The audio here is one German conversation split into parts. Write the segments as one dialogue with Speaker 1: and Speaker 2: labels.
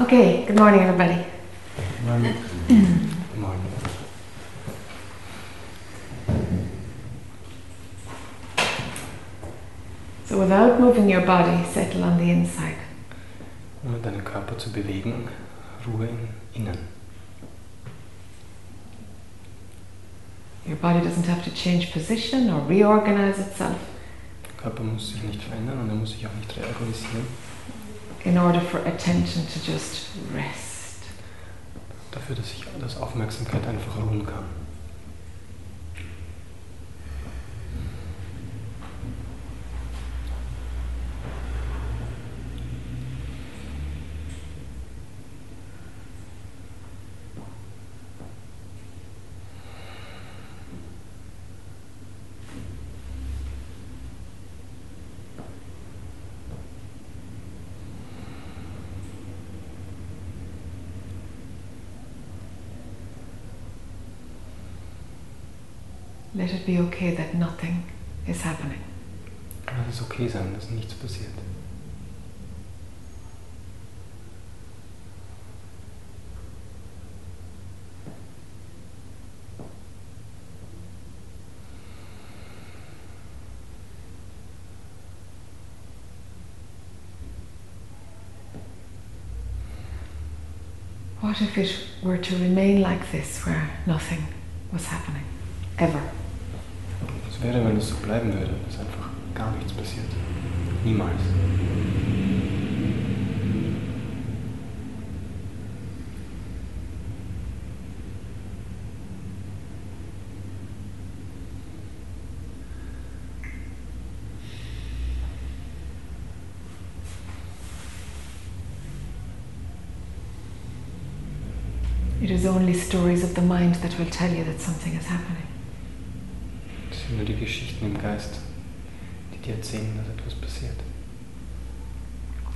Speaker 1: Okay, good morning, everybody. So without moving your body, settle on the inside.
Speaker 2: Ohne deinen Körper zu bewegen, Ruhe im Innen.
Speaker 1: Your body doesn't have to change position or reorganize itself
Speaker 2: Der Körper muss sich nicht verändern und er muss sich auch nicht reorganisieren.
Speaker 1: in order for attention to just rest.
Speaker 2: Dafür, dass ich dass Aufmerksamkeit einfach ruhen kann.
Speaker 1: Let it be okay that nothing is happening.
Speaker 2: Lass es okay sein, dass nichts passiert.
Speaker 1: What if it were to remain like this, where nothing was happening? Ever.
Speaker 2: Was wäre, wenn es so bleiben würde, dass einfach gar nichts passiert? Niemals.
Speaker 1: It is only stories of the mind that will tell you that something is happening.
Speaker 2: Es sind nur die Geschichten im Geist, die dir erzählen, dass etwas passiert.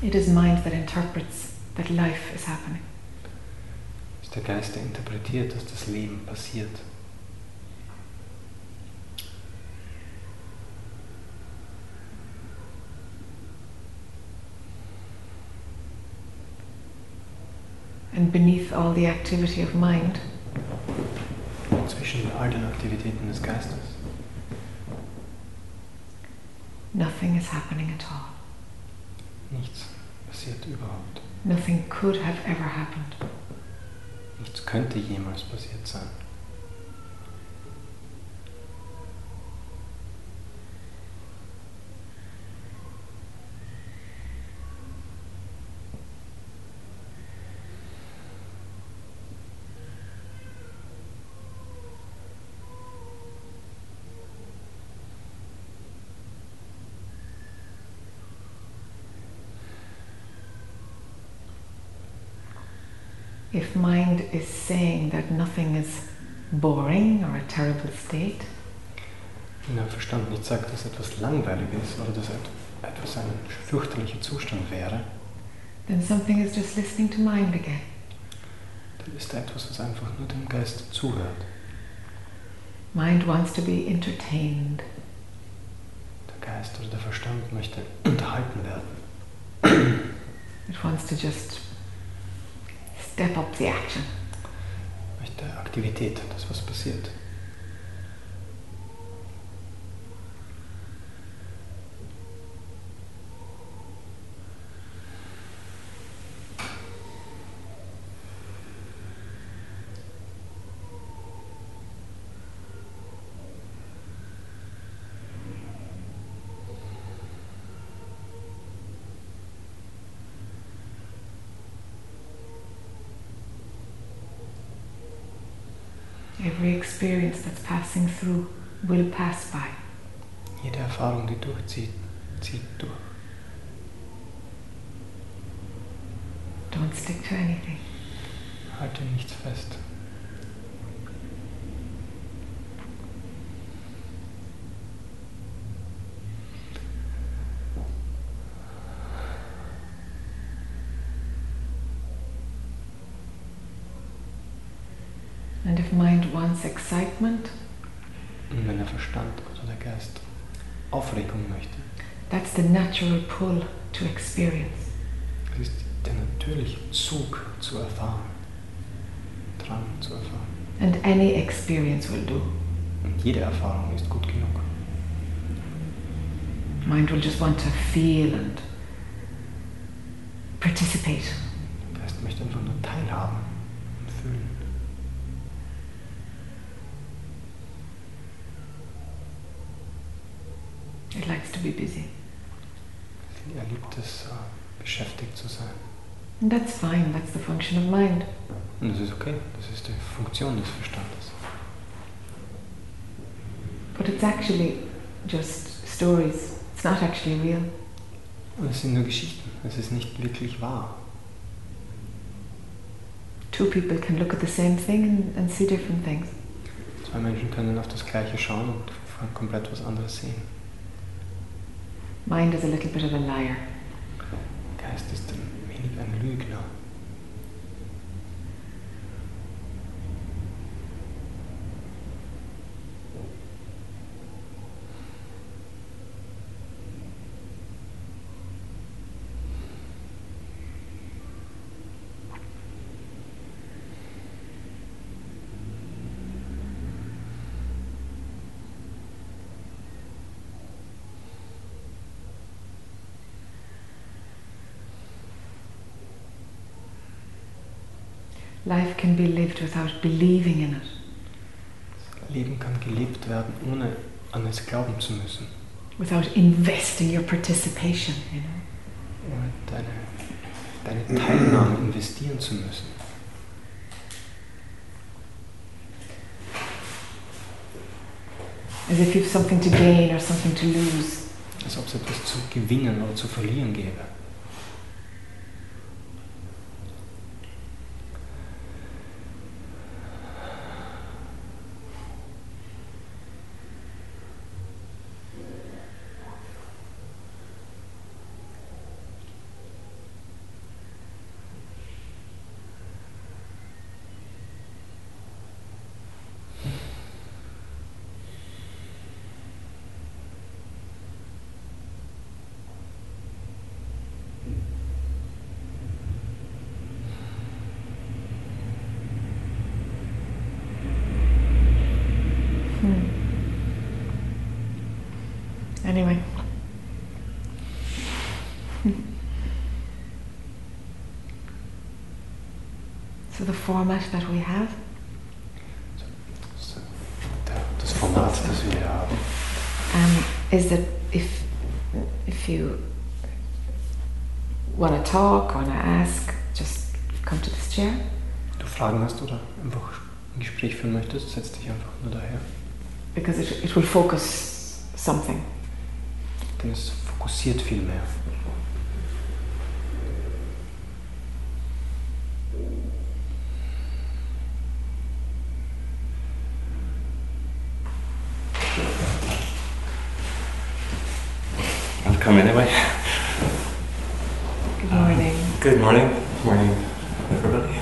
Speaker 1: It is mind that interprets that life is happening.
Speaker 2: Es ist der Geist, der interpretiert, dass das Leben passiert.
Speaker 1: And beneath all the activity of mind,
Speaker 2: Zwischen all den Aktivitäten des Geistes
Speaker 1: nothing is happening at all.
Speaker 2: nichts passiert überhaupt.
Speaker 1: Nothing could have ever happened.
Speaker 2: Nichts könnte jemals passiert sein.
Speaker 1: If mind is saying that nothing is boring or a terrible state,
Speaker 2: Wenn der Verstand nicht sagt, dass etwas langweilig ist oder dass et- etwas ein fürchterlicher Zustand wäre,
Speaker 1: then something is just listening to mind again.
Speaker 2: dann ist da etwas, was einfach nur dem Geist zuhört.
Speaker 1: Mind wants to be entertained.
Speaker 2: Der Geist oder der Verstand möchte unterhalten werden.
Speaker 1: It wants to just step up the action.
Speaker 2: möchte Aktivität, das was passiert.
Speaker 1: Every experience that's passing through will pass by.
Speaker 2: Jede Erfahrung, die durchzieht, zieht durch.
Speaker 1: Don't stick to anything.
Speaker 2: Halte nichts fest.
Speaker 1: And if mind wants excitement,
Speaker 2: Und wenn der Verstand oder der Geist Aufregung möchte,
Speaker 1: that's the natural pull to experience.
Speaker 2: das ist den natürlichen Zug zu erfahren, Drang zu erfahren.
Speaker 1: And any experience will do.
Speaker 2: Und jede Erfahrung ist gut genug.
Speaker 1: Mind will just want to feel and participate.
Speaker 2: Der Geist möchte einfach nur teilhaben und fühlen.
Speaker 1: It likes to be busy.
Speaker 2: Er liebt es, äh, beschäftigt zu sein.
Speaker 1: And that's fine, that's the function of mind.
Speaker 2: Und das ist okay, das ist die Funktion des Verstandes.
Speaker 1: But it's actually just stories. It's not actually real.
Speaker 2: Und es sind nur Geschichten, es ist nicht wirklich wahr.
Speaker 1: Two people can look at the same thing and, and see different things.
Speaker 2: Zwei Menschen können auf das Gleiche schauen und f- komplett was anderes sehen.
Speaker 1: Mind is a little bit of a liar.
Speaker 2: Der Geist ist ein wenig ein Lügner.
Speaker 1: Life can be lived without believing in it,
Speaker 2: Das Leben kann gelebt werden, ohne an es glauben zu müssen.
Speaker 1: without investing your participation, you know.
Speaker 2: Ohne deine, deine Teilnahme investieren zu müssen.
Speaker 1: As if you've something to gain or something to lose.
Speaker 2: Als ob es etwas zu gewinnen oder zu verlieren gäbe.
Speaker 1: Hmm. Anyway. so the format that we have
Speaker 2: Das, der- das Format, das wir hier haben.
Speaker 1: um, is that if if you want to talk, want to ask, just come to this chair.
Speaker 2: Du Fragen hast oder einfach ein Gespräch führen möchtest, setz dich einfach nur daher.
Speaker 1: because it, it will focus something.
Speaker 2: Denn es fokussiert viel mehr.
Speaker 3: Welcome anyway.
Speaker 1: Good morning.
Speaker 3: Uh, Good morning. Morning, everybody.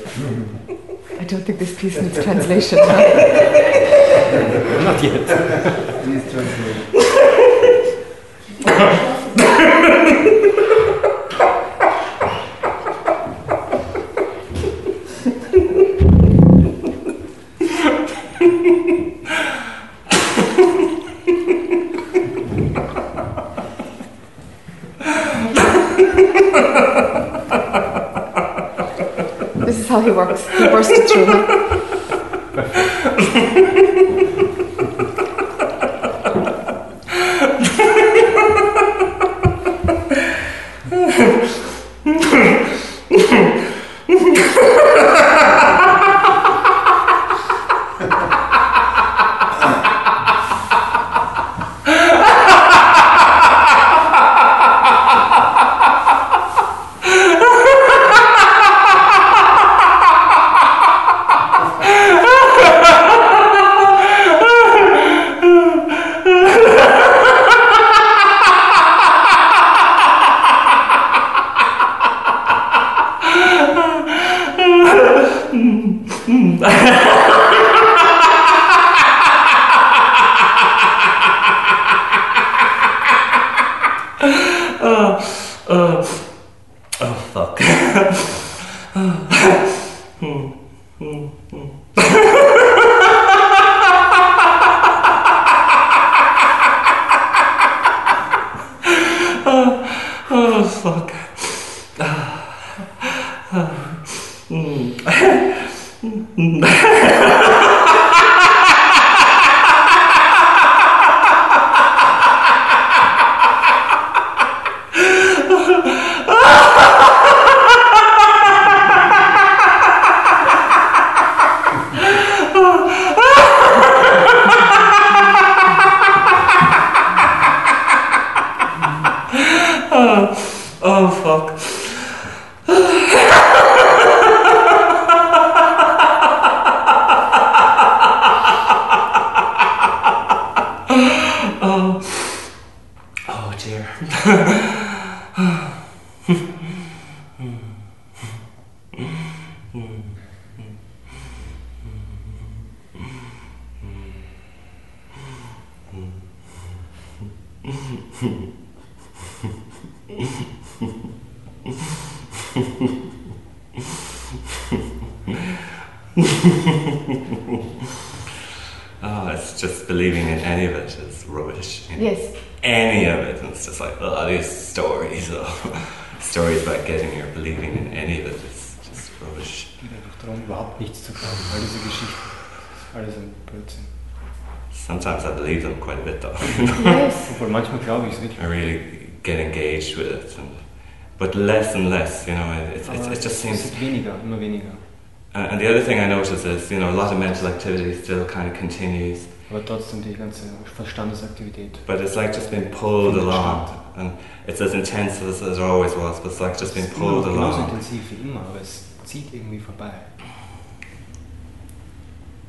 Speaker 1: I don't think this piece needs translation. huh?
Speaker 2: Not yet.
Speaker 4: Please translate.
Speaker 1: this is how he works. He bursts it through me.
Speaker 5: Uh, uh, oh, fuck. Hmm, hmm, hmm. Oh, oh, fuck. Hmm. Hmm. Oh, oh fuck. oh. oh dear. Oh, it's just believing in any of it is rubbish. you know.
Speaker 1: Yes.
Speaker 5: Any of it. And it's just like, oh, these stories. Oh, stories about getting here, believing in any of it is just rubbish.
Speaker 2: Es geht einfach darum, überhaupt nichts zu glauben. All diese Geschichten, das ist alles ein Blödsinn.
Speaker 5: Sometimes I believe them quite a bit though.
Speaker 1: Yes.
Speaker 2: Obwohl manchmal glaube ich es wirklich.
Speaker 5: I really get engaged with it, and, but less and less, you know. It, it, it, it just
Speaker 2: Es
Speaker 5: seems. uh,
Speaker 2: ist weniger, immer weniger.
Speaker 5: And and the other thing I notice is, you know, a lot of mental activity still kind of continues,
Speaker 2: Aber trotzdem die ganze Verstandesaktivität.
Speaker 5: but it's like just being pulled along, and it's as intense as it always was, but it's like just being
Speaker 2: Es ist immer
Speaker 5: pulled
Speaker 2: genauso
Speaker 5: along
Speaker 2: intensiv wie immer, aber es zieht irgendwie vorbei.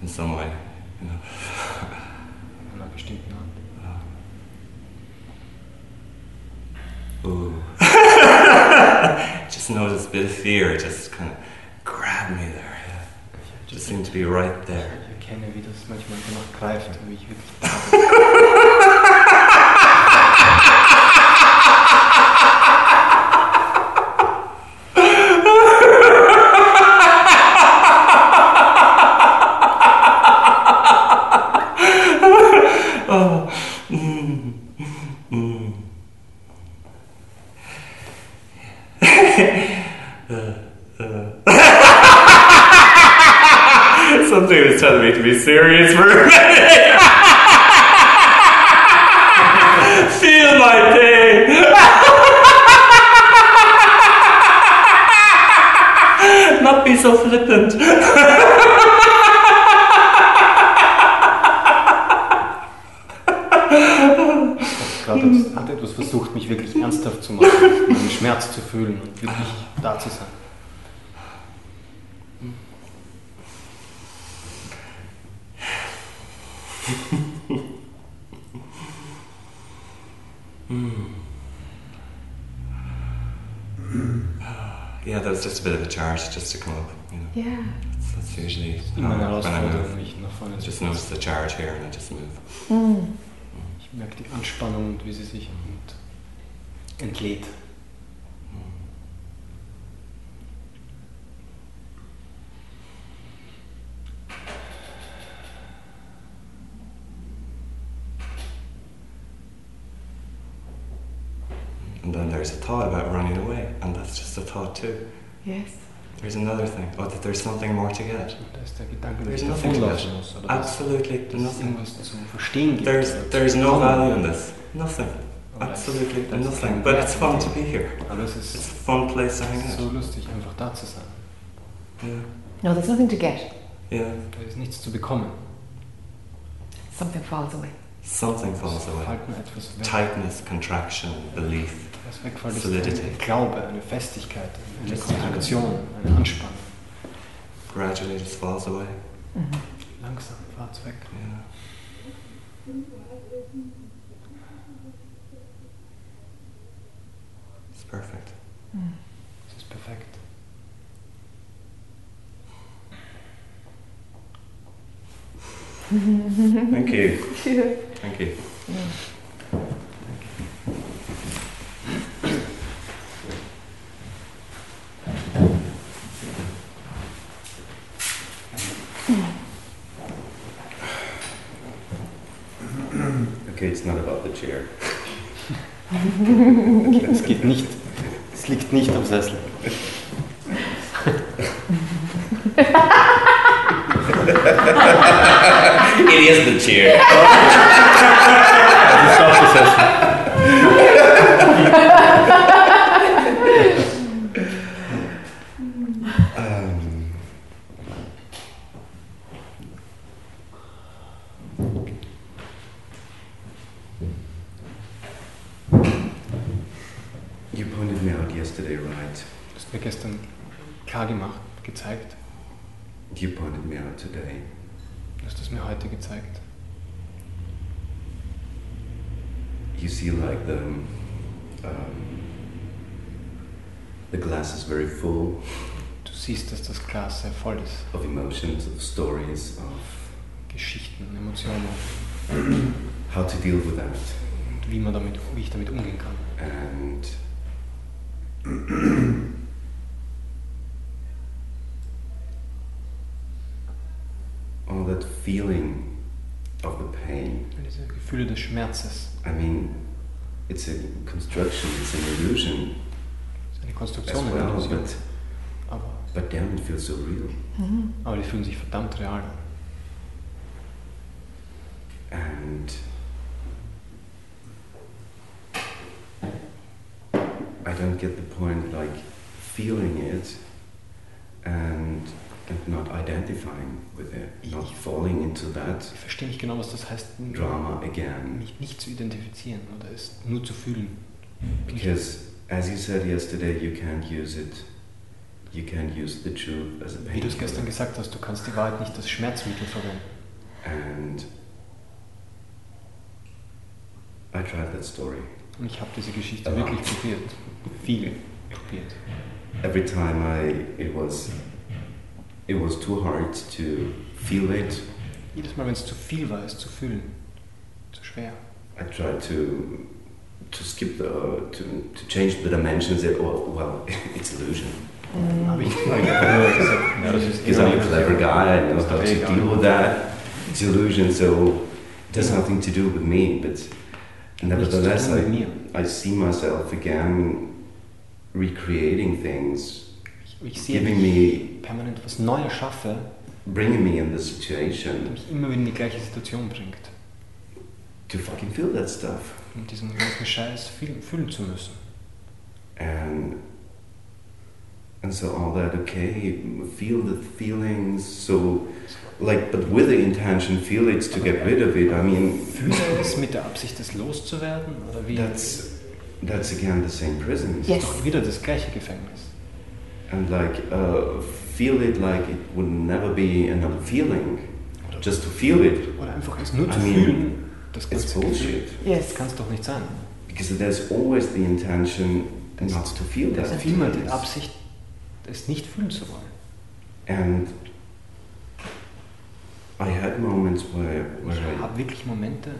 Speaker 5: in some way.
Speaker 2: An einer bestimmten Art.
Speaker 5: Ooh. just notice a bit of fear just kind of grabbed me there. yeah. Just seemed to be right there.
Speaker 2: Ich erkenne, wie das manchmal danach greift, wie ich wirklich
Speaker 5: Oh. Mm. Mm. Something was telling me to be serious for a minute. Feel my pain. Not be so flippant.
Speaker 2: gerade
Speaker 5: Hm.
Speaker 2: hat, hat etwas versucht, mich wirklich ernsthaft zu machen, meinen Schmerz zu fühlen und wirklich da zu sein.
Speaker 5: Yeah, there was just a bit of a charge just to come up. You know,
Speaker 1: Yeah.
Speaker 5: that's, that's usually
Speaker 2: Immer eine
Speaker 5: when I
Speaker 2: Herausforderung,
Speaker 5: move.
Speaker 2: mich nach vorne
Speaker 5: I
Speaker 2: zu
Speaker 5: just notice the charge here and I just move.
Speaker 1: Mm.
Speaker 2: Ich merke die Anspannung und wie sie sich und entlädt.
Speaker 5: And then there's a thought about running away, and that's just a thought too.
Speaker 1: Yes.
Speaker 5: There's another thing, oh, that there's something more to get.
Speaker 2: Und da ist der Gedanke, dass
Speaker 5: There's
Speaker 2: ich
Speaker 5: nothing
Speaker 2: davonlaufen muss. Oder dass
Speaker 5: Absolutely
Speaker 2: dass es
Speaker 5: nothing.
Speaker 2: irgendwas zu verstehen gibt.
Speaker 5: There's,
Speaker 2: oder zu
Speaker 5: there's no
Speaker 2: bekommen.
Speaker 5: value in this. Nothing.
Speaker 2: Aber es-
Speaker 5: Absolutely
Speaker 2: das ist
Speaker 5: nothing.
Speaker 2: kein
Speaker 5: But
Speaker 2: Wert
Speaker 5: it's
Speaker 2: in
Speaker 5: fun to
Speaker 2: dem.
Speaker 5: be here.
Speaker 2: Aber es
Speaker 5: It's a
Speaker 2: ist
Speaker 5: fun place to hang
Speaker 2: so
Speaker 5: out.
Speaker 2: lustig, einfach da zu sein.
Speaker 5: Yeah.
Speaker 1: No, there's nothing to get.
Speaker 5: yeah.
Speaker 2: Da ist nichts zu bekommen.
Speaker 1: Something falls away.
Speaker 5: Something falls away.
Speaker 2: Halten etwas weg.
Speaker 5: Tightness, contraction, belief.
Speaker 2: Was wegfällt, ist
Speaker 5: Solidity.
Speaker 2: ein Glaube, eine Festigkeit, eine
Speaker 5: Yes.
Speaker 2: Kontraktion, eine Anspannung.
Speaker 5: Gradually just falls away.
Speaker 1: Mhm.
Speaker 2: Langsam fahrt's weg.
Speaker 5: Yeah. It's perfect.
Speaker 2: Es ist perfekt.
Speaker 5: Thank you. Thank you.
Speaker 1: Yeah.
Speaker 6: Okay, it's not about the chair.
Speaker 2: Es geht nicht. Es liegt nicht am Sessel.
Speaker 6: It is the chair.
Speaker 2: Es ist auf dem Sessel.
Speaker 6: Um, you pointed me out yesterday, right?
Speaker 2: Das hat mir gestern klar gemacht, gezeigt.
Speaker 6: You pointed me out today.
Speaker 2: Du hast es mir heute gezeigt.
Speaker 6: You see, like the um, the glass is very full
Speaker 2: Du siehst, dass das Glas sehr voll ist.
Speaker 6: of emotions, of stories, of
Speaker 2: Geschichten, Emotionen
Speaker 6: how to deal with that.
Speaker 2: und wie, man damit, wie ich damit umgehen kann.
Speaker 6: and all that feeling of the pain.
Speaker 2: All Diese Gefühle des Schmerzes.
Speaker 6: I mean, it's a construction, it's an illusion
Speaker 2: Das ist eine
Speaker 6: as
Speaker 2: Konstruktion einer
Speaker 6: well,
Speaker 2: Illusion.
Speaker 6: but,
Speaker 2: Aber,
Speaker 6: but damn, it feels so real.
Speaker 1: Mhm.
Speaker 2: aber die fühlen sich verdammt real an.
Speaker 6: And I don't get the point, like feeling it and, and not identifying with it, not falling into that
Speaker 2: Ich verstehe nicht genau, was das heißt,
Speaker 6: drama again.
Speaker 2: mich nicht zu identifizieren oder es nur zu fühlen.
Speaker 6: Because, as you said yesterday, you can't use it. You can't use the truth as a
Speaker 2: Wie du es gestern
Speaker 6: painkiller.
Speaker 2: gesagt hast, du kannst die Wahrheit nicht als Schmerzmittel verwenden.
Speaker 6: And I tried that story.
Speaker 2: Und ich habe diese Geschichte
Speaker 6: Ja.
Speaker 2: wirklich probiert. Viel probiert.
Speaker 6: every time I it was it was too hard to feel it.
Speaker 2: Jedes Mal, wenn es zu viel war, es zu fühlen. Zu schwer.
Speaker 6: I tried to to skip the to to change the dimensions. It, oh, well, it's illusion.
Speaker 2: Habe ich
Speaker 3: Ja, das ist
Speaker 6: Because I'm a clever guy. I know how to
Speaker 2: Egal.
Speaker 6: deal with that. It's illusion. So it has nothing to do with me. But
Speaker 2: nichts
Speaker 6: nevertheless,
Speaker 2: zu
Speaker 3: halt
Speaker 2: tun mit
Speaker 6: I
Speaker 2: mir.
Speaker 6: I see myself again recreating things,
Speaker 2: Ich, ich sehe,
Speaker 6: giving
Speaker 2: wie
Speaker 6: me
Speaker 2: ich permanent was Neues schaffe,
Speaker 6: bringing me in the
Speaker 2: der
Speaker 6: situation
Speaker 2: mich immer wieder in die gleiche Situation bringt.
Speaker 6: to fucking feel that stuff.
Speaker 2: Um diesen ganzen Scheiß fühlen, fühlen zu müssen.
Speaker 6: and and so all that okay feel the feelings so like but with the intention feel it to get rid of it i mean
Speaker 2: Fühle es mit der Absicht, es loszuwerden? Oder wie?
Speaker 6: that's that's again the same prison
Speaker 1: Yes.
Speaker 2: Doch wieder das gleiche Gefängnis.
Speaker 6: and like uh, feel it like it would never be another feeling
Speaker 2: Oder,
Speaker 6: just to feel it
Speaker 2: oder einfach es nur
Speaker 6: I
Speaker 2: zu
Speaker 6: mean,
Speaker 2: fühlen, das
Speaker 6: it's
Speaker 2: ganze Gefühl.
Speaker 6: bullshit
Speaker 2: Das
Speaker 1: Yes.
Speaker 2: kann es doch nicht sein.
Speaker 6: because there's always the intention
Speaker 2: There's-
Speaker 6: not to feel
Speaker 2: Da
Speaker 6: that
Speaker 2: ist vielmehr die
Speaker 6: feelings.
Speaker 2: Absicht, es nicht fühlen zu wollen.
Speaker 6: and i had moments where where
Speaker 2: Ich
Speaker 6: i
Speaker 2: habe wirklich Momente,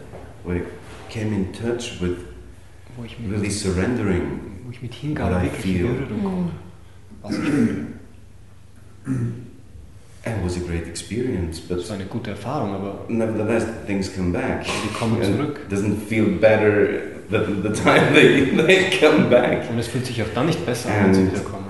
Speaker 6: came in touch with
Speaker 2: wo ich
Speaker 6: really
Speaker 2: mit,
Speaker 6: surrendering.
Speaker 2: wo ich mit Hingabe
Speaker 6: What I
Speaker 2: wirklich in
Speaker 6: feel.
Speaker 2: Berührung
Speaker 1: Mhm.
Speaker 2: komme. Was ich fühle.
Speaker 6: And it was a great experience,
Speaker 2: Das war
Speaker 6: but
Speaker 2: eine gute Erfahrung, aber
Speaker 6: nevertheless, things come back.
Speaker 2: die kommen
Speaker 6: And
Speaker 2: zurück.
Speaker 6: it doesn't feel better the, the time they, they come back.
Speaker 2: Und es fühlt sich auch dann nicht besser an, wenn sie wiederkommen.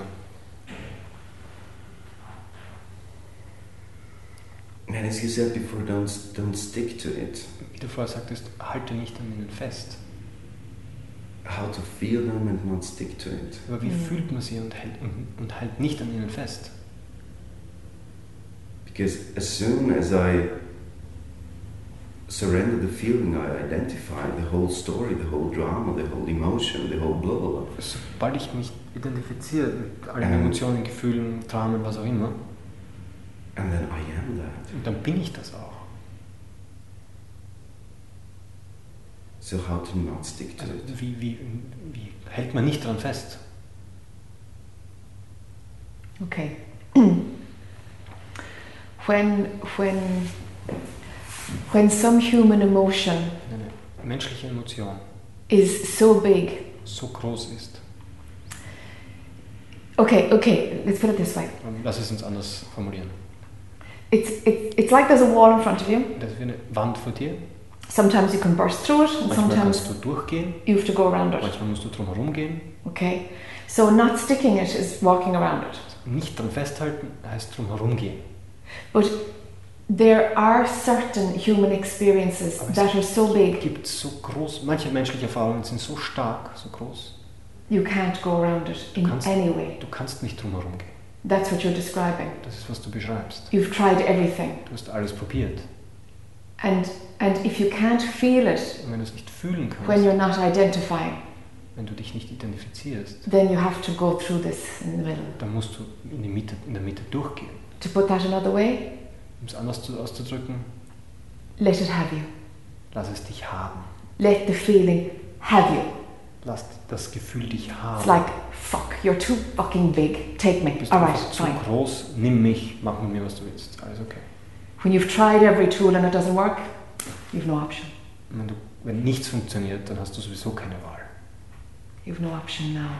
Speaker 6: And as you said before, don't, don't stick to it.
Speaker 2: Wie du vorher sagtest, halte nicht an ihnen fest.
Speaker 6: How to feel them and not stick to it.
Speaker 2: Aber wie
Speaker 1: Mhm.
Speaker 2: fühlt man sie und hält, und, und hält nicht an ihnen fest?
Speaker 6: Because as soon as I surrender the feeling, I identify the whole story, the whole drama, the whole emotion, the whole blah blah blah.
Speaker 2: Sobald ich mich identifiziere mit allen
Speaker 6: Ähm.
Speaker 2: Emotionen, Gefühlen, Dramen, was auch immer,
Speaker 6: And then I am that.
Speaker 2: dann bin ich das auch.
Speaker 6: So how to not stick to
Speaker 2: Also
Speaker 6: it?
Speaker 2: wie, wie, wie hält man nicht dran fest?
Speaker 1: Okay. when when when some human emotion
Speaker 2: Wenn eine menschliche Emotion
Speaker 1: is so big
Speaker 2: so groß ist,
Speaker 1: Okay, okay, let's put it this way.
Speaker 2: lass es uns anders formulieren.
Speaker 1: It's, it's, it's like there's a wall in front of you,
Speaker 2: Das ist wie eine Wand vor dir
Speaker 1: Sometimes you can burst through it, and
Speaker 2: Manchmal
Speaker 1: sometimes
Speaker 2: kannst du durchgehen,
Speaker 1: you have to go around it.
Speaker 2: manchmal musst du drum herum gehen.
Speaker 1: Okay? So, not sticking it is walking around it.
Speaker 2: Nicht dran festhalten heißt drum herum gehen.
Speaker 1: But there are certain human experiences
Speaker 2: Aber es-
Speaker 1: that are so
Speaker 2: Es
Speaker 1: big
Speaker 2: gibt so groß, manche menschliche Erfahrungen sind so stark, so groß,
Speaker 1: you can't go around it in
Speaker 2: Kannst-
Speaker 1: any way.
Speaker 2: du kannst nicht drum herum gehen.
Speaker 1: That's what you're describing.
Speaker 2: Das ist, was du beschreibst.
Speaker 1: You've tried everything,
Speaker 2: Du hast alles probiert.
Speaker 1: and and if you can't feel it
Speaker 2: Und wenn du es nicht fühlen
Speaker 1: when
Speaker 2: kannst,
Speaker 1: you're not identifying,
Speaker 2: wenn du dich nicht identifizierst,
Speaker 1: then you have to go through this in the middle.
Speaker 2: dann musst du in, die Mitte, in der Mitte durchgehen.
Speaker 1: To put that another way,
Speaker 2: Um es anders zu, auszudrücken,
Speaker 1: let it have you.
Speaker 2: lass es dich haben.
Speaker 1: Let the feeling have you.
Speaker 2: Lass das Gefühl dich haben.
Speaker 1: It's like fuck, you're too fucking big. Take
Speaker 2: Du
Speaker 1: me.
Speaker 2: bist
Speaker 1: All right,
Speaker 2: einfach zu
Speaker 1: fine.
Speaker 2: groß, nimm mich, mach mit mir, was du willst. Alles okay.
Speaker 1: When you've tried every tool and it doesn't work, you've no option.
Speaker 2: Und wenn, du, wenn nichts funktioniert, dann hast du sowieso keine Wahl.
Speaker 1: You've no option now.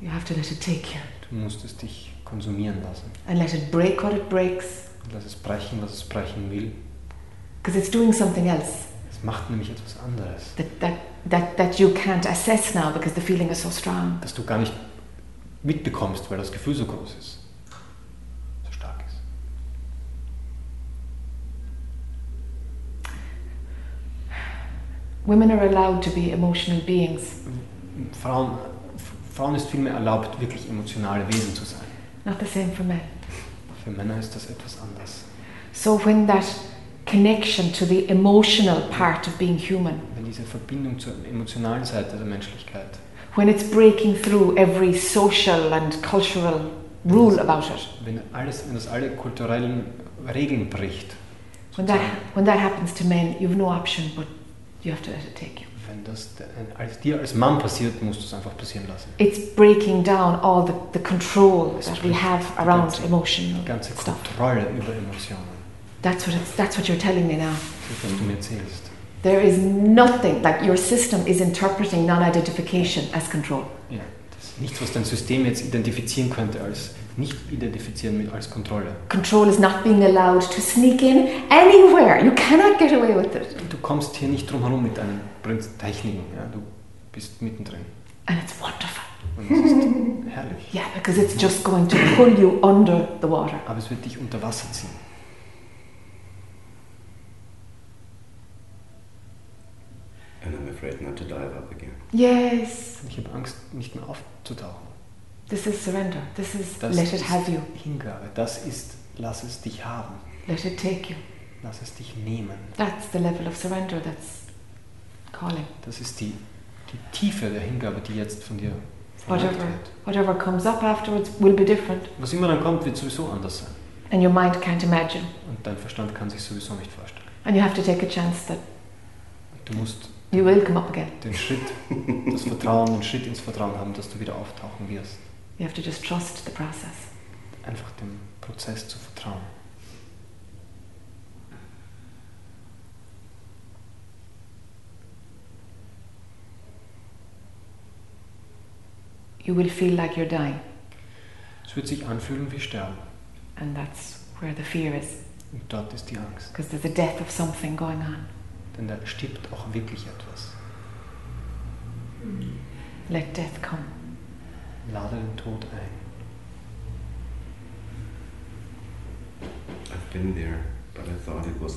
Speaker 1: You have to let it take you
Speaker 2: Du musst es dich konsumieren lassen.
Speaker 1: and let it break what it breaks
Speaker 2: Und lass es brechen, was es brechen will.
Speaker 1: because it's doing something else
Speaker 2: Es macht nämlich etwas anderes,
Speaker 1: that, that, that, that you can't assess now because the feeling is so strong.
Speaker 2: das du gar nicht mitbekommst, weil das Gefühl so groß ist. So stark ist.
Speaker 1: Women are allowed to be emotional beings.
Speaker 2: Frauen, F- Frauen ist vielmehr erlaubt, wirklich emotionale Wesen zu sein.
Speaker 1: Not the same for men.
Speaker 2: Für Männer ist das etwas anders.
Speaker 1: So when that connection to the emotional part of being human,
Speaker 2: Wenn diese Verbindung zur emotionalen Seite der Menschlichkeit,
Speaker 1: when it's breaking through every social and cultural rule about it,
Speaker 2: wenn, alles, wenn das alle kulturellen Regeln bricht,
Speaker 1: when that, when that happens to men, you've no option but you have to let it take you.
Speaker 2: wenn das de- ein- als dir als Mann passiert, musst du es einfach passieren lassen.
Speaker 1: it's breaking down all the, the control that we have around
Speaker 2: That's-
Speaker 1: emotional
Speaker 2: Die ganze
Speaker 1: stuff.
Speaker 2: Kontrolle über Emotionen,
Speaker 1: That's what it's, that's what you're telling me now.
Speaker 2: das, was du mir erzählst.
Speaker 1: There is nothing like your system is interpreting non-identification as control.
Speaker 2: Ja, das ist nichts, was dein System jetzt identifizieren könnte als nicht identifizieren mit als Kontrolle.
Speaker 1: Control is not being allowed to sneak in anywhere. You cannot get away with it,
Speaker 2: Du kommst hier nicht drum herum mit deinen Prinz- Techniken. Ja? Du bist mittendrin.
Speaker 1: and it's wonderful.
Speaker 2: Und das ist herrlich.
Speaker 1: Yeah, because it's just going to pull you under the water.
Speaker 2: Aber es wird dich unter Wasser ziehen.
Speaker 6: And I'm afraid not to dive up again.
Speaker 1: Yes,
Speaker 2: Ich habe Angst, nicht mehr aufzutauchen.
Speaker 1: this is surrender. This is
Speaker 2: Das
Speaker 1: let it
Speaker 2: ist
Speaker 1: have you,
Speaker 2: Hingabe. Das ist, lass es dich haben.
Speaker 1: let it take you.
Speaker 2: Lass es dich nehmen.
Speaker 1: That's the level of surrender that's calling.
Speaker 2: Das ist die, die Tiefe der Hingabe, die jetzt von dir verlangt
Speaker 1: Whatever,
Speaker 2: wird.
Speaker 1: whatever comes up afterwards will be different,
Speaker 2: Was immer dann kommt, wird sowieso anders sein.
Speaker 1: and your mind can't imagine.
Speaker 2: Und dein Verstand kann sich sowieso nicht vorstellen.
Speaker 1: And you have to take a chance that
Speaker 2: Du musst
Speaker 1: you will come up again.
Speaker 2: den Schritt, das Vertrauen, den Schritt ins Vertrauen haben, dass du wieder auftauchen wirst.
Speaker 1: You have to just trust the process.
Speaker 2: Einfach dem Prozess zu vertrauen.
Speaker 1: You will feel like you're dying,
Speaker 2: Es wird sich anfühlen wie Sterben.
Speaker 1: and that's where the fear is,
Speaker 2: Und dort ist die Angst.
Speaker 1: because there's a death of something going on.
Speaker 2: Denn da stirbt auch wirklich etwas.
Speaker 1: Let death come.
Speaker 2: Lade den Tod ein.
Speaker 6: I've been there, but I thought it was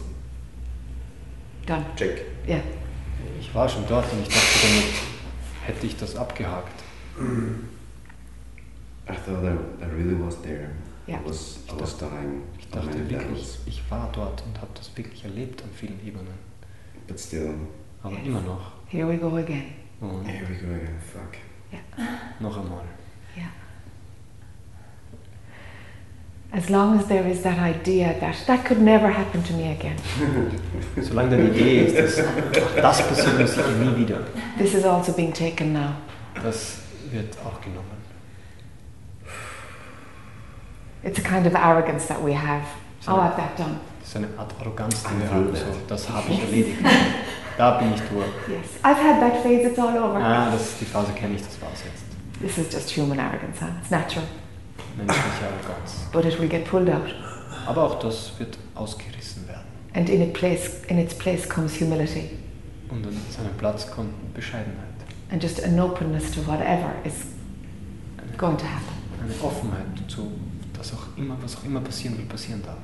Speaker 1: Done.
Speaker 6: check.
Speaker 1: Yeah.
Speaker 2: Ich war schon dort und ich dachte, damit hätte ich das abgehakt.
Speaker 6: I thought I, I really was there.
Speaker 1: Yeah.
Speaker 6: I was I was dying
Speaker 2: Ich
Speaker 6: on many
Speaker 2: dachte wirklich,
Speaker 6: battles,
Speaker 2: ich war dort und habe das wirklich erlebt an vielen Ebenen.
Speaker 6: but still
Speaker 2: Aber
Speaker 1: Yes.
Speaker 2: immer noch.
Speaker 1: Here we go again.
Speaker 2: Und
Speaker 6: here we go again. Fuck.
Speaker 2: noch einmal.
Speaker 1: Yeah. As long as there is that idea that that could never happen to me again,
Speaker 2: Solange deine Idee ist, dass auch das passiert mir sicher nie wieder.
Speaker 1: this is also being taken now.
Speaker 2: Das wird auch genommen.
Speaker 1: It's a kind of arrogance that we have.
Speaker 2: So-
Speaker 1: I'll have that done.
Speaker 2: Das ist eine Art Arroganz, die
Speaker 6: Ein
Speaker 2: wir haben.
Speaker 6: Blödheit.
Speaker 2: So, das habe ich erledigt. Da bin ich durch.
Speaker 1: Yes. I've had that phase, it's all over.
Speaker 2: Ah, das ist die Phase, kenne ich, das war's jetzt.
Speaker 1: This is just human arrogance, huh? It's natural,
Speaker 2: Menschliche Arroganz.
Speaker 1: but it will get pulled out.
Speaker 2: Aber auch das wird ausgerissen werden.
Speaker 1: and in, a place, in its place comes humility
Speaker 2: Und an seinen Platz kommt Bescheidenheit.
Speaker 1: and just an openness to whatever is going to happen.
Speaker 2: Eine Offenheit zu, dass auch immer, was auch immer passieren will, passieren darf.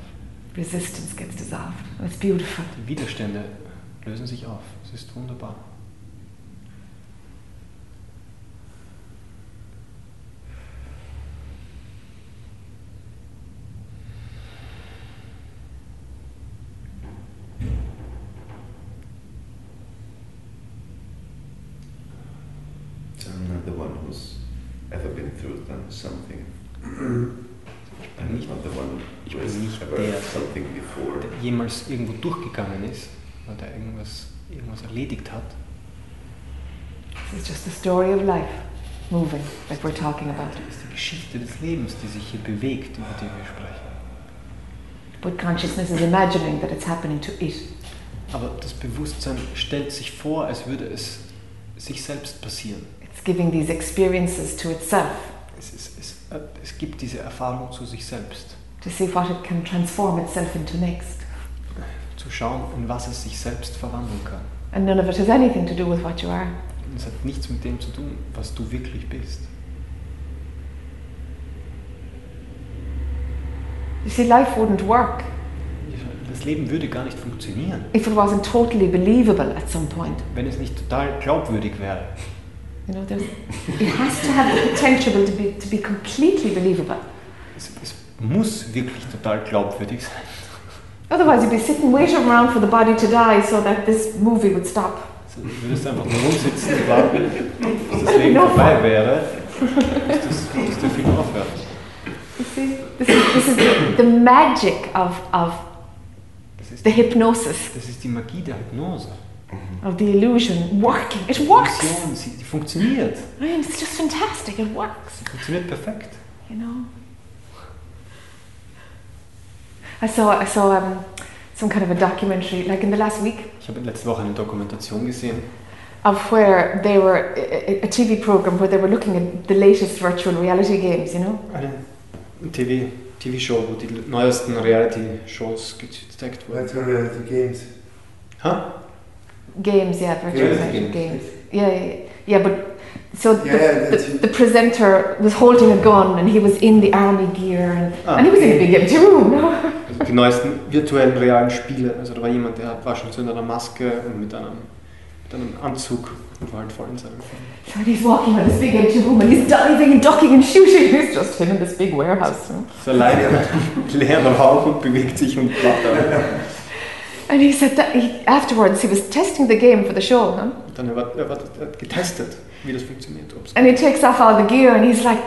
Speaker 1: Resistance gets dissolved. And it's beautiful.
Speaker 2: Die Widerstände lösen sich auf. Es ist wunderbar.
Speaker 6: So I'm not the one who's ever been through done something. I'm
Speaker 2: Nicht-
Speaker 6: not the one
Speaker 2: Ich
Speaker 6: who
Speaker 2: bin
Speaker 6: has
Speaker 2: nicht
Speaker 6: ever
Speaker 2: der,
Speaker 6: something before.
Speaker 2: der jemals irgendwo durchgegangen ist oder der irgendwas, irgendwas erledigt hat.
Speaker 1: This is just the story of life moving, like we're talking about.
Speaker 2: Das ist die Geschichte des Lebens, die sich hier bewegt, über die wir sprechen.
Speaker 1: But consciousness is imagining that it's happening to it.
Speaker 2: Aber das Bewusstsein stellt sich vor, als würde es sich selbst passieren.
Speaker 1: It's giving these experiences to itself
Speaker 2: Es, ist, es, äh, es gibt diese Erfahrung zu sich selbst.
Speaker 1: to see what it can transform itself into next.
Speaker 2: Zu schauen, in was es sich selbst verwandeln kann.
Speaker 1: And none of it has anything to do with what you are.
Speaker 2: Und es hat nichts mit dem zu tun, was du wirklich bist.
Speaker 1: You see, life wouldn't work
Speaker 2: Das Leben würde gar nicht funktionieren,
Speaker 1: if it wasn't totally believable at some point.
Speaker 2: wenn es nicht total glaubwürdig wäre.
Speaker 1: You know, there's, it has to have the potential to be, to be completely believable.
Speaker 2: Es, es muss wirklich total glaubwürdig sein.
Speaker 1: Otherwise, you'd be sitting waiting around for the body to die so that this movie would stop.
Speaker 2: Also, Du würdest einfach nur rumsitzen und warten, bis das Leben vorbei wäre, bis, das, bis der Film aufhört.
Speaker 1: You see, this is, this is the, the magic of, of
Speaker 2: Das ist,
Speaker 1: the hypnosis,
Speaker 2: das ist die Magie der Hypnose.
Speaker 1: of the illusion working. It
Speaker 2: Die
Speaker 1: works.
Speaker 2: Illusion, sie, die funktioniert.
Speaker 1: I mean, it's just fantastic. It works.
Speaker 2: Sie funktioniert perfekt.
Speaker 1: you know. I saw I saw um, some kind of a documentary like in the last week
Speaker 2: Ich habe letzte Woche eine Dokumentation gesehen.
Speaker 1: of where they were a, a- a TV program where they were looking at the latest virtual reality games, you know.
Speaker 2: Eine TV, TV-Show, wo die neuesten Reality-Shows gezeigt
Speaker 6: Also-
Speaker 2: wurden.
Speaker 4: That's where the games.
Speaker 2: Ha?
Speaker 1: Games, yeah, virtual
Speaker 4: Reality
Speaker 1: reality
Speaker 2: games.
Speaker 1: games. Yeah, yeah, yeah. yeah but so
Speaker 4: Yeah,
Speaker 1: the,
Speaker 4: yeah,
Speaker 1: the,
Speaker 4: that's-
Speaker 1: the presenter was holding a gun and he was in the army gear and,
Speaker 2: Ah.
Speaker 1: and he was in a big empty room.
Speaker 2: Also die neuesten virtuellen, realen Spiele. Also da war jemand, der war schon so in einer Maske und mit einem, mit einem Anzug und war halt voll in seinem Film.
Speaker 1: So he's walking around this big empty room and he's diving and ducking and shooting. It's just him in this big warehouse. you know.
Speaker 2: Ist alleine leerer Raum und bewegt sich und macht dann.
Speaker 1: And he said that he, afterwards he was testing the game for the show, huh?
Speaker 2: Und dann er war, er war er hat getestet, wie das funktioniert. Ob's
Speaker 1: and he takes off all the gear and he's like,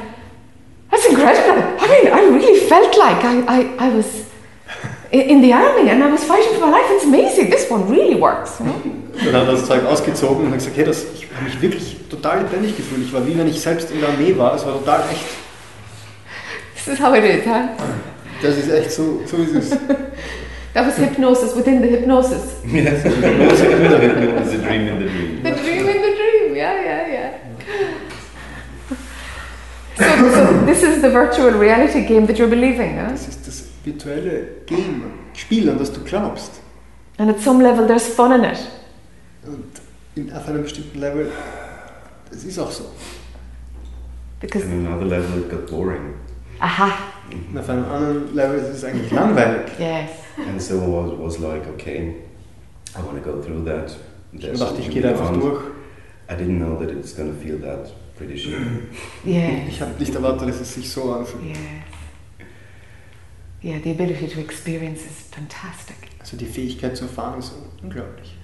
Speaker 1: "That's incredible! I mean, I really felt like I, I, I was i- in the army and I was fighting for my life. It's amazing. This one really works." You know?
Speaker 2: dann hat er das Zeug ausgezogen und hat gesagt, hey, das, ich habe mich wirklich total lebendig gefühlt. Ich war wie wenn ich selbst in der Armee war. Es war total echt.
Speaker 1: This is how it is, huh?
Speaker 2: Das ist echt so, so ist es.
Speaker 1: That was hypnosis within the hypnosis.
Speaker 6: Yes, it was a dream in the dream.
Speaker 1: The dream in the dream. Yeah, yeah, yeah. So, so this is the virtual reality game that you're believing, huh?
Speaker 2: Das ist das virtuelle Game, Spiel, an das du glaubst.
Speaker 1: And at some level, there's fun in it.
Speaker 2: Und in, auf einem bestimmten Level, das ist auch so.
Speaker 1: Because,
Speaker 6: On another level, it got boring.
Speaker 1: aha,
Speaker 2: Und auf einem anderen Level ist es eigentlich langweilig.
Speaker 1: yes.
Speaker 6: And so I was, was like, okay, I want to go through that.
Speaker 2: Ich
Speaker 6: There's
Speaker 2: dachte, ich
Speaker 6: something
Speaker 2: gehe da einfach
Speaker 6: beyond.
Speaker 2: durch.
Speaker 6: I didn't know that it's going to feel that pretty soon.
Speaker 1: Yeah.
Speaker 2: Ich habe nicht erwartet, dass es sich so anfühlt.
Speaker 1: Yes. Yeah, the ability to experience is fantastic.
Speaker 2: Also die Fähigkeit zu erfahren ist unglaublich.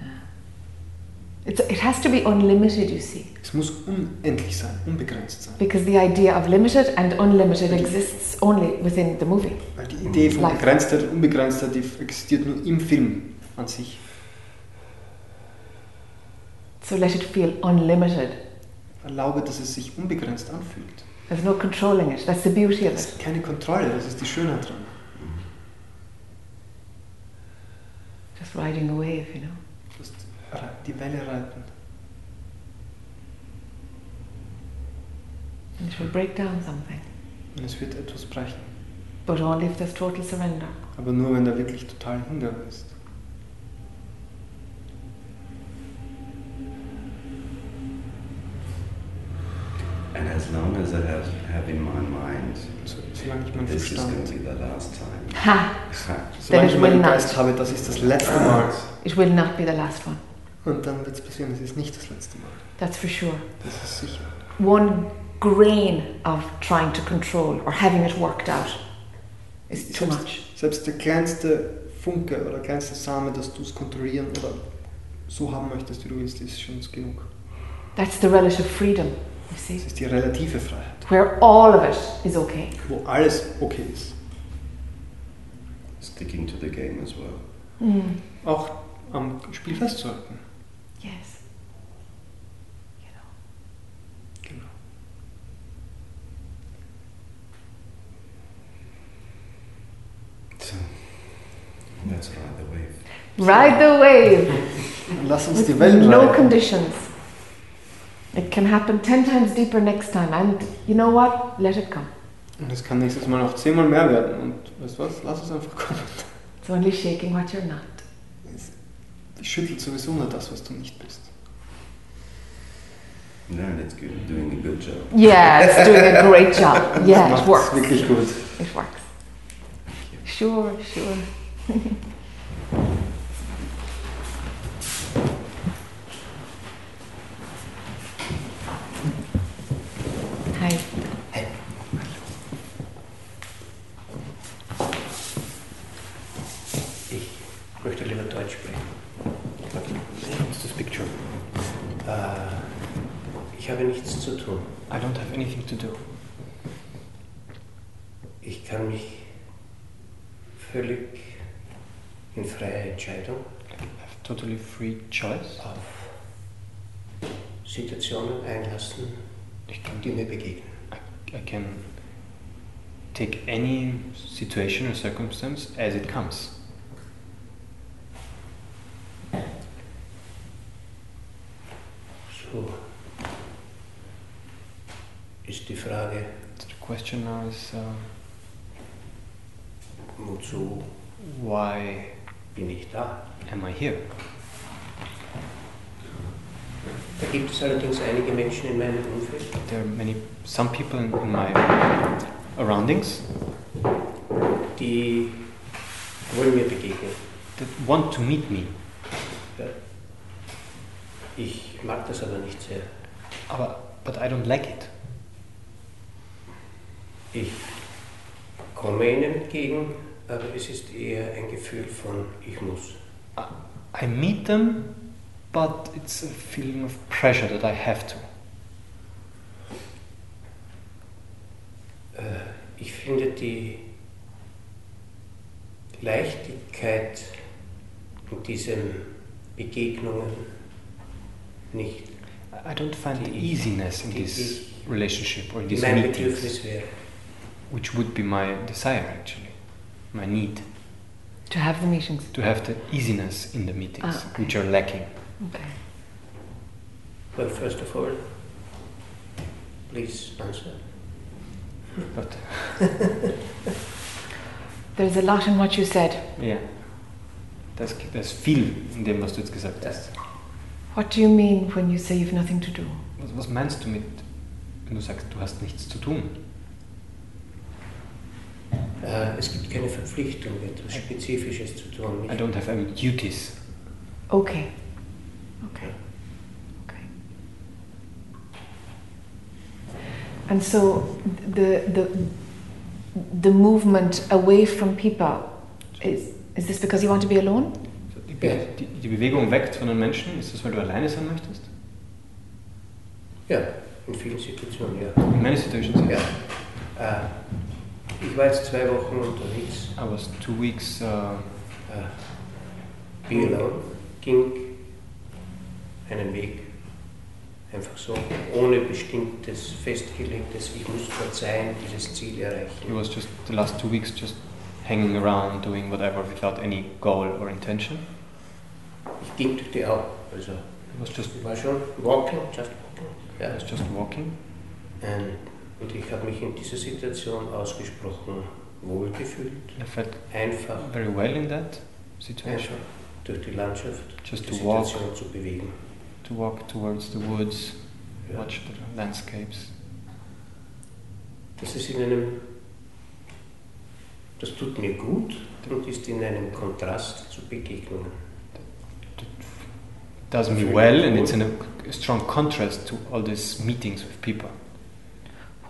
Speaker 1: It's, it has to be unlimited, you see,
Speaker 2: Es muss unendlich sein, unbegrenzt sein.
Speaker 1: because the idea of limited and unlimited exists only within the movie.
Speaker 2: Weil die Idee von
Speaker 1: Life.
Speaker 2: Begrenztheit und Unbegrenztheit, die existiert nur im Film an sich.
Speaker 1: So let it feel unlimited.
Speaker 2: Erlaube, dass es sich unbegrenzt anfühlt.
Speaker 1: There's no controlling it. That's the beauty of
Speaker 2: Das
Speaker 1: it.
Speaker 2: ist keine Kontrolle, das ist die Schönheit dran.
Speaker 1: Just riding a wave, you know.
Speaker 2: Das ist rei- die Welle reiten.
Speaker 1: And it will break down something,
Speaker 2: Und es wird etwas brechen.
Speaker 1: but only if there's total surrender.
Speaker 2: Aber nur, wenn da wirklich total Hunger ist.
Speaker 6: long as I have, have in my mind,
Speaker 2: So, solange ich meinen
Speaker 6: this is going
Speaker 2: Verstand,
Speaker 6: to be the last time.
Speaker 1: Ha!
Speaker 6: Ha.
Speaker 2: solange
Speaker 1: Then
Speaker 2: ich
Speaker 1: it
Speaker 2: meinen
Speaker 1: will not.
Speaker 2: Geist habe, das ist das letzte Mal.
Speaker 1: It will not be the last one.
Speaker 2: Und dann wird es passieren, es ist nicht das letzte Mal.
Speaker 1: That's for sure.
Speaker 2: Das ist sicher.
Speaker 1: One grain of trying to control or having it worked out is too
Speaker 2: Selbst-
Speaker 1: much.
Speaker 2: Selbst der kleinste Funke oder kleinste Same, dass du es kontrollieren oder so haben möchtest, wie du willst, ist schon genug.
Speaker 1: That's the relative freedom, you
Speaker 2: Es
Speaker 1: see,
Speaker 2: ist die relative Freiheit,
Speaker 1: where all of it is okay.
Speaker 2: wo alles okay ist.
Speaker 6: Sticking to the game as well.
Speaker 1: Mm.
Speaker 2: Auch am Spiel festzuhalten.
Speaker 1: Yes. You know.
Speaker 2: Genau.
Speaker 6: So, let's ride the wave.
Speaker 1: Ride the wave
Speaker 2: Und lass uns die
Speaker 1: with
Speaker 2: Wellen
Speaker 1: no
Speaker 2: reiten.
Speaker 1: conditions. It can happen ten times deeper next time, and you know what? Let it come.
Speaker 2: Und es kann nächstes Mal noch zehnmal mehr werden. Und weißt du was? Lass es einfach kommen.
Speaker 1: It's only shaking what you're not.
Speaker 2: Es schüttelt sowieso nur das, was du nicht bist.
Speaker 6: Then it's good, doing a good job.
Speaker 1: Yeah, it's doing a great job. Yeah, it
Speaker 2: das macht es
Speaker 1: works.
Speaker 2: wirklich gut.
Speaker 1: It works. Sure, sure. Hi.
Speaker 7: Ich möchte lieber Deutsch sprechen. What's this picture? Äh, ich habe nichts zu tun.
Speaker 2: I don't have anything to do.
Speaker 7: Ich kann mich völlig in freier Entscheidung
Speaker 2: I have totally free choice.
Speaker 7: auf Situationen einlassen,
Speaker 2: Ich kann
Speaker 7: die mir begegnen.
Speaker 2: I can take any situation or circumstance as it comes.
Speaker 7: So ist die Frage,
Speaker 2: So the question now is uh,
Speaker 7: wozu
Speaker 2: why
Speaker 7: bin ich da?
Speaker 2: am I here?
Speaker 7: Da gibt es allerdings einige Menschen in meinem Umfeld,
Speaker 2: There are many, some people in, in my surroundings
Speaker 7: die wollen mir begegnen.
Speaker 2: that want to meet me.
Speaker 7: Ich mag das aber nicht sehr.
Speaker 2: Aber, but I don't like it.
Speaker 7: Ich komme ihnen entgegen, aber es ist eher ein Gefühl von ich muss.
Speaker 2: I meet them, but it's a feeling of pressure that I have to.
Speaker 7: Ich finde die Leichtigkeit in diesen Begegnungen nicht,
Speaker 2: I- I don't find the
Speaker 7: Die-
Speaker 2: easiness in
Speaker 7: die
Speaker 2: this
Speaker 7: ich-
Speaker 2: relationship or in
Speaker 7: die
Speaker 2: these
Speaker 7: mein
Speaker 2: meetings,
Speaker 7: Bedürfnis wäre.
Speaker 2: which would be my desire actually, my need.
Speaker 1: To have the meetings.
Speaker 2: to have the easiness in the meetings,
Speaker 1: Ah, okay.
Speaker 2: which are lacking.
Speaker 1: Okay.
Speaker 7: Well, first of all, please answer.
Speaker 2: But
Speaker 1: There's a lot in what you said.
Speaker 2: yeah, das, das ist viel in dem, was du jetzt gesagt hast.
Speaker 1: What do you mean when you say you've nothing to do?
Speaker 2: Was, was meinst du mit, wenn du sagst, du hast nichts zu tun?
Speaker 7: Äh, es gibt keine Verpflichtung, etwas Spezifisches zu tun.
Speaker 2: I don't have any duties.
Speaker 1: Okay. Okay. Okay. And so the the the movement away from people is is this because you want to be alone?
Speaker 2: Die, Be die, die Bewegung weckt von den Menschen. Ist das, weil du alleine sein möchtest?
Speaker 7: Ja, in vielen Situationen, ja.
Speaker 2: In many situations,
Speaker 7: ja. Äh, ich war jetzt zwei Wochen unterwegs.
Speaker 2: I was two weeks uh,
Speaker 7: Äh, Be Alone äh, ging einen Weg einfach so, ohne bestimmtes, festgelegtes, ich muss verzeihen, dieses Ziel
Speaker 2: It
Speaker 7: erreichen.
Speaker 2: was just the last two weeks just hanging around, doing whatever without any goal or intention.
Speaker 7: Ich ging durch die Augen, also
Speaker 2: It was just,
Speaker 7: ich war schon walking, just walking.
Speaker 2: I
Speaker 7: Ja.
Speaker 2: was just walking.
Speaker 7: Ähm, Und ich habe mich in dieser Situation ausgesprochen wohlgefühlt,
Speaker 2: I felt
Speaker 7: einfach,
Speaker 2: very well in that situation.
Speaker 7: einfach durch die Landschaft,
Speaker 2: Just
Speaker 7: die
Speaker 2: to walk,
Speaker 7: Situation zu bewegen.
Speaker 2: to walk towards the woods,
Speaker 7: Ja.
Speaker 2: watch the landscapes.
Speaker 7: Das ist in einem, das tut mir gut und ist in einem Kontrast zu Begegnungen.
Speaker 2: does me well and it's in a a strong contrast to all these meetings with people.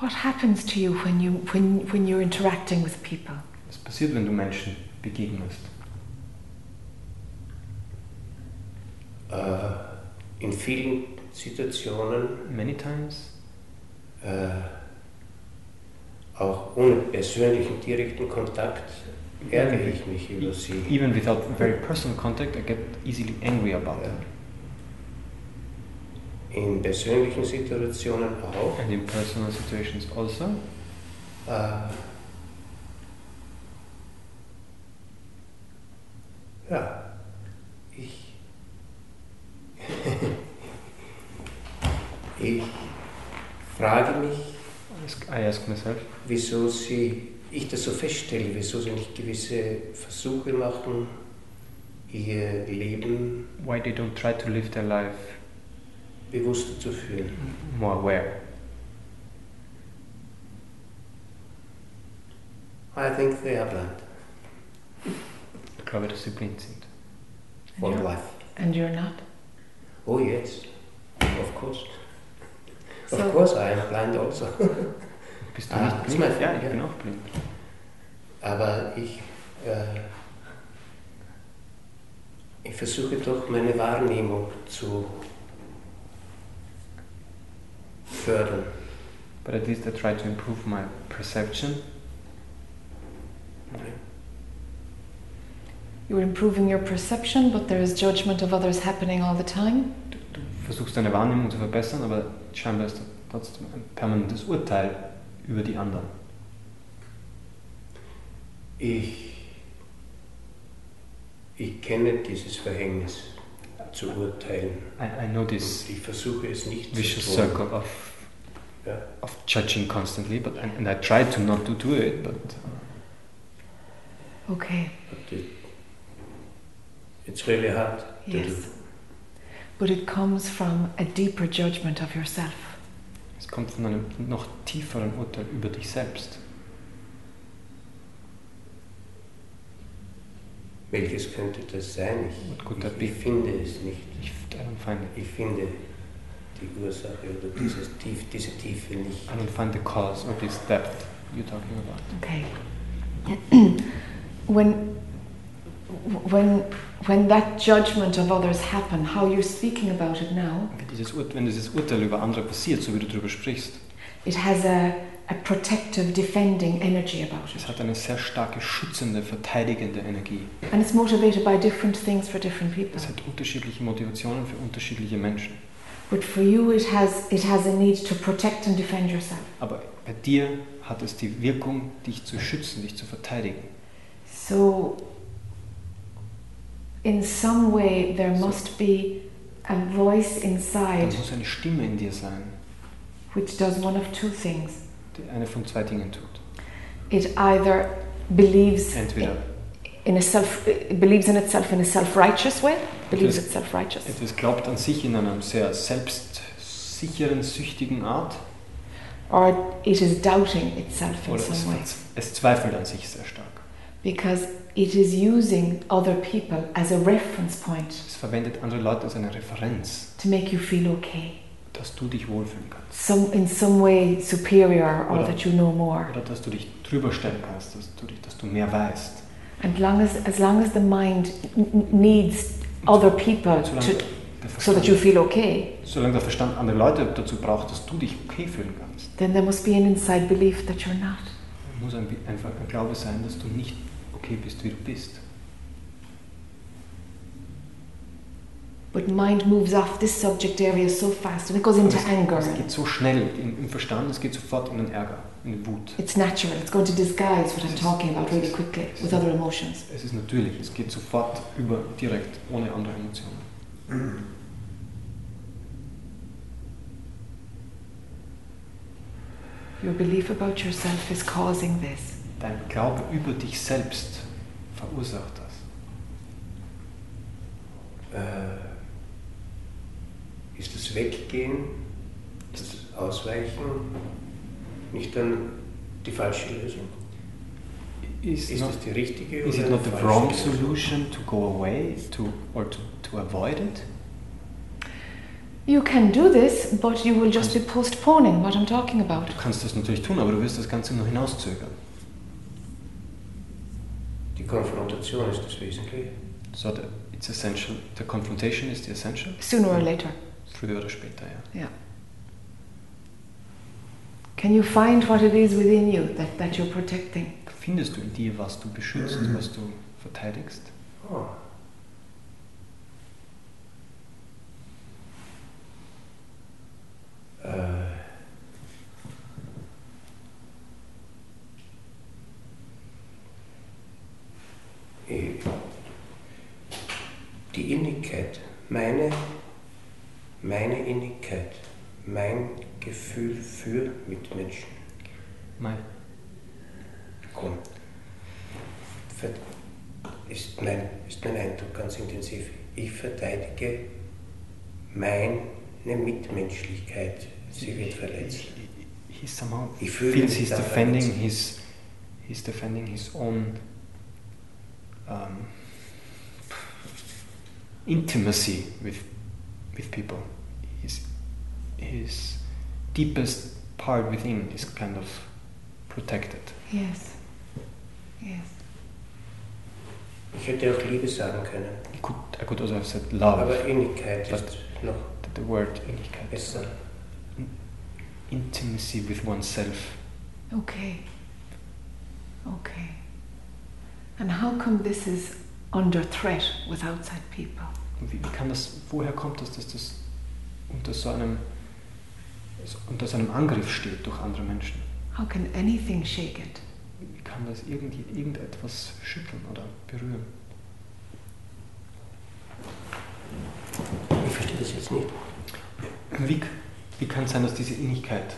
Speaker 1: What happens to you when, you, when, when you're interacting with people?
Speaker 2: Was passiert, wenn du Menschen begegnest?
Speaker 7: Äh, in vielen Situationen,
Speaker 2: Many times?
Speaker 7: äh, auch ohne persönlichen direkten Kontakt, ärgere ich mich über sie.
Speaker 2: Even without very personal contact, I get easily angry about them.
Speaker 7: In persönlichen Situationen auch.
Speaker 2: And in personal situations also.
Speaker 7: Äh, ja, ich. ich frage mich,
Speaker 2: Ask- I ask myself,
Speaker 7: wieso sie, ich das so feststelle, wieso sie nicht gewisse Versuche machen, ihr Leben
Speaker 2: why they don't try to live their life
Speaker 7: bewusster zu führen.
Speaker 2: more aware.
Speaker 7: I think they are blind
Speaker 2: Ich glaube, dass sie blind sind.
Speaker 7: for
Speaker 1: And you're,
Speaker 7: life.
Speaker 1: and you're not.
Speaker 7: Oh yes, of course. Of
Speaker 1: So-
Speaker 7: course I am blind also.
Speaker 2: Bist du
Speaker 7: Ah,
Speaker 2: nicht
Speaker 7: das
Speaker 2: blind?
Speaker 7: weiß ich,
Speaker 2: ja, ich
Speaker 7: ja.
Speaker 2: bin auch blind.
Speaker 7: Aber ich, äh, ich versuche doch meine Wahrnehmung zu fördern.
Speaker 2: But at least I try to improve my perception.
Speaker 1: You're improving your perception, but there is judgment of others happening all the time.
Speaker 2: Versuchst deine Wahrnehmung zu verbessern, aber scheinbar ist da trotzdem ein permanentes Urteil über die anderen.
Speaker 7: Ich, ich kenne dieses Verhängnis zu urteilen.
Speaker 2: I, I know this
Speaker 7: Und ich versuche es nicht
Speaker 2: vicious
Speaker 7: zu tun.
Speaker 2: circle of
Speaker 7: Yeah.
Speaker 2: of judging constantly, but and, and I try to not to do it, but uh,
Speaker 1: Okay,
Speaker 7: But it- It's really hard. to do.
Speaker 1: yes. But it comes from a deeper judgment of yourself.
Speaker 2: es kommt von einem noch tieferen Urteil über dich selbst.
Speaker 7: Welches könnte das sein? Ich,
Speaker 2: What could that
Speaker 7: ich,
Speaker 2: be?
Speaker 7: ich finde es nicht.
Speaker 2: Ich I don't find it.
Speaker 7: Ich finde die Ursache oder dieses Tief, diese Tiefe nicht.
Speaker 2: I don't find the cause of this depth you're talking about.
Speaker 1: Okay. when, when, when that judgment of others happen, how you're speaking about it now,
Speaker 2: Wenn Dieses Ur wenn dieses Urteil über andere passiert, so wie du darüber sprichst,
Speaker 1: it has a, a protective, defending energy about
Speaker 2: es
Speaker 1: it.
Speaker 2: hat eine sehr starke schützende, verteidigende Energie.
Speaker 1: And it's motivated by different things for different people.
Speaker 2: Es hat unterschiedliche Motivationen für unterschiedliche Menschen.
Speaker 1: But for you, it has, it has a need to protect and defend yourself.
Speaker 2: Aber bei dir hat es die Wirkung, dich zu schützen, dich zu verteidigen.
Speaker 1: So, in some way, there must be a voice
Speaker 2: Da
Speaker 1: inside
Speaker 2: muss eine Stimme in dir sein,
Speaker 1: which does one of two things.
Speaker 2: die eine von zwei Dingen tut.
Speaker 1: It either believes
Speaker 2: Entweder
Speaker 1: in a self it believes in itself in a self-righteous way, believes
Speaker 2: Yes.
Speaker 1: itself righteous,
Speaker 2: Etwas glaubt an sich in einer sehr selbstsicheren, süchtigen Art
Speaker 1: or it is doubting itself in
Speaker 2: oder es,
Speaker 1: some way
Speaker 2: verz- es zweifelt an sich sehr stark.
Speaker 1: because it is using other people as a reference point
Speaker 2: Es verwendet andere Leute als eine Referenz,
Speaker 1: to make you feel okay,
Speaker 2: dass du dich wohlfühlen kannst
Speaker 1: some in some way superior or
Speaker 2: Oder-
Speaker 1: that you know more.
Speaker 2: oder dass du dich drüber stellen kannst, dass du, dich, dass du mehr weißt.
Speaker 1: And long as as long as the mind n- n- needs other people to,
Speaker 2: Solange der
Speaker 1: so that
Speaker 2: Verstand,
Speaker 1: you feel okay,
Speaker 2: solange der Verstand andere Leute dazu braucht, dass du dich okay fühlen kannst,
Speaker 1: then there must be an inside belief that you're not.
Speaker 2: muss ein, einfach ein Glaube sein, dass du nicht okay bist, wie du bist.
Speaker 1: But mind moves off this subject area so fast, and it goes into
Speaker 2: es,
Speaker 1: anger.
Speaker 2: es geht so schnell im, im Verstand, es geht sofort in den Ärger, in die Wut.
Speaker 1: It's natural. It's going to disguise what I'm talking about really quickly with other emotions.
Speaker 2: Es ist natürlich, es geht sofort über, direkt, ohne andere Emotionen.
Speaker 1: Your belief about yourself is causing this.
Speaker 2: Dein Glaube über dich selbst verursacht das.
Speaker 7: Äh, ist das Weggehen, das Ausweichen, nicht an die falsche Lösung?
Speaker 2: Is,
Speaker 7: Ist
Speaker 2: not,
Speaker 7: das die richtige
Speaker 2: is
Speaker 7: oder
Speaker 2: it not the
Speaker 7: die falsche
Speaker 2: wrong
Speaker 7: Lösung?
Speaker 2: solution to go away to, or to, to avoid it?
Speaker 1: You can do this, but you will just be postponing what I'm talking about.
Speaker 2: Du kannst das natürlich tun, aber du wirst das Ganze nur hinauszögern.
Speaker 7: Die Konfrontation ist das Wesentliche.
Speaker 2: So the, it's essential. The confrontation is the essential.
Speaker 1: Sooner or later.
Speaker 2: Früher oder später, ja.
Speaker 1: Can you find what it is within you that, that you're protecting?
Speaker 2: Findest du in dir, was du beschützt, was du verteidigst?
Speaker 7: Oh. Äh. Ich- Äh, Die Innigkeit, meine, meine Innigkeit, mein Gefühl für Mitmenschen.
Speaker 2: Mein
Speaker 7: Komm. Ver- Ist mein, ist mein Eindruck ganz intensiv. Ich verteidige meine Mitmenschlichkeit. Sie wird verletzt.
Speaker 2: He's somehow
Speaker 7: Ich fühle
Speaker 2: feels
Speaker 7: mich
Speaker 2: he's
Speaker 7: da
Speaker 2: defending
Speaker 7: verletzt.
Speaker 2: his he's defending his own um, intimacy with with people. His his deepest part within is kind of protected.
Speaker 1: Yes. Yes.
Speaker 7: Ich hätte auch Liebe sagen können,
Speaker 2: I could I could also have said love,
Speaker 7: aber Innigkeit
Speaker 2: Was?
Speaker 7: ist noch
Speaker 2: but the word Innigkeit is
Speaker 7: besser.
Speaker 2: intimacy with oneself.
Speaker 1: Okay. Okay. And how come this is under threat with outside people?
Speaker 2: Wie, wie kann das, woher kommt das, dass das unter so einem, so unter so einem Angriff steht durch andere Menschen?
Speaker 1: How can anything shake it?
Speaker 2: Wie kann das irgendwie, irgendetwas schütteln oder berühren?
Speaker 7: Ich verstehe das jetzt nicht.
Speaker 2: Wie, k- wie kann es sein, dass diese Innigkeit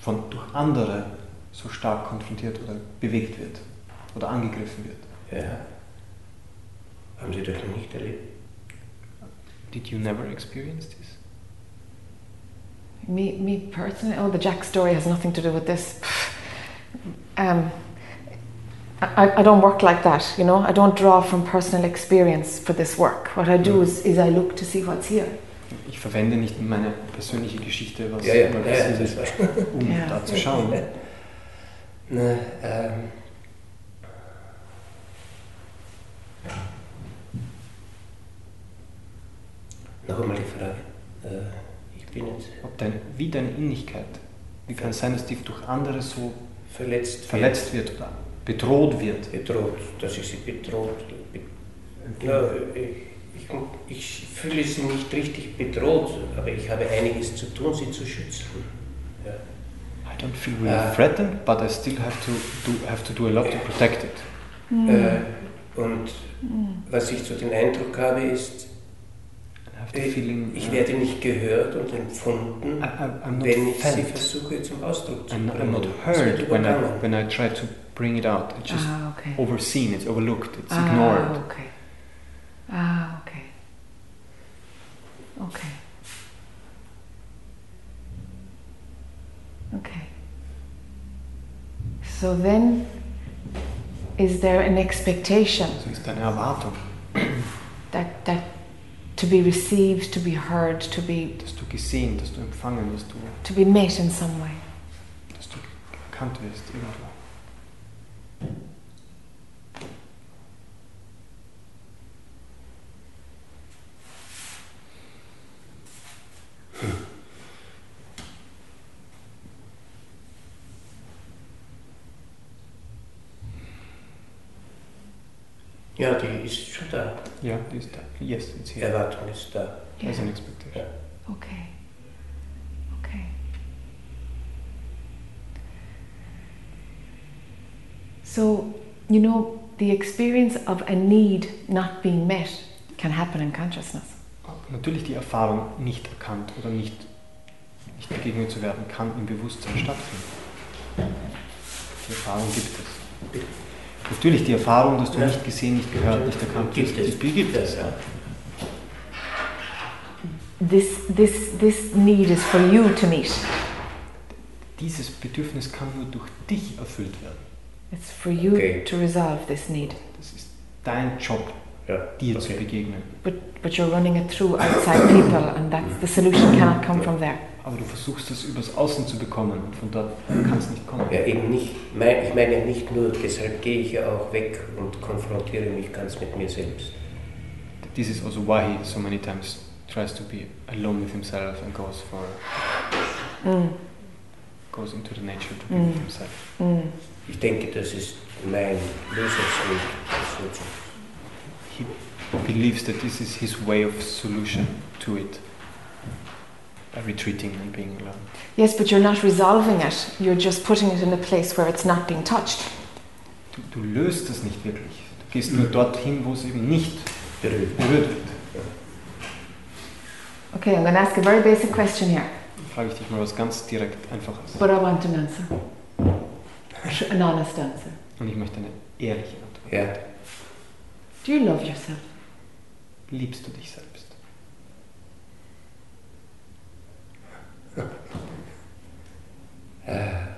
Speaker 2: von, durch andere so stark konfrontiert oder bewegt wird oder angegriffen wird?
Speaker 7: Ja. Haben Sie das noch nicht erlebt?
Speaker 2: Did you never experience this?
Speaker 1: Me, me personally, oh, the Jack story has nothing to do with this. Um, I, I don't work like that, you know. I don't draw from personal experience for this work. What I do is, is I look to see what's here.
Speaker 2: Ich verwende nicht meine persönliche Geschichte, was immer
Speaker 7: ja,
Speaker 2: passiert
Speaker 7: das
Speaker 2: ist,
Speaker 7: war
Speaker 2: um
Speaker 1: Ja.
Speaker 2: da zu schauen.
Speaker 7: Na, ähm. Noch einmal die Frage. Äh, ich bin jetzt
Speaker 2: Ob dein, wie deine Innigkeit. Wie kann es sein, dass die durch andere so
Speaker 7: verletzt,
Speaker 2: verletzt wird oder bedroht wird?
Speaker 7: bedroht, dass ich sie bedroht. Be ja, ich, ich, ich fühle sie nicht richtig bedroht, aber ich habe einiges zu tun, sie zu schützen.
Speaker 2: I don't feel really
Speaker 7: Ah.
Speaker 2: threatened, but I still have to do, have to do a lot to protect it.
Speaker 1: Mhm.
Speaker 7: Äh, und
Speaker 1: Mm.
Speaker 7: was ich so den Eindruck habe, ist,
Speaker 2: I have the
Speaker 7: ich,
Speaker 2: feeling
Speaker 7: ich
Speaker 2: uh,
Speaker 7: werde nicht gehört und empfunden.
Speaker 2: I, I, I'm not
Speaker 7: wenn ich sie
Speaker 2: felt.
Speaker 7: versuche zum Ausdruck zu
Speaker 2: I'm not,
Speaker 7: bringen.
Speaker 2: I'm not
Speaker 7: Es wird
Speaker 2: heard when I,
Speaker 7: übergangen.
Speaker 2: when I try to bring it out. It's just
Speaker 1: ah, okay.
Speaker 2: overseen, it's overlooked, it's
Speaker 1: ah,
Speaker 2: ignored.
Speaker 1: okay. Ah, okay. Okay. Okay. So then, is there an expectation
Speaker 2: So ist deine Erwartung,
Speaker 1: that that to be received, to be heard, to be
Speaker 2: dass du gesehen, dass du empfangen, dass du,
Speaker 1: to be met in some way?
Speaker 2: dass du erkannt wirst irgendwo.
Speaker 7: Ja, die ist schon da.
Speaker 2: Ja, die ist da. Yes, it's
Speaker 7: Die
Speaker 2: here.
Speaker 7: Erwartung ist da.
Speaker 2: There's an expectation.
Speaker 1: Okay. Okay. So, you know, the experience of a need not being met can happen in consciousness.
Speaker 2: Natürlich die Erfahrung nicht erkannt oder nicht, nicht begegnet zu werden, kann im Bewusstsein stattfinden. Die Erfahrung gibt es. Natürlich die Erfahrung, dass du
Speaker 7: Ja.
Speaker 2: nicht gesehen, nicht gehört, nicht erkannt
Speaker 7: Gibt
Speaker 2: wirst,
Speaker 7: es.
Speaker 2: die gibt es.
Speaker 7: Ja.
Speaker 1: This, this, this need is for you to meet.
Speaker 2: dieses Bedürfnis kann nur durch dich erfüllt werden.
Speaker 1: It's for you
Speaker 8: Okay.
Speaker 1: to resolve this need,
Speaker 2: Das ist dein Job,
Speaker 8: Ja,
Speaker 2: dir zu
Speaker 8: okay.
Speaker 2: begegnen.
Speaker 1: but, but you're running it through outside people, and that's the solution cannot come from there.
Speaker 2: Aber du versuchst es übers Außen zu bekommen und von dort kann es nicht kommen.
Speaker 8: Ja, eben nicht. Mein- Ich meine nicht nur, deshalb gehe ich ja auch weg und konfrontiere mich ganz mit mir selbst.
Speaker 2: This is also why he so many times tries to be alone with himself and goes for
Speaker 1: Mm,
Speaker 2: goes into the nature to be
Speaker 1: Mm.
Speaker 2: with himself.
Speaker 1: mm.
Speaker 8: Ich denke, das ist mein Lösungsweg. sozusagen.
Speaker 2: He believes that this is his way of solution to it. By retreating and being alone.
Speaker 1: Yes, but you're not resolving it, you're just putting it in a place where it's not being touched.
Speaker 2: Du, du löst das nicht wirklich. Du gehst nur dorthin, wo es eben nicht
Speaker 8: Berührt.
Speaker 2: berührt wird.
Speaker 1: Okay, I'm going to ask a very basic question here,
Speaker 2: Dann frage ich dich mal was ganz direkt Einfaches.
Speaker 1: but I want an answer an honest answer.
Speaker 2: Und ich möchte eine ehrliche Antwort.
Speaker 8: Ja.
Speaker 1: Do you love yourself?
Speaker 2: Liebst du dich selbst?
Speaker 8: Ah.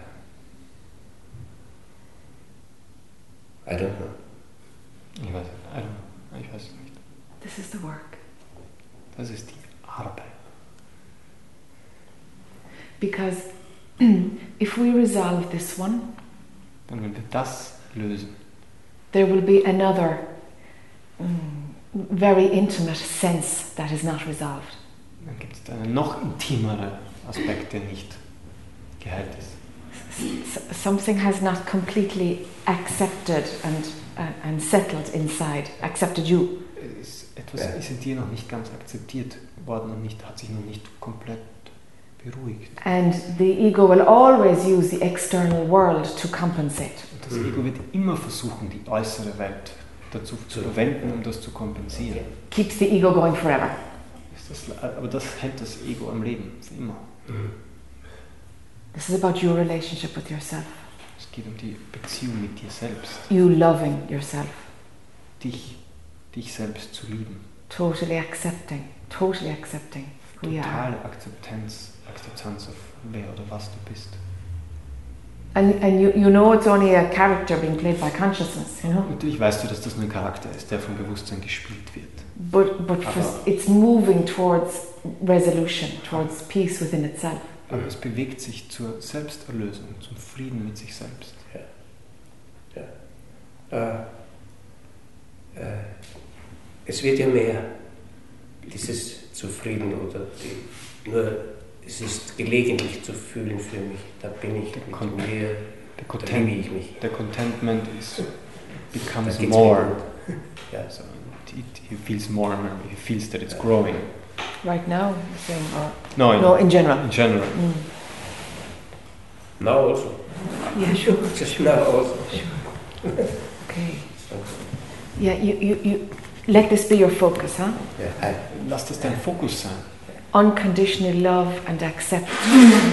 Speaker 8: I don't know.
Speaker 2: Ich weiß, I don't know. ich weiß es nicht.
Speaker 1: This is the work.
Speaker 2: Das ist die Arbeit.
Speaker 1: Because if we resolve this one,
Speaker 2: Dann wenn wir das lösen,
Speaker 1: there will be another mm, very intimate sense that is not resolved.
Speaker 2: dann gibt es da einen noch intimeren Aspekt, der nicht geheilt ist.
Speaker 1: S- something has not completely accepted and, uh, and settled inside, accepted you.
Speaker 2: Es Ist etwas
Speaker 8: Ja.
Speaker 2: ist in dir noch nicht ganz akzeptiert worden und nicht, hat sich noch nicht komplett beruhigt.
Speaker 1: And the ego will always use the external world to compensate.
Speaker 2: Und das
Speaker 8: Mhm.
Speaker 2: Ego wird immer versuchen, die äußere Welt dazu zu verwenden, um das zu kompensieren.
Speaker 1: Keeps the ego going forever.
Speaker 2: Ist das, aber das hält das Ego am Leben, für immer.
Speaker 1: This is about your relationship with yourself,
Speaker 2: Es geht um die Beziehung mit dir selbst.
Speaker 1: you loving yourself,
Speaker 2: Dich, dich selbst zu lieben.
Speaker 1: totally accepting, totally accepting who you are.
Speaker 2: Totale Akzeptanz, Akzeptanz auf wer oder was du bist.
Speaker 1: And, and you, you know it's only a character being played by consciousness, you know?
Speaker 2: Natürlich weißt du, dass das nur ein Charakter ist, der vom Bewusstsein gespielt wird.
Speaker 1: But but for, it's moving towards resolution, towards peace within itself.
Speaker 2: Aber es bewegt sich zur Selbsterlösung, zum Frieden mit sich selbst.
Speaker 8: Äh, äh, es wird ja mehr, dieses Zufrieden oder die, nur es ist gelegentlich zu fühlen für mich. Da bin ich mit
Speaker 2: Kon- Der,
Speaker 8: mir, da liebe ich
Speaker 2: Content,
Speaker 8: mich.
Speaker 2: der Contentment is,
Speaker 8: Da
Speaker 2: becomes
Speaker 8: geht's mir
Speaker 2: more.
Speaker 8: gut. Ja,
Speaker 2: So it, he feels more, and he feels that it's growing.
Speaker 1: Right now, you're saying, or
Speaker 2: No, in,
Speaker 1: no, in general.
Speaker 2: in general.
Speaker 1: Mm.
Speaker 8: now also.
Speaker 1: Yeah, sure.
Speaker 8: Just now also.
Speaker 1: Okay. Yeah, you, you, you let this be your focus, huh?
Speaker 8: Ja, hi.
Speaker 2: Lass das dein Fokus sein.
Speaker 1: Unconditional love and accept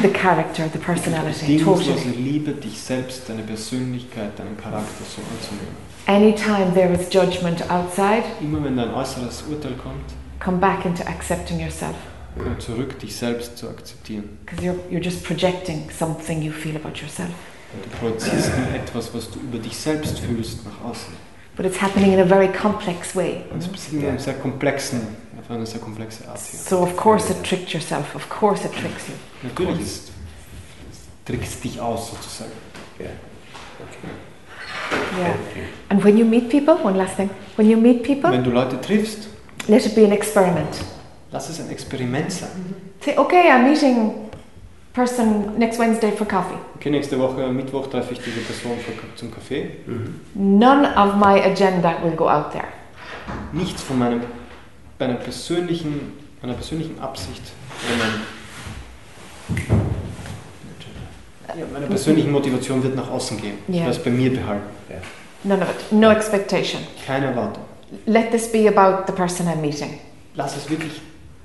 Speaker 1: the character, the personality,
Speaker 2: Bedingungslose
Speaker 1: totally.
Speaker 2: Liebe, dich selbst, deine Persönlichkeit, deinen Charakter so anzunehmen.
Speaker 1: Anytime there is judgment outside,
Speaker 2: Immer wenn dein äußeres Urteil kommt,
Speaker 1: come back into accepting yourself
Speaker 2: komm zurück, dich selbst zu akzeptieren.
Speaker 1: because you're, you're just projecting something you feel about yourself.
Speaker 2: Du projizierst nur etwas, was du über dich selbst fühlst, nach außen.
Speaker 1: But it's happening in a very complex way.
Speaker 2: Das ist in einem sehr komplexen, auf eine sehr komplexe Art hier.
Speaker 1: So of course it tricked yourself. Of course it tricks you.
Speaker 2: Natürlich ist, trickst dich aus sozusagen.
Speaker 1: Yeah. And when you meet people, one last thing. When you meet people,
Speaker 2: Wenn du Leute triffst,
Speaker 1: let it be an experiment.
Speaker 2: lass es ein Experiment sein.
Speaker 1: Say, okay, I'm meeting person next Wednesday for coffee.
Speaker 2: Okay, nächste Woche am Mittwoch treffe ich diese Person für, zum Kaffee.
Speaker 1: None of my agenda will go out there.
Speaker 2: Nichts von meinem, meiner persönlichen, meiner persönlichen Absicht oder meinem, ja, meiner persönlichen Motivation wird nach außen gehen.
Speaker 1: Ja.
Speaker 2: Ich lass bei mir behalten.
Speaker 1: None of it. No expectation.
Speaker 2: Keine Erwartung.
Speaker 1: Let this be about the person I'm meeting,
Speaker 2: Lass es wirklich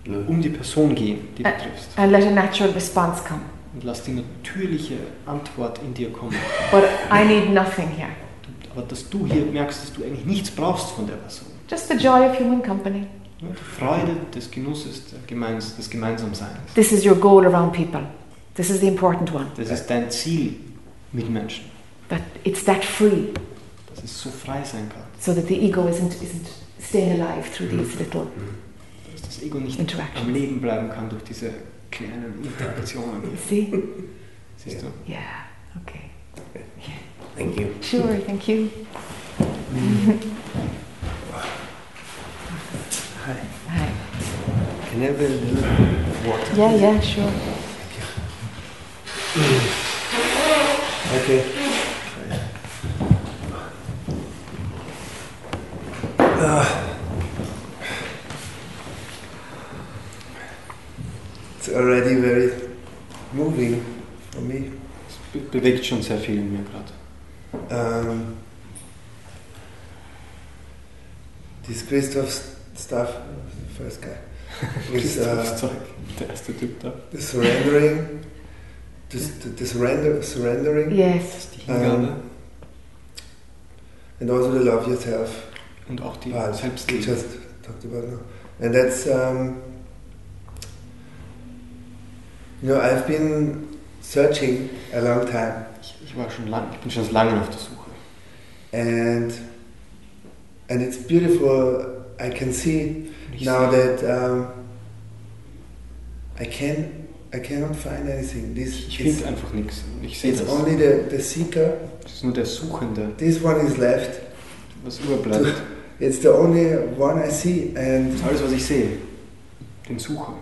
Speaker 8: Nur
Speaker 2: um die Person gehen, die du triffst.
Speaker 1: and let a natural response come.
Speaker 2: Und lass die natürliche Antwort in dir kommen.
Speaker 1: But I need nothing here.
Speaker 2: Du- Aber dass du hier merkst, dass du eigentlich nichts brauchst von der Person.
Speaker 1: Just the joy of human company.
Speaker 2: Nur die Freude des Genusses, der Gemeins, des Gemeinsamseins.
Speaker 1: This is your goal around people. This is the important one.
Speaker 2: Das ist dein Ziel mit Menschen,
Speaker 1: That it's that free,
Speaker 2: dass es so frei sein kann,
Speaker 1: so that the ego isn't isn't staying alive through these little
Speaker 2: dass das Ego nicht am
Speaker 1: interactions.
Speaker 2: Leben bleiben kann durch diese kleinen Interaktionen.
Speaker 1: See?
Speaker 2: Siehst du?
Speaker 1: Yeah. Okay.
Speaker 8: Thank you.
Speaker 1: Sure. Thank you.
Speaker 4: Hi.
Speaker 1: Hi.
Speaker 4: Can I have a little water?
Speaker 1: Yeah. Yeah. Sure.
Speaker 4: Okay. Ah. It's already very moving for me.
Speaker 2: Es be bewegt schon sehr viel in mir gerade.
Speaker 4: Um, this Christoph stuff, first guy, is uh,
Speaker 2: Christophs Zeug, der erste Typ da.
Speaker 4: the surrendering, the, the, the surrender, surrendering,
Speaker 1: Yes.
Speaker 2: Das ist die Hingabe
Speaker 4: Ähm, and also the love yourself.
Speaker 2: und auch die
Speaker 4: Well, we
Speaker 2: Selbstliebe.
Speaker 4: just talked about now. And that's, um, you know, I've been searching a long time
Speaker 2: Ich, ich, war schon lang, ich bin schon lange auf der Suche.
Speaker 4: and and it's beautiful. I can see
Speaker 2: Und ich
Speaker 4: now
Speaker 2: sehe-
Speaker 4: that um, I can I cannot find anything. This
Speaker 2: ich
Speaker 4: is
Speaker 2: finde einfach nichts. Und Ich sehe
Speaker 4: it's
Speaker 2: das.
Speaker 4: only the, the seeker.
Speaker 2: Es ist nur der Suchende,
Speaker 4: This one is left.
Speaker 2: was überbleibt.
Speaker 4: It's the only one I see and
Speaker 2: Das ist alles, was ich sehe. Den Sucher.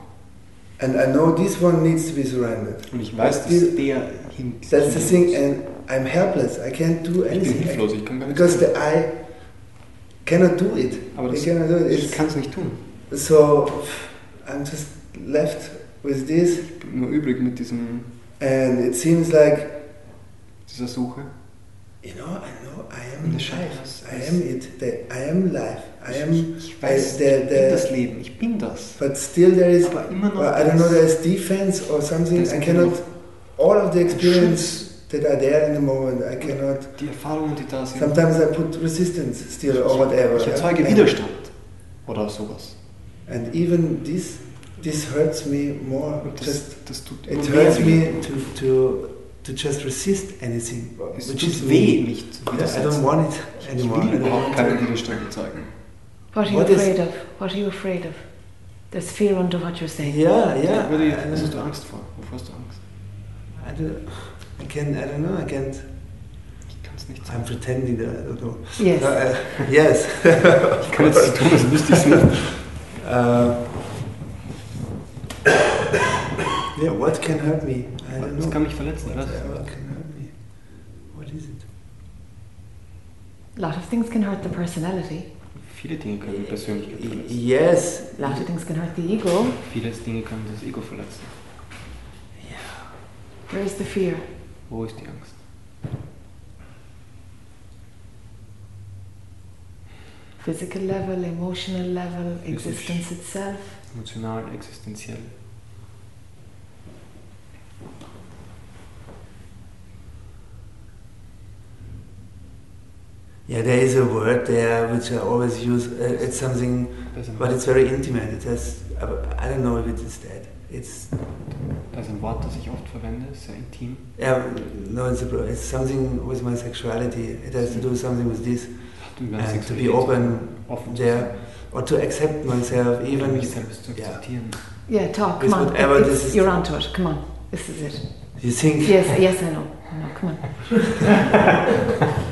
Speaker 4: and I know this one needs to be surrendered.
Speaker 2: Und ich weiß, dass
Speaker 4: Die-
Speaker 2: der hin.
Speaker 4: That's the thing, and I'm helpless. I can't do
Speaker 2: ich bin
Speaker 4: anything.
Speaker 2: hilflos, ich kann gar nichts
Speaker 4: because
Speaker 2: tun.
Speaker 4: the eye cannot do it.
Speaker 2: Aber
Speaker 4: They
Speaker 2: das,
Speaker 4: cannot do
Speaker 2: ich
Speaker 4: it.
Speaker 2: kann es nicht tun.
Speaker 4: It's, so I'm just left with this,
Speaker 2: Ich bin nur übrig mit diesem,
Speaker 4: and it seems like
Speaker 2: dieser Suche.
Speaker 4: you know, I know I am
Speaker 2: Und das scheint
Speaker 4: life.
Speaker 2: was-
Speaker 4: I am it. The- I am life. I am.
Speaker 2: ich, ich weiß,
Speaker 4: I- der-
Speaker 2: ich
Speaker 4: der-
Speaker 2: bin das Leben, ich bin das.
Speaker 4: But still, there is.
Speaker 2: Aber immer noch
Speaker 4: well, I don't know.
Speaker 2: das-
Speaker 4: There is defense or something.
Speaker 2: There's
Speaker 4: I cannot. All of the
Speaker 2: der
Speaker 4: experience
Speaker 2: Schutz,
Speaker 4: that are there in the moment, I cannot.
Speaker 2: die Erfahrungen, die da sind.
Speaker 4: Sometimes I put resistance still or whatever.
Speaker 2: Ich erzeuge
Speaker 4: And-
Speaker 2: Widerstand oder sowas.
Speaker 4: And even this, this hurts me more.
Speaker 2: Und
Speaker 4: Just
Speaker 2: das, das tut
Speaker 4: it
Speaker 2: immer
Speaker 4: hurts
Speaker 2: mehr
Speaker 4: me to to to just resist anything,
Speaker 2: weh. Es
Speaker 4: which is
Speaker 2: tut weh, mich zu
Speaker 4: I don't
Speaker 2: widersetzen.
Speaker 4: want it
Speaker 2: Ich
Speaker 4: anymore.
Speaker 2: will
Speaker 4: I don't
Speaker 2: überhaupt
Speaker 4: want
Speaker 2: keinen
Speaker 4: it.
Speaker 2: Widerstand erzeugen.
Speaker 1: What are you
Speaker 4: What is-
Speaker 1: afraid of? What are you afraid of? There's fear under what you're saying.
Speaker 4: Yeah,
Speaker 2: Ja, würde ich- Was
Speaker 4: yeah.
Speaker 2: hast du Angst vor? Wovor hast du Angst?
Speaker 4: I, don't, I can. I don't know. I can't.
Speaker 2: Ich kann es nicht
Speaker 4: I'm
Speaker 2: sagen.
Speaker 4: pretending that I don't know.
Speaker 1: Yes.
Speaker 4: Uh, uh, yes.
Speaker 2: Ich kann jetzt so tun, als wüsste ich es nicht.
Speaker 4: Uh, yeah. What can hurt me? I don't
Speaker 2: Das
Speaker 4: know.
Speaker 2: kann mich verletzen, oder?
Speaker 4: Whatever can hurt me. What is it?
Speaker 1: A lot of things can hurt the personality.
Speaker 2: Viele Dinge können die Persönlichkeit verletzen.
Speaker 4: Yes.
Speaker 1: A lot of things can hurt the ego.
Speaker 2: Viele Dinge können das Ego verletzen.
Speaker 1: Where is the fear?
Speaker 2: Wo ist die Angst?
Speaker 1: Physical level, emotional level,
Speaker 2: Physisch.
Speaker 1: existence itself.
Speaker 2: Emotional, existenziell.
Speaker 4: Yeah, there is a word there which I always use. Uh, it's something,
Speaker 2: Da ist ein,
Speaker 4: but it's very intimate. It has, I don't know if it is that. It's,
Speaker 2: da ist ein Wort, das ich oft verwende, sehr intim.
Speaker 4: yeah, no, it's, a, it's something with my sexuality. It has to do something with this.
Speaker 2: Hat mit meiner
Speaker 4: And to be
Speaker 2: Sexualität
Speaker 4: open
Speaker 2: offen zu
Speaker 4: there,
Speaker 2: sein,
Speaker 4: or to accept myself, even.
Speaker 2: mich selbst zu
Speaker 4: yeah.
Speaker 2: akzeptieren.
Speaker 1: Yeah, talk.
Speaker 4: With
Speaker 1: Come on.
Speaker 4: whatever
Speaker 1: It's-
Speaker 4: this is-
Speaker 1: You're onto it. Come on. This is it.
Speaker 4: You think,
Speaker 1: Yes, yes, I know. I know. Come on.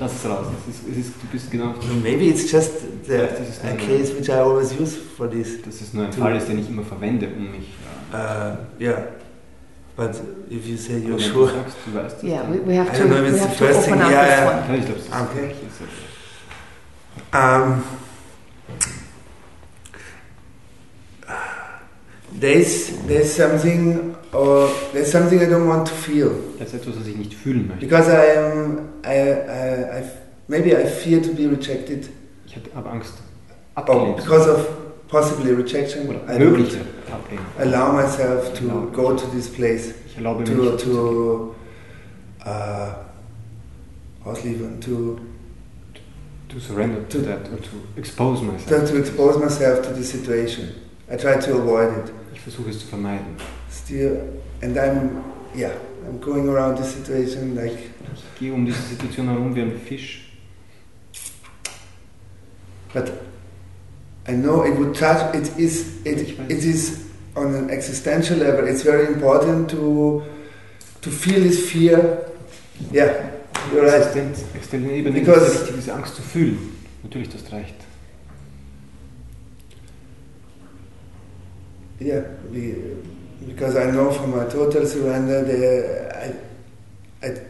Speaker 2: Lass es raus. Es ist, es ist, du bist genau auf
Speaker 4: no, maybe it's just the,
Speaker 2: Vielleicht ist es
Speaker 4: a
Speaker 2: eine-
Speaker 4: case which I always use for this.
Speaker 2: dass es nur ein
Speaker 4: Du-
Speaker 2: Fall ist, den ich immer verwende, um mich. äh,
Speaker 4: Uh, yeah, but if you say
Speaker 2: wenn
Speaker 4: you're
Speaker 2: du
Speaker 4: sure,
Speaker 2: Sagst, du weißt es.
Speaker 1: Yeah,
Speaker 2: dann-
Speaker 1: we, we have
Speaker 4: I
Speaker 1: to,
Speaker 4: don't know if
Speaker 1: we
Speaker 4: it's
Speaker 1: have
Speaker 4: the
Speaker 1: to
Speaker 4: first
Speaker 1: open
Speaker 4: thing,
Speaker 1: up
Speaker 4: yeah,
Speaker 1: this
Speaker 4: yeah.
Speaker 1: one.
Speaker 2: Ja, ich glaube, es ist
Speaker 4: Okay.
Speaker 2: das Gleiche.
Speaker 4: um, there's there's something or there's something I don't want to feel.
Speaker 2: Das ist etwas, was ich nicht fühlen möchte.
Speaker 4: Because I am, I, I, I, maybe I fear to be rejected,
Speaker 2: Ich habe Angst,
Speaker 4: or
Speaker 2: abgelehnt zu
Speaker 4: because of possibly rejection,
Speaker 2: werden. Oder
Speaker 4: I don't
Speaker 2: mögliche Ablehnung.
Speaker 4: allow myself to go to this place,
Speaker 2: Ich erlaube mir
Speaker 4: to,
Speaker 2: nicht,
Speaker 4: to, uh, ausliefern, to,
Speaker 2: to surrender to
Speaker 4: to-
Speaker 2: that or to expose myself.
Speaker 4: to expose myself to the situation. I try to avoid it.
Speaker 2: Ich versuche es zu vermeiden.
Speaker 4: still, and I'm, yeah, I'm going around the situation like,
Speaker 8: Ich gehe um diese Situation herum wie ein Fisch.
Speaker 4: I know it would touch, it is, it,
Speaker 8: Ich weiß.
Speaker 4: it is on an existential level, it's very important to, to feel this fear. Yeah, you're right.
Speaker 8: Existenz, existenzielle Ebene ist
Speaker 4: Because-
Speaker 8: sehr wichtig, diese Angst zu fühlen. Natürlich, das reicht.
Speaker 4: Yeah, be, because I know from a total surrender, the, I, I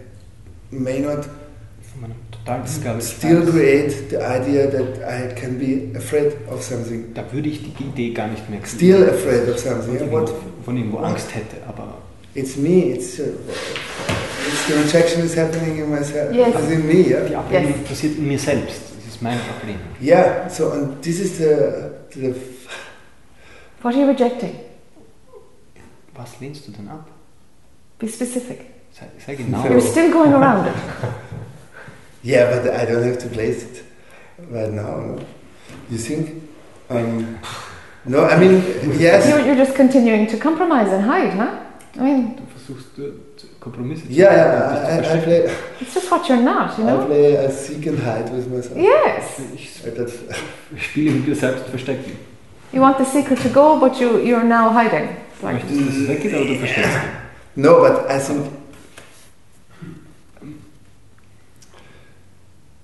Speaker 4: may not
Speaker 8: Von meinem totalen Skandal.
Speaker 4: still create the idea that I can be afraid of something,
Speaker 8: Da würde ich die Idee gar nicht mehr kriegen.
Speaker 4: still afraid of something.
Speaker 8: Von
Speaker 4: And
Speaker 8: irgendwo,
Speaker 4: what
Speaker 8: von irgendwo Angst hätte, aber
Speaker 4: it's me, it's, uh, it's the rejection is happening in myself,
Speaker 1: Yes.
Speaker 4: it's in me. Yeah,
Speaker 8: die Ablehnung passiert in mir selbst. Es ist meine Ablehnung.
Speaker 4: yeah. So and this is the, the
Speaker 1: What are you rejecting?
Speaker 8: Was lehnst du denn ab?
Speaker 1: Be specific.
Speaker 8: Sei, sei genau.
Speaker 1: You're still going around it.
Speaker 4: yeah, but I don't have to place it right now. No? You think? Um, no, I mean yes.
Speaker 1: You're, you're just continuing to compromise and hide, huh? I mean,
Speaker 8: Du versuchst äh, zu- Kompromisse zu
Speaker 4: Yeah,
Speaker 8: dich zu
Speaker 4: yeah I, I, I
Speaker 8: verstecken.
Speaker 4: play.
Speaker 1: it's just what you're not, you
Speaker 4: I
Speaker 1: know?
Speaker 4: play a seek and hide with myself.
Speaker 1: Yes.
Speaker 8: Ich
Speaker 4: I- That's,
Speaker 8: spiele mit dir selbst verstecken.
Speaker 1: You want the secret to go, but you, you're now hiding. It's
Speaker 8: Du
Speaker 1: like,
Speaker 8: möchtest, dass es weggeht, aber du versteckst dich.
Speaker 4: no, but I think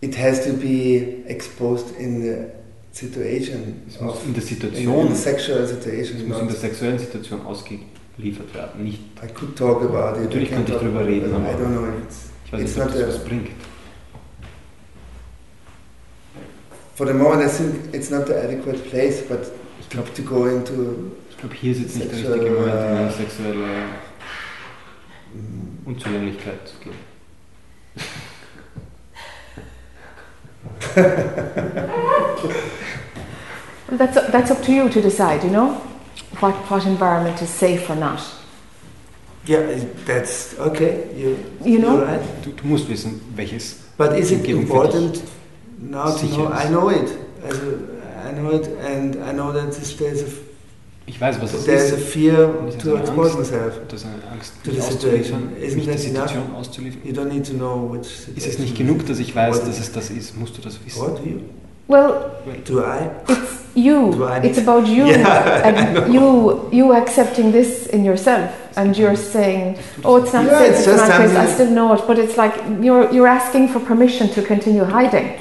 Speaker 4: it has to be exposed in the situation,
Speaker 8: Es muss
Speaker 4: of,
Speaker 8: in der
Speaker 4: in, in the
Speaker 8: Situation,
Speaker 4: sexual
Speaker 8: es
Speaker 4: situation.
Speaker 8: muss in der
Speaker 4: Not,
Speaker 8: sexuellen Situation ausgeliefert werden. Nicht,
Speaker 4: I could talk about it.
Speaker 8: Natürlich
Speaker 4: I can
Speaker 8: könnte ich
Speaker 4: talk
Speaker 8: drüber
Speaker 4: about it,
Speaker 8: reden,
Speaker 4: but I
Speaker 8: aber-
Speaker 4: don't know if it's,
Speaker 8: ich weiß
Speaker 4: It's
Speaker 8: nicht, ob
Speaker 4: not
Speaker 8: das
Speaker 4: a-
Speaker 8: was bringt.
Speaker 4: for the moment, I think it's not the adequate place, but
Speaker 8: Ich glaube,
Speaker 4: to go into
Speaker 8: ich glaub, hier ist jetzt nicht der
Speaker 4: Sexuelle-
Speaker 8: richtige Moment, um eine sexuelle
Speaker 4: mm,
Speaker 8: Unzulänglichkeit zu gehen.
Speaker 1: that's, that's up to you to decide, you know? What, what environment is safe or not.
Speaker 4: yeah, äh, that's okay. You,
Speaker 1: You know?
Speaker 4: you're right.
Speaker 8: Du, du musst wissen, welches.
Speaker 4: But is it
Speaker 8: Umgebung für
Speaker 4: important now to know?
Speaker 8: sicher ist.
Speaker 4: I know it. Also, I know it, and I know that this, there's, a,
Speaker 8: Ich weiß, was es
Speaker 4: there's a
Speaker 8: ist.
Speaker 4: fear
Speaker 8: This is
Speaker 4: to
Speaker 8: an
Speaker 4: expose
Speaker 8: angst.
Speaker 4: myself.
Speaker 8: Das ist eine Angst,
Speaker 4: To
Speaker 8: mich
Speaker 4: the situation.
Speaker 8: auszuliefern,
Speaker 4: Isn't
Speaker 8: mich der
Speaker 4: that enough?
Speaker 8: Situation auszuliefern.
Speaker 4: You don't need to know which situation.
Speaker 8: Ist es nicht genug, dass ich weiß,
Speaker 4: What-
Speaker 8: dass es das ist? Musst du das wissen?
Speaker 4: What do you?
Speaker 1: Well,
Speaker 4: Do I?
Speaker 1: it's you.
Speaker 4: Do I need-
Speaker 1: It's about you.
Speaker 4: Yeah, I
Speaker 1: And you, you accepting this in yourself. And you're saying, oh, it's not
Speaker 4: Yeah,
Speaker 1: safe,
Speaker 4: it's
Speaker 1: it's,
Speaker 4: just
Speaker 1: not safe, I
Speaker 4: something-
Speaker 1: still know it. But it's like you're, you're asking for permission to continue hiding.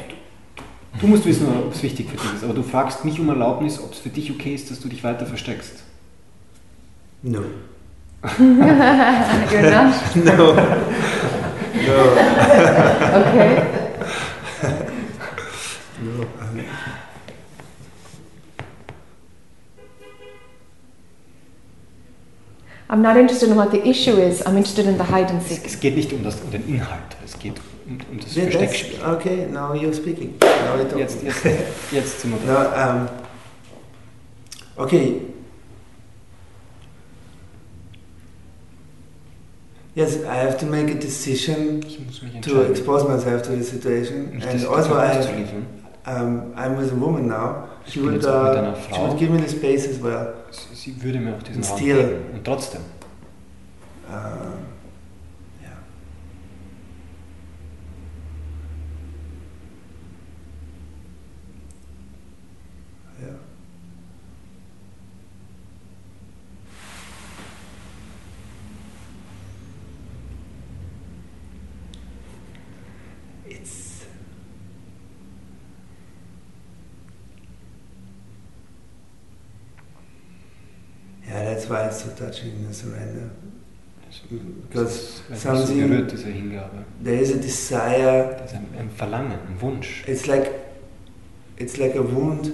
Speaker 8: Du musst wissen, ob es wichtig für dich ist, aber du fragst nicht um Erlaubnis, ob es für dich okay ist, dass du dich weiter versteckst.
Speaker 4: No.
Speaker 1: you're not?
Speaker 4: No. no.
Speaker 1: Okay.
Speaker 4: No. Um,
Speaker 1: I'm not interested in what the issue is, I'm interested in the hide and
Speaker 8: Es,
Speaker 1: seek.
Speaker 8: es geht nicht um, das, um den Inhalt, es geht um, um das
Speaker 4: yeah, that's,
Speaker 8: Versteckspiel.
Speaker 4: okay, now you're speaking. Now we talk.
Speaker 8: Jetzt, jetzt, jetzt sind wir da.
Speaker 4: No, um, okay. Yes, I have to make a decision
Speaker 8: Ich muss mich
Speaker 4: to
Speaker 8: entscheiden,
Speaker 4: expose myself to the situation,
Speaker 8: mich der
Speaker 4: and also
Speaker 8: Situation
Speaker 4: I,
Speaker 8: auszuliefern.
Speaker 4: um, I'm with a woman now.
Speaker 8: Ich
Speaker 4: She
Speaker 8: bin
Speaker 4: would,
Speaker 8: jetzt auch mit
Speaker 4: uh,
Speaker 8: einer
Speaker 4: she would
Speaker 8: Frau.
Speaker 4: give me the space as well.
Speaker 8: Sie, sie würde mir auch diesen
Speaker 4: It's
Speaker 8: Raum
Speaker 4: still-
Speaker 8: geben. Und trotzdem,
Speaker 4: Um, yeah. Yeah. It's yeah, that's why it's so touching the surrender. Mm,
Speaker 8: es-
Speaker 4: Because
Speaker 8: es hat mich so
Speaker 4: something-
Speaker 8: berührt, diese Hingabe.
Speaker 4: there is a desire.
Speaker 8: Das ist ein, ein Verlangen, ein Wunsch.
Speaker 4: It's like it's like a wound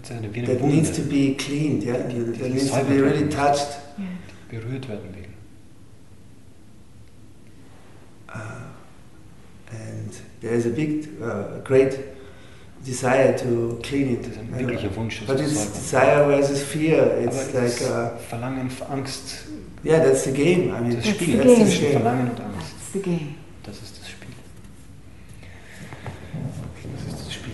Speaker 8: Es ist eine, wie eine
Speaker 4: that needs to
Speaker 8: Wunde,
Speaker 4: be cleaned. Yeah, that needs to be really touched.
Speaker 8: die berührt werden will.
Speaker 4: Uh, and there is a big, uh, great desire to clean
Speaker 8: Das ist ein
Speaker 4: it.
Speaker 8: wirklicher Wunsch. das
Speaker 4: But
Speaker 8: zu
Speaker 4: it's
Speaker 8: säubern.
Speaker 4: desire versus fear. It's
Speaker 8: Aber
Speaker 4: like
Speaker 8: das
Speaker 4: uh,
Speaker 8: Verlangen, Angst,
Speaker 4: yeah, that's the game. I mean,
Speaker 8: das
Speaker 1: It's
Speaker 8: Spiel
Speaker 1: the game.
Speaker 4: that's the
Speaker 8: zwischen
Speaker 4: game.
Speaker 8: Verlangen und Angst.
Speaker 1: That's the game.
Speaker 8: Das ist das Spiel. Das ist das Spiel.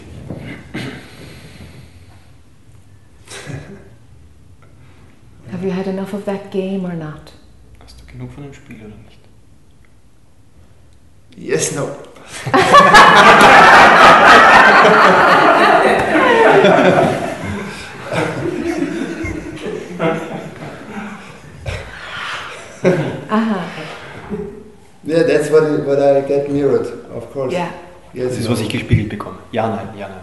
Speaker 1: Have you had enough of that game or not?
Speaker 8: Hast du genug von dem Spiel oder nicht?
Speaker 4: Yes, no.
Speaker 1: Aha,
Speaker 4: Yeah, that's what, what I get mirrored, of course.
Speaker 1: yeah.
Speaker 4: Yes,
Speaker 8: Das ist,
Speaker 4: no.
Speaker 8: was ich gespiegelt bekomme. Ja, nein, ja, nein.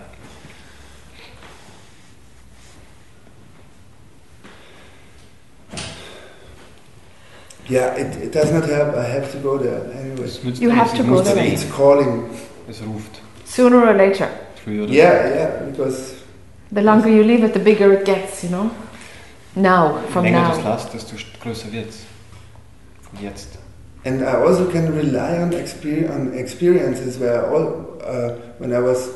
Speaker 4: Yeah, it, it does not help. I have to go there anyway.
Speaker 8: Das nützt
Speaker 1: You
Speaker 8: nichts,
Speaker 1: have to
Speaker 8: ich
Speaker 1: go
Speaker 8: muss da
Speaker 1: there.
Speaker 8: weg.
Speaker 4: It's calling.
Speaker 8: Es ruft
Speaker 1: Sooner or later.
Speaker 8: früher oder
Speaker 4: Yeah, yeah, because
Speaker 1: The longer you leave it, the bigger it gets, you know? Now,
Speaker 8: Je
Speaker 1: from
Speaker 8: länger du es
Speaker 1: now.
Speaker 8: lässt, desto st- größer wird es. Von jetzt.
Speaker 4: and I also can rely on experience on experiences where I all uh, when I was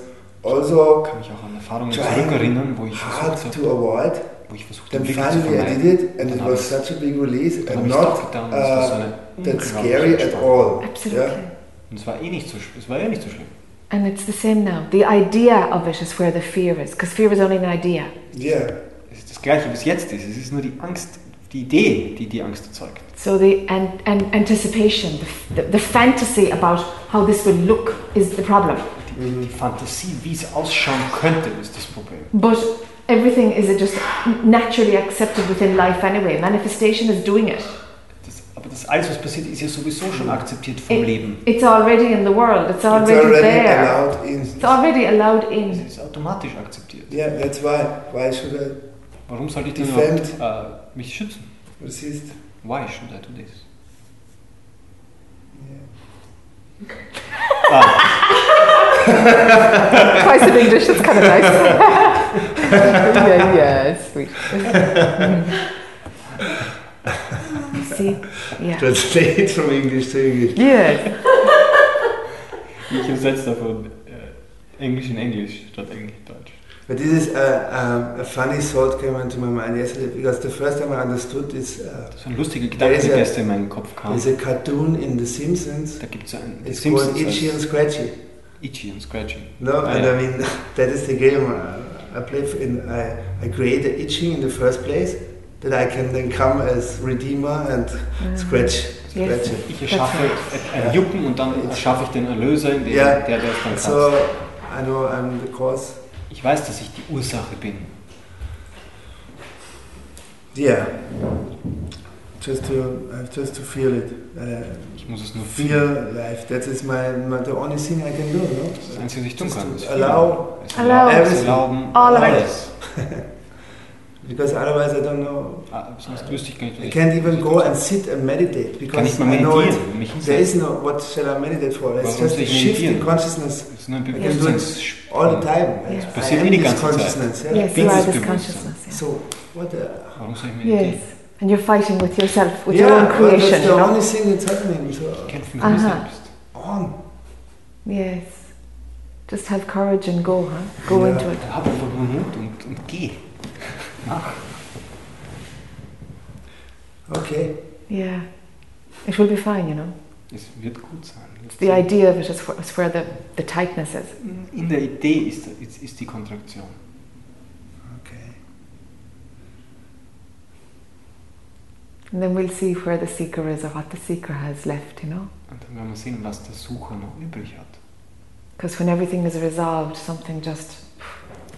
Speaker 4: also
Speaker 8: Kann mich auch an Erfahrungen
Speaker 4: Trying
Speaker 8: zurückerinnern, wo ich
Speaker 4: hard
Speaker 8: versucht
Speaker 4: to
Speaker 8: habe,
Speaker 4: avoid.
Speaker 8: wo ich versucht
Speaker 4: Then
Speaker 8: habe, wirklich zu
Speaker 4: finally I
Speaker 8: vermeiden.
Speaker 4: did it, and it
Speaker 8: Dann
Speaker 4: was
Speaker 8: hab
Speaker 4: such a big release,
Speaker 8: Dann habe
Speaker 4: and
Speaker 8: ich es doch
Speaker 4: not
Speaker 8: getan. Das war so
Speaker 4: uh,
Speaker 8: eine
Speaker 4: that
Speaker 8: unglaubliche
Speaker 4: scary at
Speaker 8: Entspannung.
Speaker 4: all.
Speaker 1: Absolutely.
Speaker 4: Yeah.
Speaker 8: Und es war eh nicht so, sch- es war eh nicht so schlimm.
Speaker 1: And it's the same now. The idea of it is where the fear is, because fear is only an idea.
Speaker 4: Yeah,
Speaker 8: Es ist das Gleiche, was jetzt ist. Es ist nur die Angst, die Idee, die die Angst erzeugt.
Speaker 1: So the and, and anticipation, the, the, the fantasy about how this will look is the problem.
Speaker 8: Die, die Fantasie, wie es ausschauen könnte, ist das Problem.
Speaker 1: But everything is just naturally accepted within life anyway. Manifestation is doing it.
Speaker 8: Das, aber das alles, was passiert, ist ja sowieso schon akzeptiert vom
Speaker 1: It-
Speaker 8: Leben.
Speaker 1: It's already in the world. It's
Speaker 4: it's
Speaker 1: already,
Speaker 4: already
Speaker 1: there.
Speaker 4: allowed in.
Speaker 1: It's already allowed
Speaker 8: Es
Speaker 1: in.
Speaker 8: ist automatisch akzeptiert.
Speaker 4: Yeah, that's why. Why should I
Speaker 8: Warum sollte ich denn
Speaker 4: Defend.
Speaker 8: überhaupt äh, mich schützen?
Speaker 4: resist?
Speaker 8: Why should I do this?
Speaker 4: Yeah.
Speaker 1: Twice in English. That's kind of nice. yeah, yeah, it's sweet. See, yeah,
Speaker 4: Translate from English to English.
Speaker 1: yes,
Speaker 8: Ich übersetze davon äh, Englisch in Englisch statt Englisch in Deutsch.
Speaker 4: But this is a, um, a funny thought came into my mind yesterday because the first time I understood this, uh,
Speaker 8: Das ist ein lustiger
Speaker 4: Da
Speaker 8: Gedanke,
Speaker 4: ist
Speaker 8: der
Speaker 4: ja-
Speaker 8: gestern in meinen Kopf kam.
Speaker 4: there's a cartoon in The Simpsons.
Speaker 8: Da gibt es einen
Speaker 4: It's
Speaker 8: Simpsons
Speaker 4: called Itchy and
Speaker 8: als
Speaker 4: Scratchy.
Speaker 8: Itchy and Scratching.
Speaker 4: No,
Speaker 8: Ah,
Speaker 4: and
Speaker 8: yeah.
Speaker 4: I mean that is the game I, I play. For in, I I created itching in the first place that I can then come as redeemer and scratch,
Speaker 1: yes.
Speaker 4: scratch it.
Speaker 8: Ich erschaffe ein Jucken und dann erschaffe ich den Erlöser, in dem
Speaker 4: Ja.
Speaker 8: der, der es dann
Speaker 4: So
Speaker 8: kratzt.
Speaker 4: I know I'm the cause.
Speaker 8: Ich weiß, dass ich die Ursache bin.
Speaker 4: Yeah. Just to I have just to feel it. Uh,
Speaker 8: Ich muss es nur fühlen.
Speaker 4: feel life. That is my, my the only thing I can do. No.
Speaker 8: Das ist das Einzige, was ich tun
Speaker 4: Just
Speaker 8: kann.
Speaker 4: to
Speaker 8: ist fühlen.
Speaker 4: allow
Speaker 8: Es erlauben, es
Speaker 4: Everything.
Speaker 8: erlauben,
Speaker 1: All of it.
Speaker 8: alles.
Speaker 4: because otherwise I don't know.
Speaker 8: Ah, sonst wüsste ich gar nicht, was
Speaker 4: I
Speaker 8: ich
Speaker 4: can't even go and sit and meditate
Speaker 8: Ich kann
Speaker 4: because
Speaker 8: nicht mal
Speaker 4: I know it.
Speaker 8: meditieren. Mich
Speaker 4: There is
Speaker 8: hinsetzen.
Speaker 4: no what shall I meditate for. It's
Speaker 8: Warum
Speaker 4: just
Speaker 8: soll
Speaker 4: a
Speaker 8: ich
Speaker 4: shift in
Speaker 8: meditieren?
Speaker 4: consciousness.
Speaker 8: Das ist nur ein
Speaker 4: I can do it all the
Speaker 8: Bewusstseinssprung.
Speaker 4: time. I-
Speaker 1: Yes.
Speaker 4: I
Speaker 8: Passiert eh
Speaker 4: am
Speaker 8: die
Speaker 4: this
Speaker 8: ganze Zeit.
Speaker 4: consciousness.
Speaker 1: yes, you
Speaker 4: Yeah.
Speaker 1: are this
Speaker 8: Bewusstsein.
Speaker 1: consciousness.
Speaker 4: So what? The,
Speaker 8: Warum soll ich
Speaker 1: Yeah.
Speaker 8: meditieren?
Speaker 1: Yes, and you're fighting with yourself, with
Speaker 4: yeah,
Speaker 1: your own
Speaker 4: but
Speaker 1: creation,
Speaker 4: That's
Speaker 1: you
Speaker 4: the
Speaker 1: know.
Speaker 4: only thing that's happening. So
Speaker 8: Ich kämpfe mit mir
Speaker 1: Aha.
Speaker 8: selbst.
Speaker 4: on.
Speaker 1: Yes, just have courage and go, huh? Go
Speaker 4: Yeah.
Speaker 1: into it.
Speaker 8: Hab einfach nur Mut und, und geh.
Speaker 4: Okay.
Speaker 1: Yeah, it will be fine, you know.
Speaker 8: Es wird gut sein.
Speaker 1: It's the idea of it is where, is where the, the tightness is.
Speaker 8: In der Idee ist, ist, ist die Kontraktion.
Speaker 4: Okay.
Speaker 1: And then we'll see where the seeker is or what the seeker has left, you know.
Speaker 8: Und dann werden wir sehen, was der Sucher noch übrig hat.
Speaker 1: Because when everything is resolved, something just.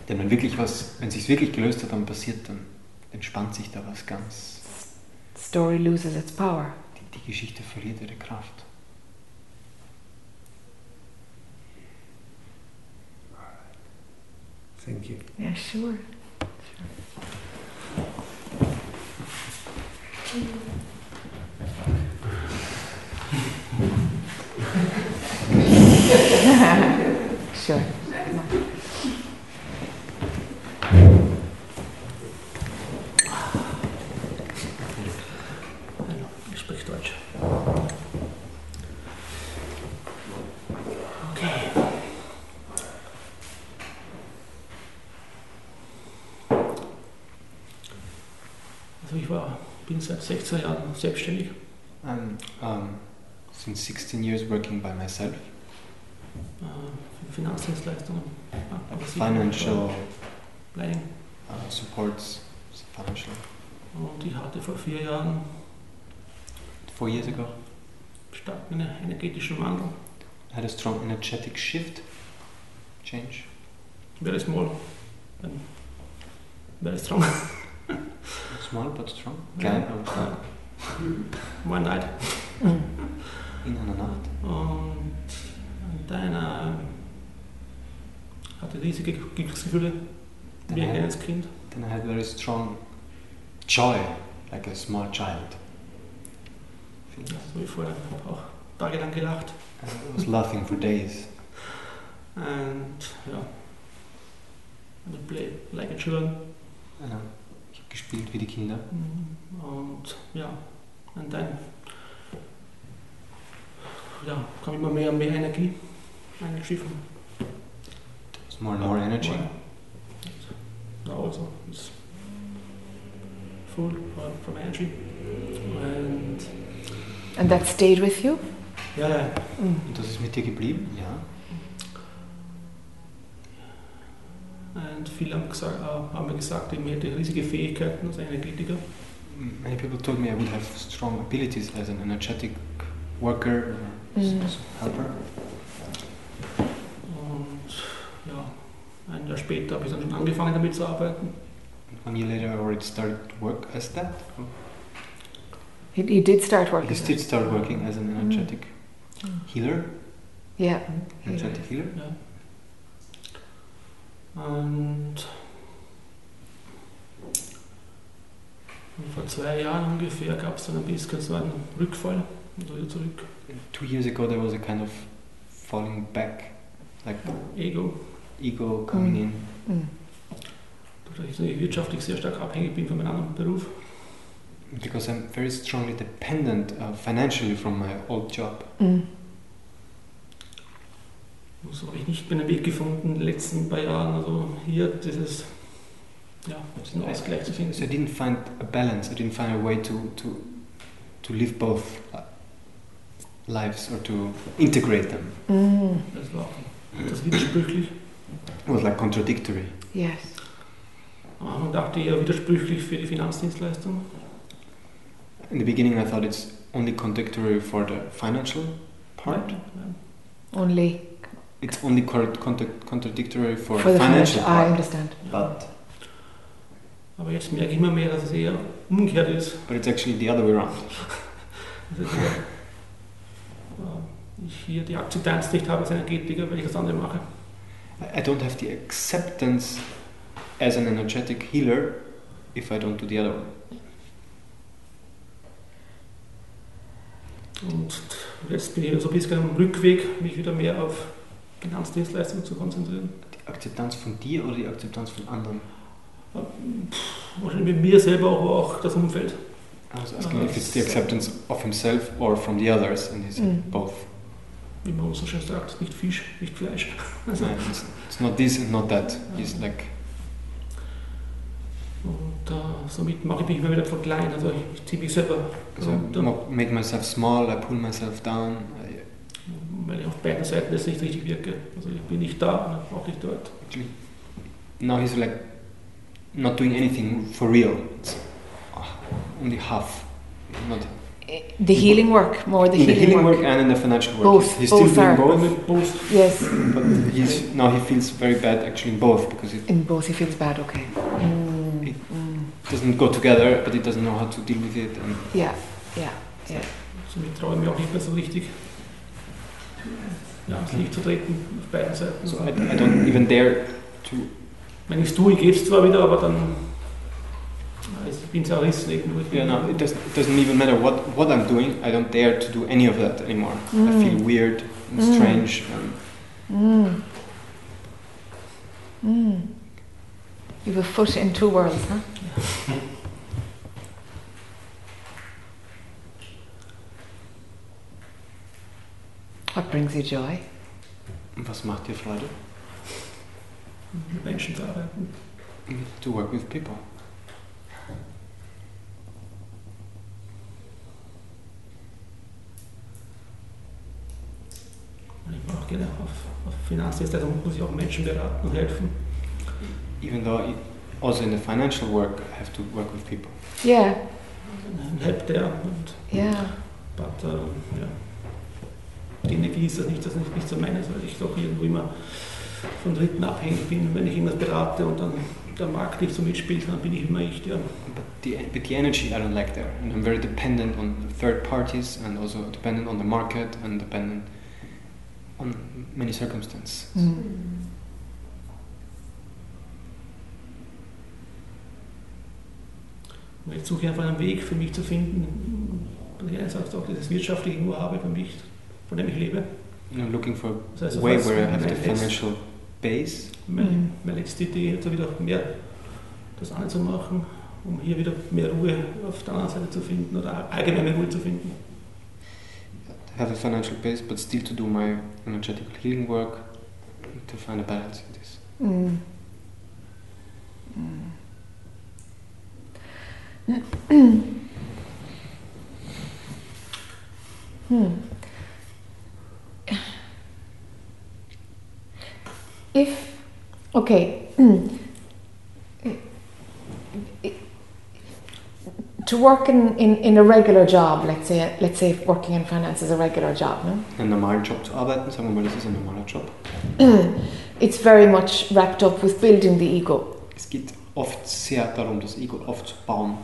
Speaker 8: Denn wenn wirklich was, wenn sich's wirklich gelöst hat, dann passiert dann, entspannt sich da was ganz.
Speaker 1: story loses its power.
Speaker 8: Die, die Geschichte verliert ihre Kraft.
Speaker 4: Thank you.
Speaker 1: Yeah, sure. Sure.
Speaker 7: Ich spreche Deutsch. Also ich war, bin seit 16 Jahren selbstständig.
Speaker 8: I'm um, since 16 years working by myself.
Speaker 7: äh, für Finanzdienstleistungen. Banken-
Speaker 8: Financial
Speaker 7: Planning.
Speaker 8: uh, supports, financial
Speaker 9: Und ich hatte vor vier Jahren
Speaker 2: Four years ago,
Speaker 9: stark einen energetischen Wandel.
Speaker 2: I had a strong energetic shift, change.
Speaker 9: Very small. And very strong.
Speaker 2: Small but strong.
Speaker 9: Ja.
Speaker 2: Klein, aber stark.
Speaker 9: One night.
Speaker 1: Mhm.
Speaker 2: In einer Nacht.
Speaker 9: Und deiner hatte riesige Glücksgefühle wie ein kleines Kind.
Speaker 2: Then I had very strong joy, like a small child.
Speaker 9: Ja, so wie vorher. Ich habe auch tagelang gelacht.
Speaker 2: I was laughing for days.
Speaker 9: Und ja. I would play like a children.
Speaker 2: And I- Ich habe gespielt wie die Kinder.
Speaker 9: Mhm. Und ja. Und dann ja, kam immer mehr und mehr Energie eingeschiffen.
Speaker 2: There was more and more energy.
Speaker 9: Now also it's full uh, from energy. And
Speaker 1: And that stayed with you?
Speaker 9: ja, ja,
Speaker 1: Mm.
Speaker 2: Und das ist mit dir geblieben? Ja.
Speaker 9: Und viele haben, gesagt, äh, haben mir gesagt, ich hätte riesige Fähigkeiten als Energetiker.
Speaker 2: Mm, Many people told me I would have strong abilities as an energetic worker or s-
Speaker 1: Mhm.
Speaker 2: s- helper.
Speaker 9: Und ja, ein Jahr später habe ich dann schon angefangen damit zu arbeiten.
Speaker 2: And One year later, I already started to work as that.
Speaker 1: You, you did start
Speaker 2: I
Speaker 1: working.
Speaker 2: did start working as an energetic
Speaker 1: Mm.
Speaker 2: healer,
Speaker 1: Yeah.
Speaker 2: energetic healer.
Speaker 9: Und und vor zwei Jahren ungefähr gab es dann ein bisschen so einen Rückfall und wieder zurück.
Speaker 2: Two years ago, there was a kind of falling back, like
Speaker 9: Ego,
Speaker 2: ego coming
Speaker 1: Mm.
Speaker 2: in.
Speaker 1: Mm.
Speaker 9: dadurch dass ich wirtschaftlich sehr stark abhängig bin von meinem anderen Beruf.
Speaker 2: Because I'm very strongly dependent uh, financially from my old job.
Speaker 1: Mm.
Speaker 9: Und so habe ich nicht mehr einen Weg gefunden in den letzten paar Jahren, also hier dieses ja, diesen Ausgleich zu
Speaker 2: So I
Speaker 9: finden.
Speaker 2: didn't find a balance. I didn't find a way to to to live both uh, lives or to integrate them.
Speaker 1: Mm.
Speaker 9: Das war das widersprüchlich.
Speaker 2: It was like contradictory.
Speaker 1: Yes.
Speaker 9: Aber Ah, man dachte eher widersprüchlich für die Finanzdienstleistung.
Speaker 2: In the beginning, I thought it's only contradictory for the financial part.
Speaker 9: Ja.
Speaker 1: Only
Speaker 2: It's only cor- contra- contradictory for,
Speaker 1: for,
Speaker 2: the
Speaker 1: the
Speaker 2: financial,
Speaker 1: financial. I
Speaker 2: part.
Speaker 1: understand.
Speaker 2: But
Speaker 9: Aber jetzt merke ich immer mehr, dass es eher umgekehrt ist.
Speaker 2: but it's actually the other way around.
Speaker 9: Das ist ja, äh,
Speaker 7: Ähm,
Speaker 9: ich hier die Akzeptanz nicht habe als Energetiker, weil ich das andere mache.
Speaker 2: I I don't have the acceptance as an energetic healer if I don't do the other one.
Speaker 9: Und jetzt bin ich wieder so ein bisschen am Rückweg, mich wieder mehr auf Finanzdienstleistungen zu konzentrieren.
Speaker 2: Die Akzeptanz von dir oder die Akzeptanz von anderen?
Speaker 9: Wahrscheinlich mit mir selber, aber auch das Umfeld.
Speaker 2: I was asking
Speaker 1: Oh,
Speaker 9: Uh,
Speaker 2: if it's the acceptance of himself or from the others, and he said
Speaker 1: Mm.
Speaker 2: both.
Speaker 9: Wie man so schön sagt, nicht Fisch, nicht Fleisch. Also,
Speaker 2: No, it's, it's not this and not that. He's
Speaker 1: Mm.
Speaker 2: like,
Speaker 9: Und äh, somit mache ich mich immer wieder von klein. Also ich ziehe mich selber
Speaker 2: so I
Speaker 9: runter,
Speaker 2: mo- make myself small, I pull myself down, I
Speaker 9: weil ich auf beiden Seiten jetzt nicht richtig wirke. Also ich bin nicht da, auch nicht dort.
Speaker 2: actually. Now he's like not doing anything for real. It's ah, only half. Not
Speaker 1: The healing work, more the
Speaker 2: in the
Speaker 1: healing,
Speaker 2: healing work and in the financial work.
Speaker 1: Both-
Speaker 2: He's
Speaker 1: both
Speaker 2: still
Speaker 1: are-
Speaker 2: doing both,
Speaker 9: Post,
Speaker 1: Yes.
Speaker 2: but he's, now he feels very bad actually in both because it
Speaker 1: In both, he feels bad. Okay. Mm.
Speaker 2: It-
Speaker 1: Mm.
Speaker 2: doesn't go together, but he doesn't know how to deal with it. And
Speaker 1: Yeah. Yeah.
Speaker 9: somit traue Also ich mich auch nicht mehr so richtig, ja, ins Licht zu treten, auf beiden Seiten.
Speaker 2: so I, I don't even dare to
Speaker 9: Wenn ich es tue, geht es zwar wieder, aber dann äh, ich bin zerrissen irgendwo. Ich bin-
Speaker 2: Yeah, no, it doesn't, it doesn't even matter what, what I'm doing. I don't dare to do any of that anymore. I feel
Speaker 1: Mm.
Speaker 2: weird and
Speaker 1: Mm.
Speaker 2: strange. And
Speaker 1: Mm. Mm. You have a foot in two worlds, huh? What brings you joy?
Speaker 2: was macht dir Freude?
Speaker 9: mit Menschen zu arbeiten.
Speaker 2: To work with people.
Speaker 9: Und ich mache auch gerne auf, auf Finanzdienstleistungen, muss ich auch Menschen beraten und helfen.
Speaker 2: Even though it, also in the financial work, I have to work with people.
Speaker 1: Yeah,
Speaker 7: and help there. And,
Speaker 1: yeah.
Speaker 7: but, ähm, ja. Die Energie ist das nicht, das ist nicht, nicht so meines, weil ich doch irgendwo immer von Dritten abhängig bin. Wenn ich irgendwas berate und dann der Markt nicht so mitspielt, dann bin ich immer ich, der.
Speaker 2: But the, but the energy I don't like there. And I'm very dependent on third parties and also dependent on the market and dependent on many circumstances.
Speaker 1: Mm.
Speaker 7: Und ich suche einfach einen Weg für mich zu finden, dass ich einerseits auch dieses wirtschaftliche nur habe für mich, von dem ich lebe.
Speaker 2: You know, looking for
Speaker 7: Das heißt,
Speaker 2: a
Speaker 7: auf
Speaker 2: way
Speaker 7: was
Speaker 2: where I have the
Speaker 7: mein Letz-
Speaker 2: financial base.
Speaker 1: Mm.
Speaker 7: Meine, meine letzte Idee jetzt wieder mehr das anzumachen, um hier wieder mehr Ruhe auf der anderen Seite zu finden oder allgemein mehr Ruhe zu finden.
Speaker 2: have a financial base, but still to do my energetic healing work to find a balance in this.
Speaker 1: Mm. Hmm. If okay, to work in, in, in a regular job, let's say let's say working in finance is a regular job, no?
Speaker 2: Einen normalen Job zu arbeiten, sagen wir mal, das ist ein normaler Job.
Speaker 1: It's very much wrapped up with building the ego.
Speaker 2: Es geht oft sehr darum, das Ego aufzubauen.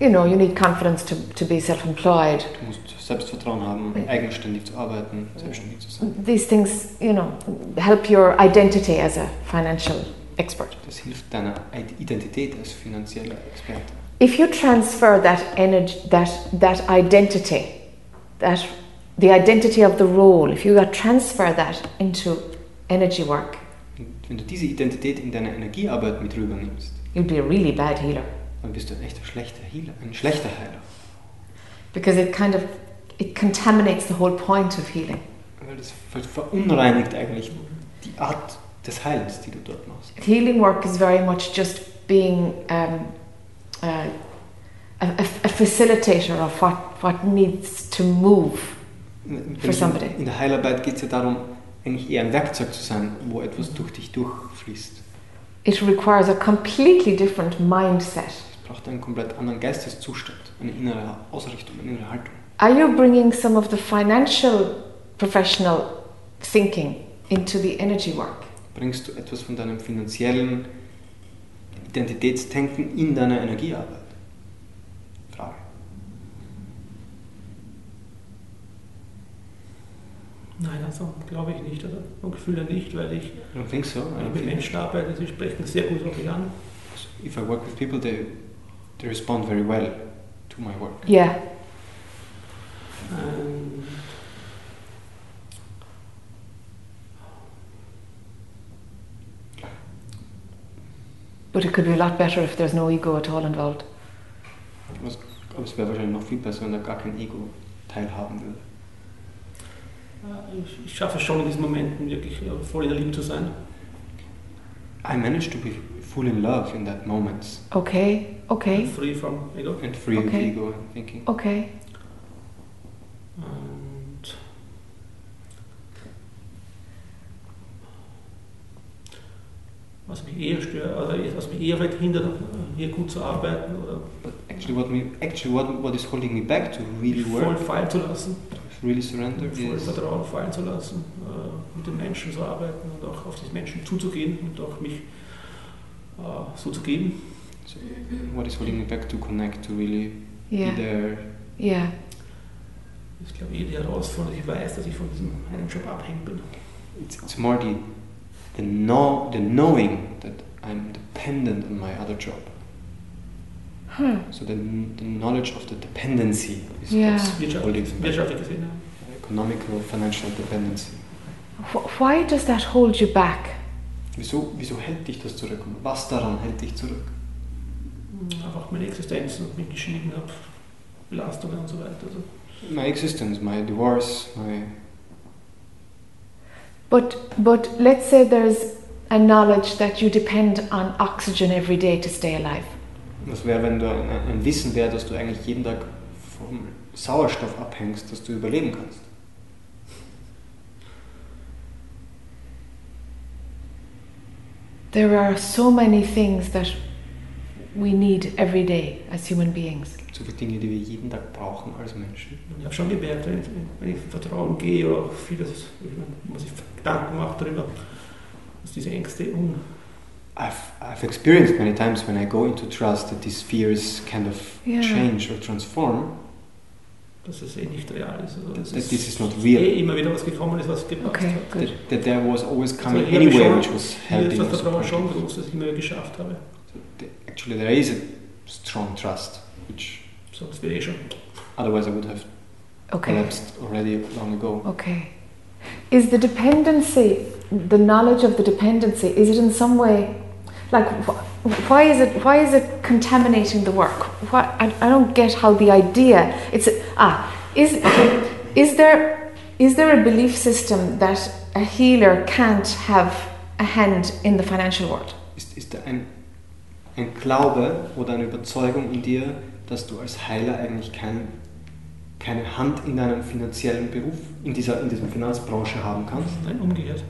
Speaker 1: you know, you need confidence to, to be self employed.
Speaker 2: Du musst Selbstvertrauen haben, eigenständig zu arbeiten, selbstständig zu sein.
Speaker 1: These things, you know, help your identity as a financial expert.
Speaker 2: Das hilft deiner Identität als finanzieller Experte.
Speaker 1: If you transfer that energy, that, that identity, that the identity of the role, if you transfer that into energy work,
Speaker 2: Und wenn du diese Identität in deine Energiearbeit mit rübernimmst,
Speaker 1: you'd be a really bad healer
Speaker 2: dann bist du ein echter schlechter Healer, ein schlechter Heiler.
Speaker 1: because it kind of it contaminates the whole point of healing.
Speaker 2: Weil das ver- verunreinigt eigentlich die Art des Heilens, die du dort machst.
Speaker 1: Healing work is very much just being um, uh, a, a- a facilitator of what, what needs to move. For somebody.
Speaker 2: In der Heilarbeit geht es ja darum, eigentlich eher ein Werkzeug zu sein, wo etwas durch dich durchfließt.
Speaker 1: It requires a completely different mindset.
Speaker 2: Es braucht einen komplett anderen Geisteszustand, eine innere Ausrichtung, eine innere Haltung.
Speaker 1: Are you bringing some of the financial professional thinking into the energy work?
Speaker 2: Bringst du etwas von deinem finanziellen Identitätsdenken in deine Energiearbeit? Frage.
Speaker 7: Nein, also glaube ich nicht, oder? Vom Gefühl her nicht, weil ich,
Speaker 2: I don't think so. I
Speaker 7: weil ich
Speaker 2: don't
Speaker 7: Äh, mit
Speaker 2: think
Speaker 7: Menschen arbeite, sie sprechen sehr gut auf mich an.
Speaker 2: if I work with people, they, they respond very well to my work.
Speaker 1: Yeah.
Speaker 7: Ähm,
Speaker 1: But it could be a lot better if there's no ego at all involved.
Speaker 2: Was, aber es wäre wahrscheinlich noch viel besser, wenn da gar kein Ego teilhaben würde.
Speaker 7: ich- ich schaffe es schon in diesen Momenten wirklich äh, voll in der Liebe zu sein.
Speaker 2: I managed to be full in love in that moment
Speaker 1: Okay, okay,
Speaker 7: Free from ego.
Speaker 2: and free of
Speaker 1: Okay.
Speaker 2: ego and thinking.
Speaker 1: okay.
Speaker 7: Und was mich eher stört, also was mich eher weit hindert, hier gut zu arbeiten oder
Speaker 2: But actually, what me actually what what is holding me back to really
Speaker 7: mich voll
Speaker 2: work,
Speaker 7: fallen zu lassen,
Speaker 2: to really surrender
Speaker 7: voll
Speaker 2: is
Speaker 7: Vertrauen fallen zu lassen, äh, mit den Menschen zu arbeiten und auch auf die Menschen zuzugehen und auch mich äh, so zu geben.
Speaker 2: so what is holding me back to connect, to really be
Speaker 1: Yeah,
Speaker 2: there.
Speaker 1: yeah.
Speaker 7: Ich glaube, jede Herausforderung, ich weiß, dass ich von diesem einen Job abhängig bin.
Speaker 2: It's, it's more the the know the knowing that I'm dependent on my other job. So the, the knowledge of the dependency is
Speaker 1: Yeah.
Speaker 2: what's holding
Speaker 7: Wirtschaftlich,
Speaker 2: me back.
Speaker 7: wirtschaftlich gesehen, ja.
Speaker 2: Economical, financial dependency.
Speaker 1: Wh- why does that hold you back?
Speaker 2: Wieso, wieso hält dich das zurück? Und was daran hält dich zurück?
Speaker 7: einfach meine Existenz und mich geschieden habe, Belastungen und so weiter. Also,
Speaker 2: My existence, my divorce, my
Speaker 1: But but let's say there's a knowledge that you depend on oxygen every day to stay alive.
Speaker 2: Was wäre, wenn du ein, ein Wissen wäre, dass du eigentlich jeden Tag vom Sauerstoff abhängst, dass du überleben kannst?
Speaker 1: There are so many things that we need every day as human beings.
Speaker 2: So viele Dinge, die wir jeden Tag brauchen als Menschen.
Speaker 9: Ich habe schon gemerkt, wenn ich, wenn ich in Vertrauen gehe oder auch vieles, wenn man sich Gedanken macht darüber, dass diese Ängste un
Speaker 2: I've, I've experienced many times when I go into trust that these fears kind of
Speaker 1: Yeah.
Speaker 2: change or transform.
Speaker 9: dass es eh nicht real ist. Also
Speaker 2: That,
Speaker 9: es
Speaker 2: that
Speaker 9: ist
Speaker 2: this is not real.
Speaker 9: eh immer wieder was gekommen ist, was gepasst
Speaker 1: Okay,
Speaker 9: hat.
Speaker 1: good.
Speaker 2: That, that there was always coming
Speaker 9: here we
Speaker 2: anyway,
Speaker 9: show-
Speaker 2: which was
Speaker 9: Mir ist
Speaker 2: helping.
Speaker 9: das
Speaker 2: or
Speaker 9: Vertrauen schon
Speaker 2: supporting.
Speaker 9: groß, dass ich immer geschafft habe.
Speaker 2: Th- Actually, there is a strong trust, which
Speaker 9: Sonst wäre ich schon.
Speaker 2: otherwise I would have
Speaker 1: Okay.
Speaker 2: collapsed already long ago.
Speaker 1: Okay. Is the dependency, the knowledge of the dependency, is it in some way, like, wh- why is it, why is it contaminating the work? What, I, I don't get how the idea, it's, ah, is, is there, is there a belief system that a healer can't have a hand in the financial world?
Speaker 2: Ist, ist da ein, ein Glaube oder eine Überzeugung in dir, dass du als Heiler eigentlich kein, keine Hand in deinem finanziellen Beruf, in dieser in dieser Finanzbranche haben kannst?
Speaker 9: Nein, umgekehrt.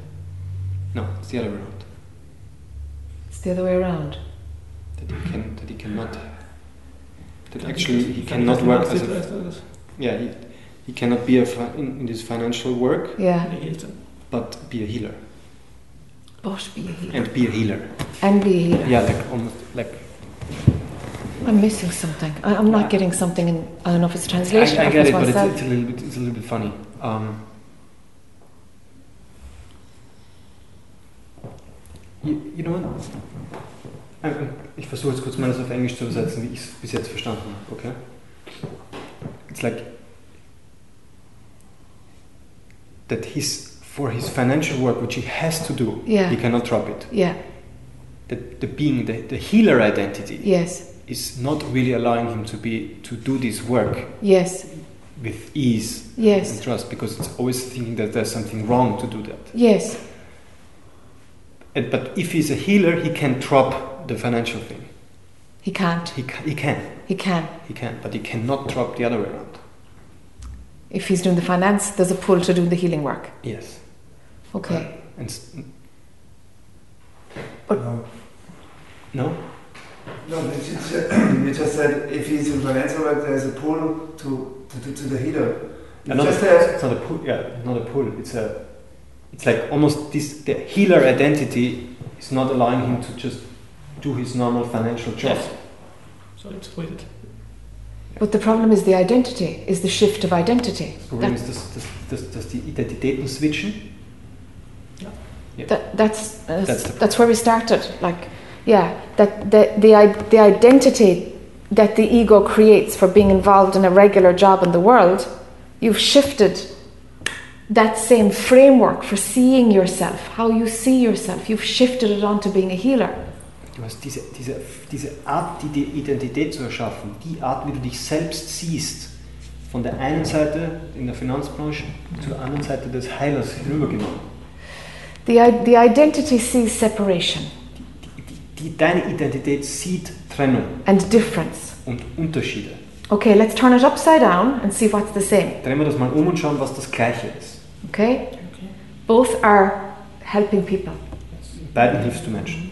Speaker 2: No, it's the other way around.
Speaker 1: It's the other way around.
Speaker 2: That he, can, that he cannot. That
Speaker 9: Dann-
Speaker 2: actually he
Speaker 9: dann
Speaker 2: cannot
Speaker 9: ist
Speaker 2: work
Speaker 9: das
Speaker 2: as
Speaker 9: die
Speaker 2: a.
Speaker 9: Leistung, das-
Speaker 2: Yeah, he, he cannot be a fi- in, in this financial work,
Speaker 1: Yeah.
Speaker 9: die Hilfe.
Speaker 2: but be a healer.
Speaker 1: Bosh be a healer.
Speaker 2: And be a healer.
Speaker 1: And be a healer.
Speaker 2: Yeah, like almost like.
Speaker 1: I'm missing something. I, I'm not getting something in, I don't know if it's translation.
Speaker 2: I, I
Speaker 1: if
Speaker 2: get it, but
Speaker 1: what's
Speaker 2: it's,
Speaker 1: said.
Speaker 2: it's a little bit it's a little bit funny. Um, you, you know what? Ähm, Ich versuche jetzt kurz mal das auf Englisch zu übersetzen, wie ich es bis jetzt verstanden habe, okay? It's like that his for his financial work which he has to do,
Speaker 1: Yeah.
Speaker 2: he cannot drop it.
Speaker 1: Yeah,
Speaker 2: That the being the, the healer identity
Speaker 1: yes,
Speaker 2: is not really allowing him to be to do this work
Speaker 1: yes,
Speaker 2: with ease and
Speaker 1: yes,
Speaker 2: trust because it's always thinking that there's something wrong to do that.
Speaker 1: yes,
Speaker 2: And, but if he's a healer, he can drop the financial thing.
Speaker 1: he can't,
Speaker 2: He, ca- he can,
Speaker 1: he can.
Speaker 2: he can, but he cannot drop the other way around.
Speaker 1: If he's doing the finance, there's a pull to do the healing work.
Speaker 2: Yes.
Speaker 1: Okay.
Speaker 2: And s-
Speaker 4: No,
Speaker 2: no,
Speaker 4: no but you, ju- you just said if he's in Valencia, like, there's a pull to, to, to, to the healer. You
Speaker 2: another,
Speaker 4: just said,
Speaker 2: it's not a pull. Yeah, not a pull. It's a, it's like almost this the healer identity is not allowing him to just do his normal financial job.
Speaker 9: Yes. So it's waited.
Speaker 1: But the problem is the identity, is the shift of identity.
Speaker 2: Das Problem ist, dass, dass, dass, dass die Identitäten switchen.
Speaker 1: That, that's, that's,
Speaker 2: That's
Speaker 1: that's,
Speaker 2: the-
Speaker 1: where we started. Like, yeah, that the, the, i- the identity that the ego creates for being involved in a regular job in the world, you've shifted that same framework for seeing yourself, how you see yourself. You've shifted it onto being a healer.
Speaker 2: Du hast diese, diese, diese Art, die die Identität zu erschaffen, die Art, wie du dich selbst siehst, von der einen Seite in der Finanzbranche zur anderen Seite des Heilers hinübergenommen.
Speaker 1: The, i- the identity sees separation
Speaker 2: Die, die, die, deine Identität sieht Trennung
Speaker 1: and difference.
Speaker 2: und Unterschiede.
Speaker 1: Okay, let's turn it upside down and see what's the same.
Speaker 2: Drehen wir das mal um und schauen, was das Gleiche ist.
Speaker 1: Okay? Both are helping people,
Speaker 2: In beiden hilfst du Menschen.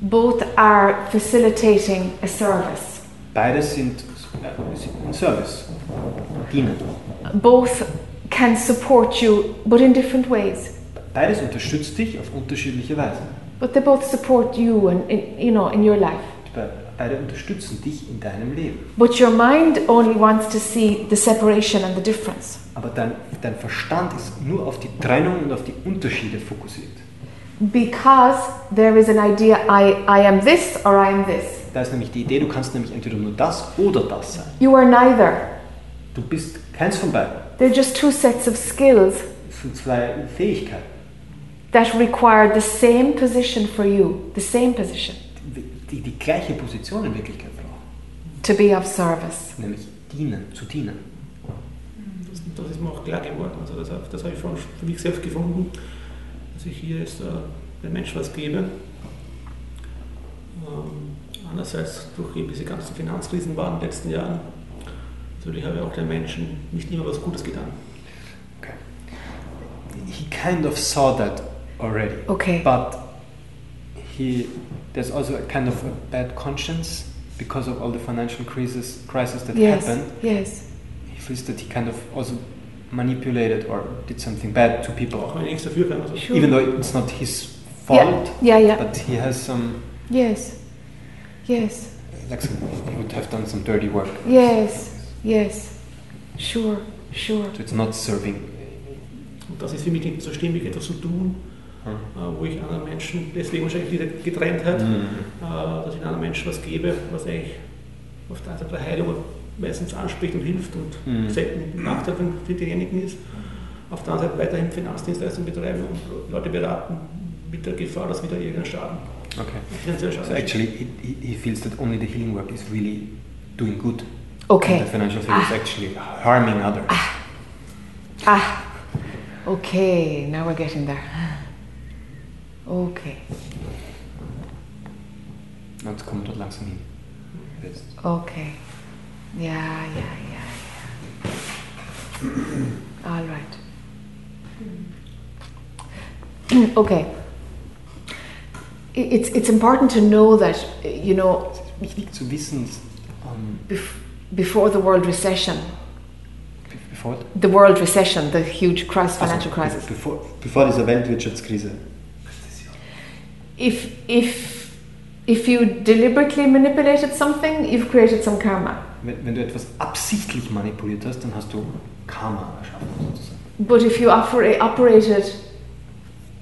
Speaker 1: both are facilitating a service,
Speaker 2: Beides sind äh, sind ein Service, dienen.
Speaker 1: both can support you, but in different ways.
Speaker 2: Beides unterstützt dich auf unterschiedliche Weise.
Speaker 1: But they both support you and in, you know in your life.
Speaker 2: Be- Beide unterstützen dich in deinem Leben.
Speaker 1: But your mind only wants to see the separation and the difference.
Speaker 2: Aber dein, dein Verstand ist nur auf die Trennung und auf die Unterschiede fokussiert.
Speaker 1: Because there is an idea I, I am this or I am this.
Speaker 2: Da ist nämlich die Idee, du kannst nämlich entweder nur das oder das sein.
Speaker 1: You are neither.
Speaker 2: Du bist keins von beiden.
Speaker 1: They're just two sets of skills
Speaker 2: Es sind zwei Fähigkeiten.
Speaker 1: that require the same position for you, the same position,
Speaker 2: Die, die die gleiche Position in Wirklichkeit brauchen.
Speaker 1: to be of service.
Speaker 2: Nämlich dienen, zu dienen.
Speaker 9: Das, das ist mir auch klar geworden. Also das, hab- das habe ich schon für mich selbst gefunden, dass ich hier jetzt äh, den Menschen was gebe. Ähm, andererseits durch eben diese ganzen Finanzkrisen waren in den letzten Jahren. Natürlich habe ich auch den Menschen nicht immer was Gutes getan.
Speaker 2: He kind of saw that already.
Speaker 1: Okay.
Speaker 2: But
Speaker 8: he there's also a kind of a bad conscience because of all the financial crisis crisis that
Speaker 1: yes,
Speaker 8: happened.
Speaker 1: yes.
Speaker 8: He feels that he kind of also manipulated or did something bad to
Speaker 9: Auch
Speaker 8: people,
Speaker 9: wenn ich nichts dafür kann. Also.
Speaker 1: Sure.
Speaker 8: even though it's not his fault.
Speaker 1: yeah, yeah.
Speaker 8: But he has some
Speaker 1: Yes, yes,
Speaker 8: like some, he would have done some dirty work.
Speaker 1: yes, yes. Sure, sure.
Speaker 8: So it's not serving.
Speaker 9: Und das ist für mich nicht so stimmig, etwas zu tun,
Speaker 8: Hm.
Speaker 9: äh, wo ich anderen Menschen, deswegen wahrscheinlich diese Getrenntheit,
Speaker 2: Mm.
Speaker 9: äh, dass ich anderen Menschen was gebe, was eigentlich auf der einen Seite der Heilung meistens anspricht und hilft und
Speaker 8: Mhm.
Speaker 9: selten ein Nachteil für diejenigen ist. Auf der anderen Seite weiterhin Finanzdienstleistungen betreiben und Leute beraten mit der Gefahr, dass wieder irgendein Schaden,
Speaker 8: Okay.
Speaker 9: finanzieller Schaden
Speaker 8: So actually, he, he, he feels that only the healing work is really doing good. And
Speaker 1: Okay,
Speaker 8: the financial thing is actually harming others.
Speaker 1: okay, now we're getting there. Okay,
Speaker 8: Na, Jetzt kommt dort langsam hin. Jetzt.
Speaker 1: okay. Ja, ja, ja, ja. All right. Okay. I- It's, it's important to know that, you know,
Speaker 8: Es ist wichtig zu wissen, ähm,
Speaker 1: bef- before the world recession,
Speaker 8: be- bevor,
Speaker 1: the world recession, the huge crisis,
Speaker 8: also,
Speaker 1: financial crisis,
Speaker 8: be- Bevor, bevor dieser Weltwirtschaftskrise.
Speaker 1: if if if you deliberately manipulated something, you've created some karma.
Speaker 8: Wenn, wenn du etwas absichtlich manipuliert hast, dann hast du Karma erschaffen. Sozusagen.
Speaker 1: But if you oper- operated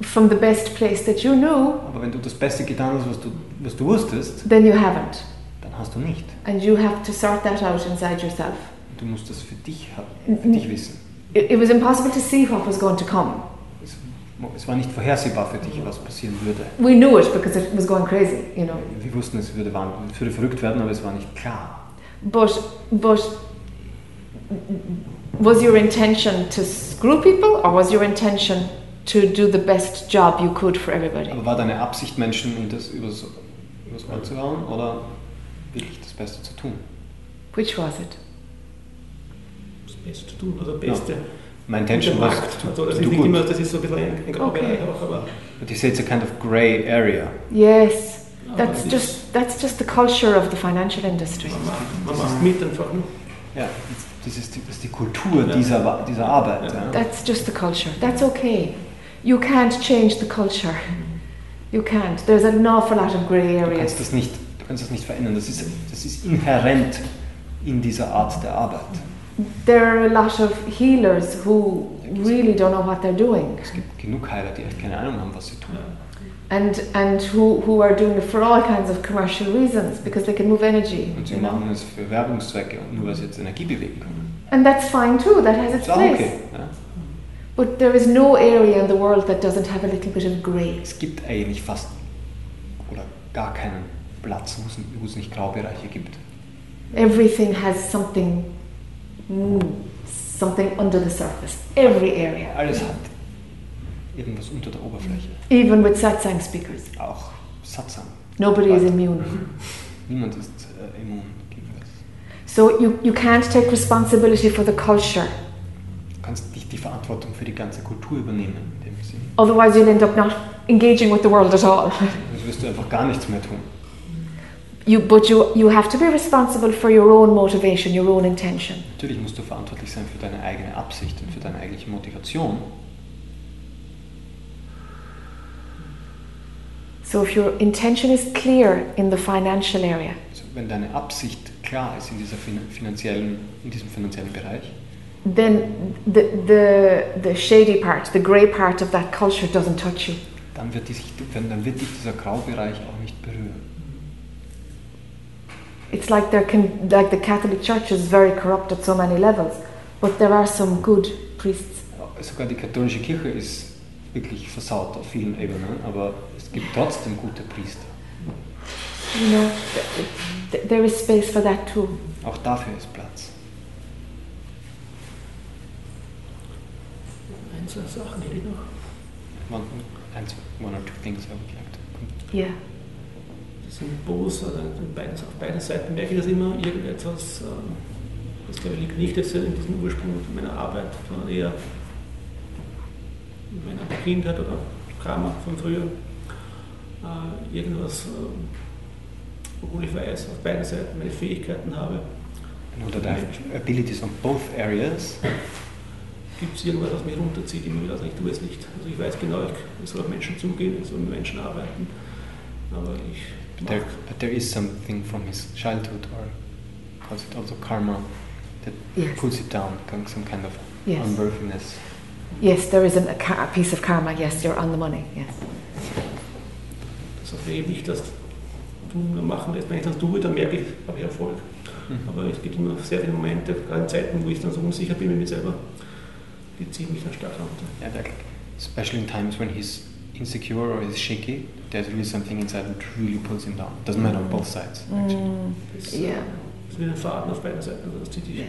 Speaker 1: from the best place that you knew,
Speaker 8: Aber wenn du das Beste getan hast, was du, was du wusstest,
Speaker 1: then you haven't,
Speaker 8: dann hast du nicht.
Speaker 1: and you have to sort that out inside yourself.
Speaker 8: Du musst das für dich, haben, für dich wissen.
Speaker 1: It, it was impossible to see what was going to come.
Speaker 8: Es, es war nicht vorhersehbar für dich, was passieren würde.
Speaker 1: We knew it because it was going crazy, you know.
Speaker 8: Wir wussten, es würde, wahnsinnig- es würde verrückt werden, aber es war nicht klar.
Speaker 1: But but was your intention to screw people, or was your intention to do the best job you could for everybody?
Speaker 8: Aber war deine Absicht, Menschen in das, übers, übers Ohr zu hauen oder wirklich das Beste zu tun?
Speaker 1: Which was it?
Speaker 9: das Beste zu tun, also das Beste.
Speaker 8: My intention
Speaker 9: Der
Speaker 8: was
Speaker 9: Markt.
Speaker 8: to,
Speaker 9: Also das
Speaker 8: to
Speaker 9: ist
Speaker 8: do
Speaker 9: nicht immer,
Speaker 8: good.
Speaker 9: das ist so ein bisschen ein, ein grauer
Speaker 1: Okay.
Speaker 9: Bereich auch, aber
Speaker 8: But you say it's a kind of gray area.
Speaker 1: Oh, Yes,
Speaker 9: aber
Speaker 1: that's
Speaker 9: es ist-
Speaker 1: just that's just the culture of the financial industry.
Speaker 9: man macht, man macht mit einfach. Ne?
Speaker 8: Ja, das- das ist die, das ist die Kultur
Speaker 9: Ja.
Speaker 8: dieser, Wa- dieser Arbeit.
Speaker 9: Ja.
Speaker 8: Ja.
Speaker 1: That's just the culture. That's okay. You can't change the culture. You can't. There's an awful lot of grey
Speaker 8: Du, kannst
Speaker 1: areas.
Speaker 8: das nicht, du kannst das nicht verändern. Das ist, das ist inhärent in dieser Art der Arbeit.
Speaker 1: There are a lot of healers who really don't know what they're doing,
Speaker 8: Es gibt genug Heiler, die echt keine Ahnung haben, was sie tun.
Speaker 1: and and who who are doing it for all kinds of commercial reasons because they can move energy.
Speaker 8: Und sie
Speaker 1: You know?
Speaker 8: machen es für Werbungszwecke und nur, weil sie jetzt Energie bewegen können.
Speaker 1: And that's fine too. That has its
Speaker 8: Ist auch
Speaker 1: place.
Speaker 8: okay. Ja.
Speaker 1: But there is no area in the world that doesn't have a little bit of grey.
Speaker 8: Es gibt eigentlich fast oder gar keinen Platz, wo es, wo es nicht Graubereiche gibt.
Speaker 1: Everything has something, mm, something under the surface. Every area,
Speaker 8: Alles hat irgendwas unter der Oberfläche.
Speaker 1: even with satsang speakers,
Speaker 8: Auch Satsang.
Speaker 1: nobody is immune.
Speaker 8: Niemand ist äh, immun gegen das.
Speaker 1: So you, you can't take responsibility for the culture.
Speaker 8: Du kannst nicht die Verantwortung für die ganze Kultur übernehmen, in dem Sinne.
Speaker 1: Otherwise, you'll end up not engaging with the world at all.
Speaker 8: Sonst wirst du einfach gar nichts mehr tun.
Speaker 1: You, but you, you have to be responsible for your own motivation, your own intention.
Speaker 8: Natürlich musst du verantwortlich sein für deine eigene Absicht und für deine eigentliche Motivation.
Speaker 1: So if your intention is clear in the financial area,
Speaker 8: Also wenn deine Absicht klar ist in, dieser fin- finanziellen, in diesem finanziellen Bereich,
Speaker 1: then the, the, the shady part, the grey part of that culture doesn't touch you.
Speaker 8: dann wird, dich, dann wird dich dieser Graubereich auch nicht berühren.
Speaker 1: It's like there can, like the Catholic Church is very corrupt at so many levels, but there are some good priests.
Speaker 8: Sogar die katholische Kirche ist wirklich versaut auf vielen Ebenen, aber es gibt trotzdem gute Priester.
Speaker 1: You know, th- th- there is space for that too.
Speaker 8: Auch dafür ist Platz.
Speaker 9: Einzelne Sachen hätte ich noch.
Speaker 8: One, eins- one or two things I would like to
Speaker 1: Yeah.
Speaker 9: Das Symbols, also an beiden, auf beiden Seiten merke ich das immer, irgendetwas, äh, das glaube ich liegt nicht jetzt in diesem Ursprung meiner Arbeit, sondern eher in meiner Kindheit oder Drama von früher. äh, irgendwas, ähm, obwohl ich weiß, auf beiden Seiten meine Fähigkeiten habe.
Speaker 8: And what are the abilities on both areas?
Speaker 9: gibt es irgendwas, was mich runterzieht. Immer wieder, also ich tue es nicht. Also ich weiß genau, ich, ich soll auf Menschen zugehen, ich soll mit Menschen arbeiten. Aber ich
Speaker 8: But there,
Speaker 9: mag,
Speaker 8: but there is something from his childhood, or was it also karma, that
Speaker 1: Yes.
Speaker 8: pulls it down, kind- some kind of
Speaker 1: Yes.
Speaker 8: unworthiness.
Speaker 1: Yes, there is an, a, ca- a piece of karma. Yes, you're on the money. Yes.
Speaker 9: das heißt, wenn ich nicht das tun und machen lässt, wenn ich das tue, dann merke ich, habe ich Erfolg. Aber es gibt immer sehr viele Momente, gerade in Zeiten, wo ich dann so unsicher bin mit mir selber, die ziehen mich dann stark runter.
Speaker 8: Yeah, like, especially in times when he's insecure or he's shaky, there's really something inside that really pulls him down. Doesn't matter on both sides,
Speaker 1: Mm.
Speaker 8: actually.
Speaker 9: Das
Speaker 8: uh,
Speaker 9: äh,
Speaker 1: Yeah.
Speaker 9: ist wie ein Faden auf beiden Seiten, also das zieht dich.
Speaker 1: Yes.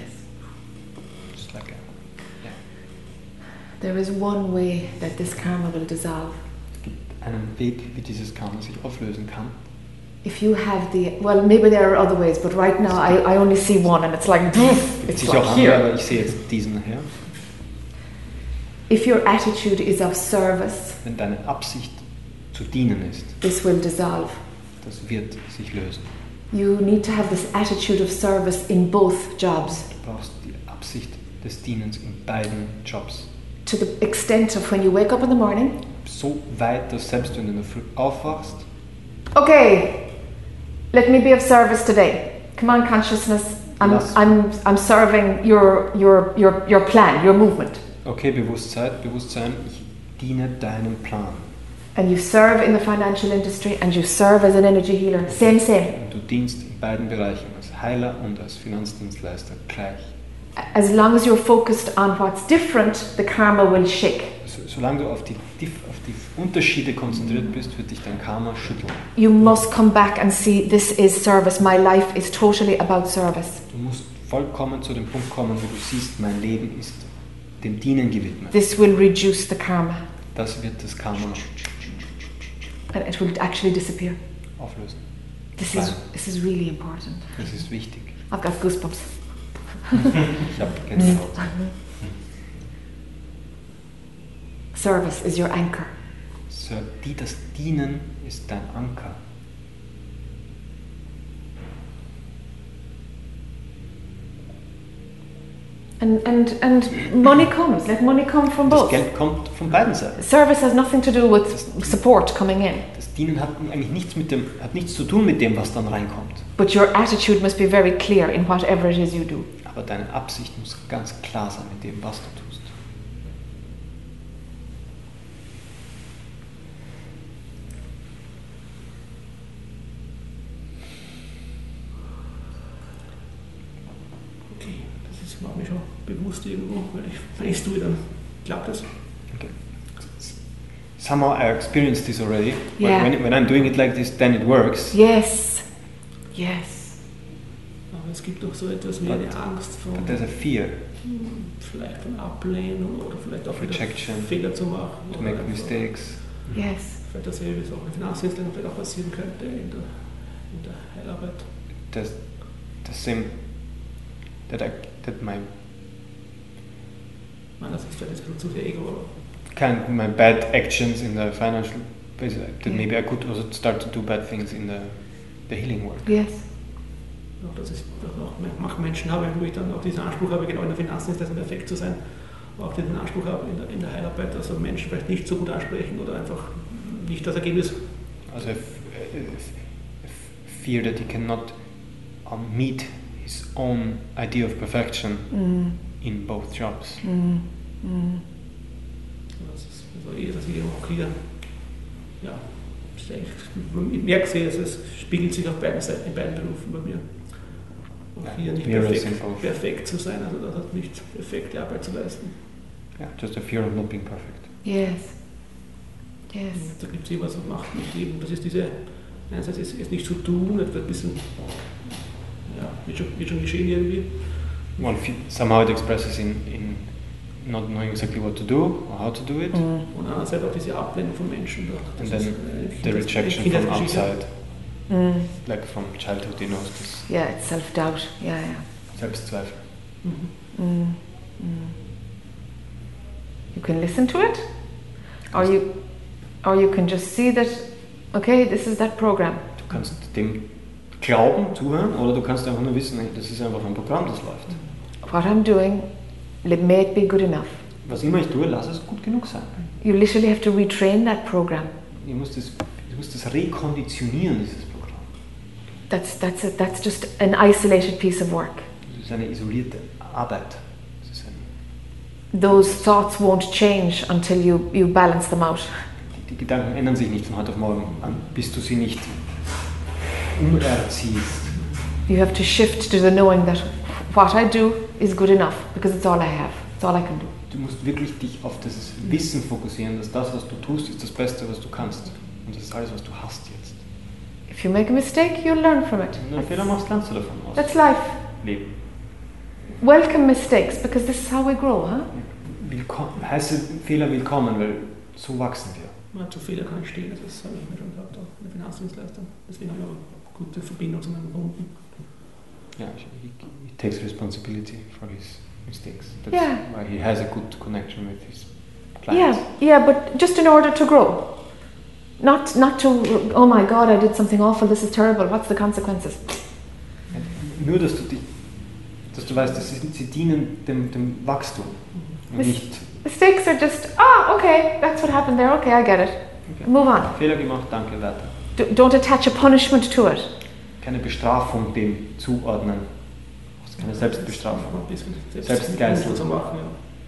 Speaker 8: Just like a,
Speaker 1: There is one way that this karma will dissolve.
Speaker 8: einen Weg, wie dieses Karma sich auflösen kann.
Speaker 1: If you have the well, maybe there are other ways, but right now I, I only see one, and it's like poof,
Speaker 8: Gibt
Speaker 1: it's
Speaker 8: sicher
Speaker 1: like
Speaker 8: auch andere,
Speaker 1: here.
Speaker 8: aber ich sehe jetzt diesen her.
Speaker 1: If your attitude is of service,
Speaker 8: Wenn deine Absicht zu dienen ist,
Speaker 1: this will dissolve.
Speaker 8: das wird sich lösen.
Speaker 1: You need to have this attitude of service in both jobs
Speaker 8: Du brauchst die Absicht des Dienens in beiden Jobs.
Speaker 1: to the extent of when you wake up in the morning.
Speaker 8: So weit, dass selbst wenn du in der Früh aufwachst,
Speaker 1: Okay, let me be of service today. Come on, consciousness. I'm,
Speaker 8: Yes.
Speaker 1: I'm, I'm serving your, your, your, your plan, your movement.
Speaker 8: okay, Bewusstsein, Bewusstsein, ich diene deinem Plan.
Speaker 1: And you serve in the financial industry and you serve as an energy healer. Same, same.
Speaker 8: Und du dienst in beiden Bereichen, als Heiler und als Finanzdienstleister gleich.
Speaker 1: As long as you're focused on what's different, the karma will shake.
Speaker 8: So, solange du auf die, Dif- auf die Unterschiede konzentriert bist, wird dich dein Karma schütteln.
Speaker 1: You must come back and see this is service. My life is totally about service.
Speaker 8: Du musst vollkommen zu dem Punkt kommen, wo du siehst, mein Leben ist dem Dienen gewidmet.
Speaker 1: This will reduce the karma
Speaker 8: Das wird das Karma
Speaker 1: and it will actually disappear.
Speaker 8: auflösen.
Speaker 1: This is, this is really important.
Speaker 8: Das ist wichtig.
Speaker 1: I've got goosebumps.
Speaker 8: Ich habe Gänsehaut.
Speaker 1: Service is your anchor.
Speaker 8: So, die, das Dienen ist dein Anker.
Speaker 1: And, and, and money comes. Let money come from
Speaker 8: Das
Speaker 1: both.
Speaker 8: Geld kommt von beiden Seiten.
Speaker 1: Service has nothing to do with support coming in,
Speaker 8: Das Dienen hat eigentlich nichts, mit dem, hat nichts zu tun mit dem, was dann reinkommt.
Speaker 1: but your attitude must be very clear in whatever it is you do.
Speaker 8: Aber deine Absicht muss ganz klar sein mit dem, was du tust.
Speaker 9: Okay, das ist mache mich auch bewusst irgendwo, weil ich, wenn ich es tue, dann klappt das.
Speaker 8: Somehow I experienced this already. When-
Speaker 1: Yeah.
Speaker 8: When, when I'm doing it like this, then it works.
Speaker 1: Yes, yes.
Speaker 9: Aber es gibt doch so etwas wie eine Angst vor
Speaker 8: But there's a fear
Speaker 9: vielleicht von Ablehnung oder vielleicht auch wieder
Speaker 8: Rejection.
Speaker 9: Fehler zu machen.
Speaker 8: to
Speaker 9: oder
Speaker 8: make
Speaker 9: einfach
Speaker 8: mistakes.
Speaker 1: Yes.
Speaker 9: Vielleicht dasselbe ist auch mit Nachsitzlern vielleicht auch passieren könnte in der, in der Heilarbeit.
Speaker 8: There's the same that I that my
Speaker 9: Meinerseits vielleicht ist es ein bisschen zu viel Ego, aber
Speaker 8: kind my bad actions in the financial basi- that maybe I could also start to do bad things in the the healing work.
Speaker 1: Yes.
Speaker 9: auch dass ich dass auch Me- mach Menschen habe, wo ich dann auch diesen Anspruch habe, genau in der Finanzdienstleistung perfekt zu sein, aber auch diesen Anspruch habe in der, in der Heilarbeit, dass wir Menschen vielleicht nicht so gut ansprechen oder einfach nicht das Ergebnis
Speaker 8: Also a, f- a- a f- fear that he cannot um, meet his own idea of perfection
Speaker 1: Mm,
Speaker 8: in both jobs.
Speaker 1: mm, mm.
Speaker 9: Das ist also eher, dass ich eben auch hier, ja, ich merke sehr, es es spiegelt sich auf beiden Seiten, in beiden Berufen bei mir. Auch hier nicht
Speaker 8: Mirrors
Speaker 9: perfekt,
Speaker 8: in both.
Speaker 9: perfekt zu sein, also das hat nicht perfekte Arbeit zu leisten.
Speaker 8: Yeah, just a fear of not being perfect.
Speaker 1: Yes. Yes.
Speaker 9: Da gibt es eben, was macht mich eben, das ist diese, einerseits ist es nicht zu tun, etwas ein bisschen, ja, wird schon, wird schon geschehen irgendwie.
Speaker 8: Well, fe- somehow it expresses in in not knowing exactly what to do or how to do it,
Speaker 1: Mm,
Speaker 9: Und andererseits auch diese Ablehnung von Menschen. Das
Speaker 8: and
Speaker 9: ist äh,
Speaker 8: then
Speaker 9: eine
Speaker 8: the
Speaker 9: Kindes-
Speaker 8: rejection from
Speaker 9: Kindheitsgeschichte.
Speaker 8: outside,
Speaker 1: mm.
Speaker 8: like from childhood, you know, this
Speaker 1: Yeah, it's self doubt. Yeah, yeah.
Speaker 8: Selbstzweifel.
Speaker 9: Mhm.
Speaker 1: Mm, mm. You can listen to it, or you, or you can just see that Okay, this is that program.
Speaker 8: Du kannst dem glauben, zuhören, oder du kannst einfach nur wissen, das ist einfach ein Programm, das läuft.
Speaker 1: What I'm doing, li- may it be good enough.
Speaker 8: Was immer ich tue, lass es gut genug sein.
Speaker 1: You literally have to retrain that program.
Speaker 8: Ich muss das, ich muss das rekonditionieren, dieses Programm.
Speaker 1: That's, that's, a, that's just an isolated piece of work.
Speaker 8: Das ist eine isolierte Arbeit. Das ist ein,
Speaker 1: Those thoughts won't change until you, you balance them out.
Speaker 8: die, die Gedanken ändern sich nicht von heute auf morgen, an, bis du sie nicht umerziehst.
Speaker 1: You have to shift to the knowing that what I do is good enough because it's all I have, it's all I can do.
Speaker 8: Du musst wirklich dich auf das Wissen fokussieren, dass das, was du tust, ist das Beste, was du kannst. Und das ist alles, was du hast jetzt.
Speaker 1: If you make a mistake, you'll learn from it.
Speaker 8: Wenn du einen Fehler machst, lernst du davon aus.
Speaker 1: That's life.
Speaker 8: Leben.
Speaker 1: Welcome mistakes because this is how we grow, huh?
Speaker 8: Willkommen, heiße Fehler willkommen, weil so wachsen wir.
Speaker 9: Man, zu Fehler kann ich stehen, das habe ich mir schon gedacht, auch mit Finanzdienstleistern. Deswegen haben wir eine gute Verbindung zu meinem Kunden.
Speaker 8: Yeah, he, he takes responsibility for his mistakes. That's
Speaker 1: Yeah.
Speaker 8: why he has a good connection with his clients.
Speaker 1: Yeah, yeah, but just in order to grow. Not, not to, oh my God, I did something awful, this is terrible, what's the consequences?
Speaker 8: Nur, dass du, dich, dass du weißt, dass sie, sie dienen dem, dem Wachstum und
Speaker 1: Es-
Speaker 8: nicht
Speaker 1: Mistakes are just, ah, okay, that's what happened there, okay, I get it.
Speaker 8: Okay.
Speaker 1: Move on.
Speaker 8: Fehler gemacht, danke, weiter.
Speaker 1: D- don't attach a punishment to it.
Speaker 8: Keine Bestrafung dem zuordnen. Keine Selbstbestrafung.
Speaker 9: Ein bisschen
Speaker 8: Selbstgeißel.
Speaker 9: zu machen,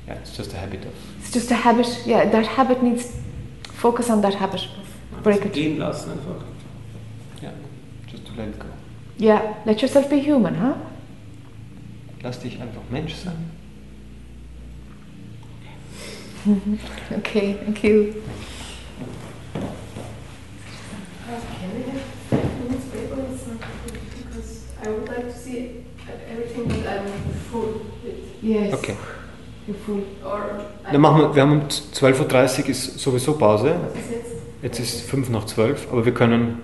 Speaker 9: ja.
Speaker 8: Ja, it's just a habit of.
Speaker 1: It's just a habit, yeah, that habit needs, focus on that habit. Break
Speaker 9: Einfach
Speaker 1: it.
Speaker 9: Gehen lassen einfach.
Speaker 8: Ja, just to let it go.
Speaker 1: Yeah, let yourself be human, huh?
Speaker 8: Lass dich einfach Mensch sein.
Speaker 1: Okay, thank
Speaker 10: Can
Speaker 1: you.
Speaker 10: we have five minutes break or something? Because I would like to see everything that I'm full with.
Speaker 1: Yes.
Speaker 8: Okay.
Speaker 1: You're full.
Speaker 10: Or I-
Speaker 8: Dann machen wir, wir haben um 12.30 Uhr ist sowieso Pause.
Speaker 10: Was ist jetzt?
Speaker 8: Jetzt ist 5 nach 12, aber wir können.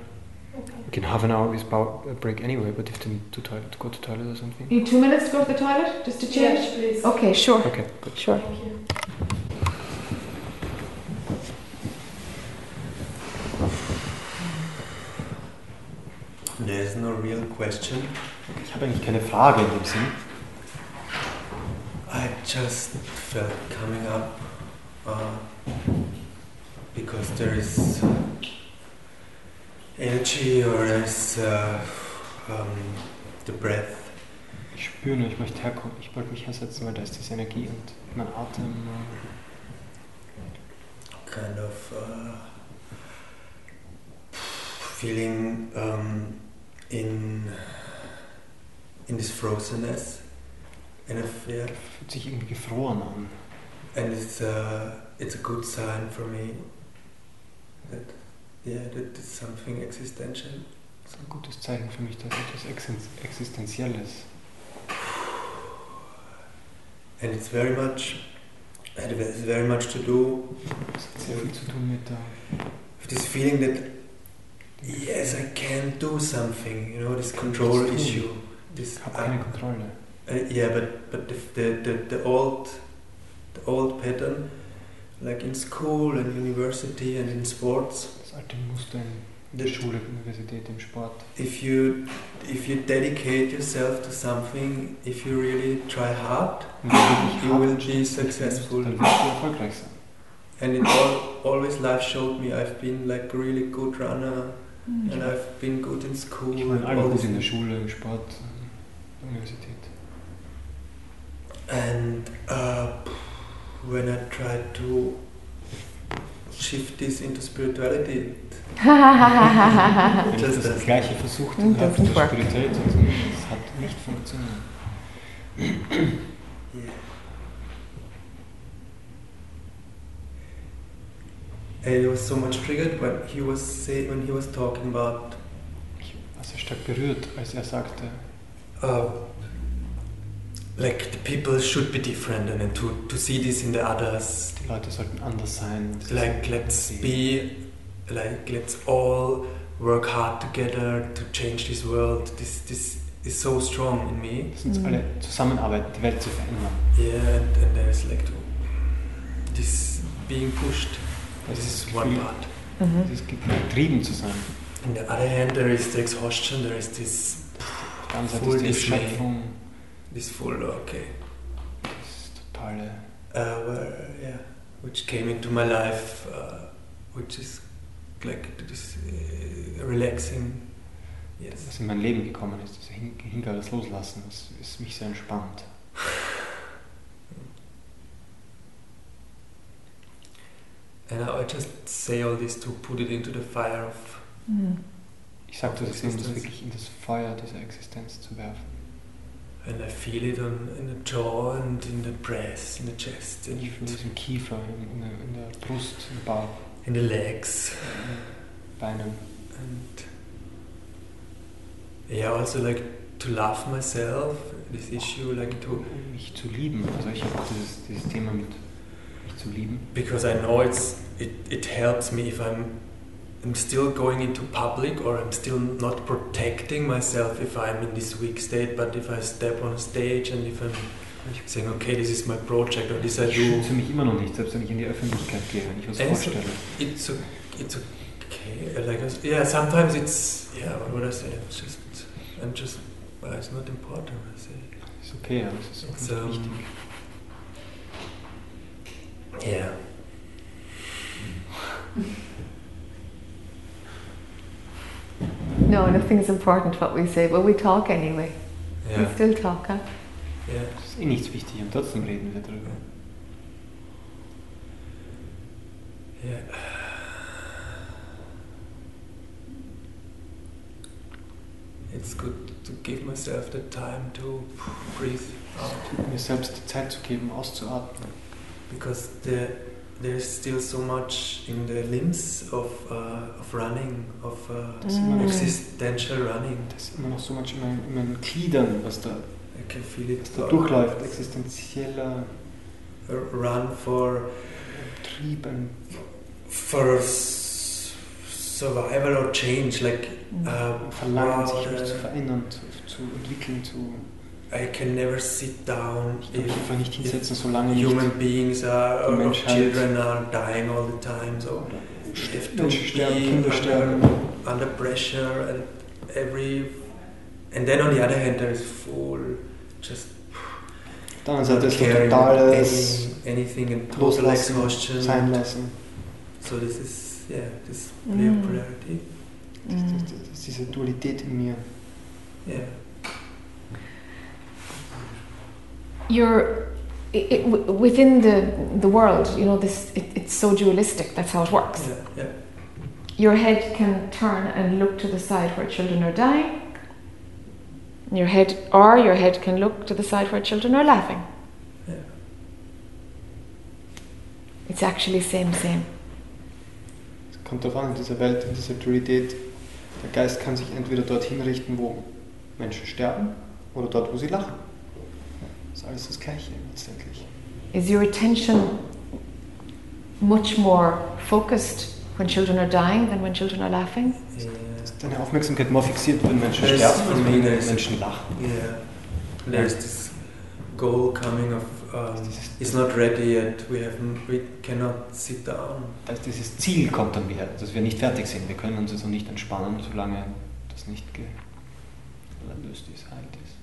Speaker 10: Okay.
Speaker 8: We can half an hour with power uh, break anyway, but if they need to, toilet, to go to toilet or something.
Speaker 1: You two minutes to go to the toilet, just to change?
Speaker 10: Yes, please.
Speaker 1: Okay, sure.
Speaker 8: Okay, good.
Speaker 1: Sure.
Speaker 10: Thank you.
Speaker 7: There's no real question.
Speaker 8: Ich habe eigentlich keine Frage in dem Sinn.
Speaker 7: I just felt coming up uh, because there is uh, energy or there's uh, um, the breath.
Speaker 8: Ich spüre nur, ich möchte herkommen. Ich wollte mich hersetzen, weil da ist diese Energie und mein Atem. äh,
Speaker 7: kind of uh, feeling um, in in this frozenness, and I feel,
Speaker 8: äh, Fühlt sich irgendwie gefroren an.
Speaker 7: and it's uh, it's a good sign for me that yeah that is something existential.
Speaker 8: Das ist ein gutes Zeichen für mich, dass etwas Existen- Existenzielles.
Speaker 7: and it's very much it has very much to do
Speaker 8: Das hat sehr viel zu tun mit der.
Speaker 7: with this feeling that yes I can do something you know this control
Speaker 8: Just do.
Speaker 7: issue this
Speaker 8: Ich habe keine Kontrolle.
Speaker 7: uh, yeah but but the, the, the, the old the old pattern like in school and university and in sports
Speaker 8: Das alte Muster in der
Speaker 7: that
Speaker 8: Schule, Universität, im Sport.
Speaker 7: if you if you dedicate yourself to something if you really try hard
Speaker 8: Wenn du wirklich
Speaker 7: you will
Speaker 8: hart
Speaker 7: be
Speaker 8: bist,
Speaker 7: successful
Speaker 8: dann wirst du erfolgreich sein.
Speaker 7: and it all, always life showed me I've been like a really good runner and I've been good in school
Speaker 8: Ich
Speaker 7: and
Speaker 8: meine, alle
Speaker 7: all
Speaker 8: gut in der
Speaker 7: this
Speaker 8: Schule, im Sport, äh, der Universität.
Speaker 7: and uh, when I tried to shift this into spirituality
Speaker 8: Wenn ich das,
Speaker 7: das-
Speaker 8: gleiche versucht
Speaker 1: Hm,
Speaker 8: habe,
Speaker 1: das
Speaker 8: das
Speaker 1: ist wack.
Speaker 8: Spirituell zu tun, das hat nicht funktioniert.
Speaker 7: And I was so much triggered when he was say, when he was talking about
Speaker 8: Also Ich war sehr stark berührt, als er sagte,
Speaker 7: uh, like the people should be different and, then to, to see this in the others
Speaker 8: die Leute sollten anders sein.
Speaker 7: like let's be like let's all work hard together to change this world this this is so strong in me
Speaker 8: Lass uns alle zusammenarbeiten, die Welt zu verändern.
Speaker 7: yeah and, and there's like this being pushed
Speaker 8: Das
Speaker 7: this
Speaker 8: ist
Speaker 7: is
Speaker 8: das
Speaker 7: one
Speaker 8: Gefühl,
Speaker 7: part
Speaker 1: Mhm.
Speaker 8: Es gibt getrieben zu sein.
Speaker 7: On the other hand, there is the exhaustion, there is this,
Speaker 8: Auf der anderen
Speaker 7: Voll
Speaker 8: Seite ist die
Speaker 7: Disney.
Speaker 8: Erschöpfung,
Speaker 7: this full, okay.
Speaker 8: das totale.
Speaker 7: Uh, well, yeah, which came into my life, uh, which is like this uh, relaxing. Yes.
Speaker 8: was in mein Leben gekommen ist, das Hin- Hingabe, das Loslassen, das ist mich sehr entspannt.
Speaker 7: And I I just say all this to put it into the fire of
Speaker 1: Mhm.
Speaker 8: Ich sage das jetzt, um das
Speaker 7: Existenz.
Speaker 8: wirklich in das Feuer dieser Existenz zu werfen.
Speaker 7: And I feel it on, in the jaw and in the breast, in the chest,
Speaker 8: Ich fühle
Speaker 7: and
Speaker 8: das im Kiefer, in, in, der, in der Brust, im Bauch,
Speaker 7: in the legs.
Speaker 8: in den Beinen.
Speaker 7: And yeah, also like to love myself, this issue, like to
Speaker 8: Um Mich zu lieben, also ich habe dieses, dieses Thema mit mich zu lieben.
Speaker 7: because I know it's it, it helps me if I'm I'm still going into public or I'm still not protecting myself if I'm in this weak state, but if I step on a stage and if I'm saying, okay, this is my project or this I
Speaker 8: Ich
Speaker 7: do,
Speaker 8: schütze mich immer noch nicht, selbst wenn ich in die Öffentlichkeit gehe, wenn ich was
Speaker 7: Äh, so-
Speaker 8: vorstelle.
Speaker 7: It's o- it's okay. Like I s- yeah, sometimes it's yeah. What would I say? It's just I'm just. Well, it's not important. I say.
Speaker 8: Ist okay, aber es ist
Speaker 7: It's,
Speaker 8: auch nicht
Speaker 7: um,
Speaker 8: wichtig.
Speaker 7: Yeah.
Speaker 1: No, nothing's important what we say, but we talk anyway. We
Speaker 7: Yeah.
Speaker 1: still talk, huh?
Speaker 7: Yeah.
Speaker 8: Es ist eh nichts wichtig und trotzdem reden wir darüber.
Speaker 7: Yeah. It's good to give myself the time to breathe out
Speaker 8: Mir selbst die Zeit zu geben, auszuatmen.
Speaker 7: because there there's still so much in the limbs of uh, of running of uh,
Speaker 1: Das ist immer noch-
Speaker 7: existential running.
Speaker 8: Da ist immer noch so much in meinen, in meinen Gliedern, was da
Speaker 7: I can feel it.
Speaker 8: was da durchläuft, existenzieller
Speaker 7: A run for
Speaker 8: Trieb, ein
Speaker 7: for s- survival or change like
Speaker 1: Mm-hmm.
Speaker 7: uh,
Speaker 8: Verlangen, sich
Speaker 7: or,
Speaker 8: etwas zu
Speaker 7: uh,
Speaker 8: verändern, zu, zu entwickeln, zu
Speaker 7: i can never sit down
Speaker 8: ich kann mich
Speaker 7: if
Speaker 8: einfach nicht hinsetzen, solange nicht
Speaker 7: human beings are
Speaker 8: Die
Speaker 7: or
Speaker 8: Menschheit-
Speaker 7: children are dying all the time so you have to
Speaker 8: Menschen sterben,
Speaker 7: be
Speaker 8: Kinder
Speaker 7: under-
Speaker 8: sterben.
Speaker 7: under pressure and every and then on the other hand there is full just
Speaker 8: Auf der anderen Seite ist
Speaker 7: caring
Speaker 8: totales
Speaker 7: any- anything and total
Speaker 8: Loslassen,
Speaker 7: exhaustion
Speaker 8: Sein lassen.
Speaker 7: so this is yeah this
Speaker 1: Mm.
Speaker 7: mm. polarity
Speaker 8: Das,
Speaker 1: Mm.
Speaker 8: das, das ist diese Dualität in mir.
Speaker 7: yeah
Speaker 1: you're i i w within the the world you know this it, it's so dualistic that's how it works
Speaker 7: yeah yeah
Speaker 1: your head can turn and look to the side where children are dying your head or your head can look to the side where children are laughing
Speaker 7: Yeah.
Speaker 1: it's actually same same
Speaker 8: Es kommt darauf an, in dieser Welt, in dieser Dualität, der Geist kann sich entweder dorthin richten, wo Menschen sterben, oder dort, wo sie lachen. Das ist alles das Gleiche letztendlich.
Speaker 1: is your attention much more focused when children are dying than when children are laughing
Speaker 7: yeah
Speaker 8: Ist deine Aufmerksamkeit more fixiert, wenn Menschen
Speaker 7: Das-
Speaker 8: sterben, als wenn
Speaker 7: das-
Speaker 8: Menschen lachen?
Speaker 7: Yeah, there's this goal coming of um,
Speaker 8: Dieses-
Speaker 7: it's not ready yet. We haven't. We cannot sit down.
Speaker 8: Also dieses Ziel kommt dann wieder, dass wir nicht fertig sind. Wir können uns jetzt noch nicht entspannen, solange das nicht gelöst ist, heilt ist.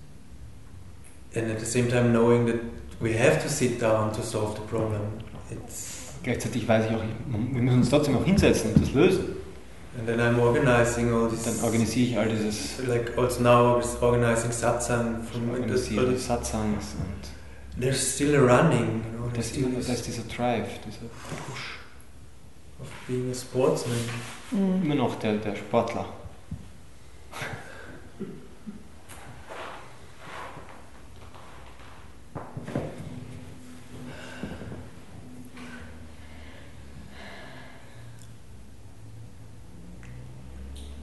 Speaker 7: And at the same time, knowing that we have to sit down to solve the problem. It's
Speaker 8: Gleichzeitig weiß ich auch, ich- wir müssen uns trotzdem auch hinsetzen und das lösen.
Speaker 7: and then I'm organizing all this.
Speaker 8: Dann organisiere ich all dieses
Speaker 7: Like also now I was organizing satsang from
Speaker 8: organisiere Satsangs und
Speaker 7: There's still a running, you know.
Speaker 8: das
Speaker 7: There's
Speaker 8: ist,
Speaker 7: still
Speaker 8: immer, das
Speaker 7: this
Speaker 8: ist dieser Drive, dieser Push.
Speaker 7: of being a sportsman.
Speaker 1: Mm.
Speaker 8: Immer noch der, der Sportler.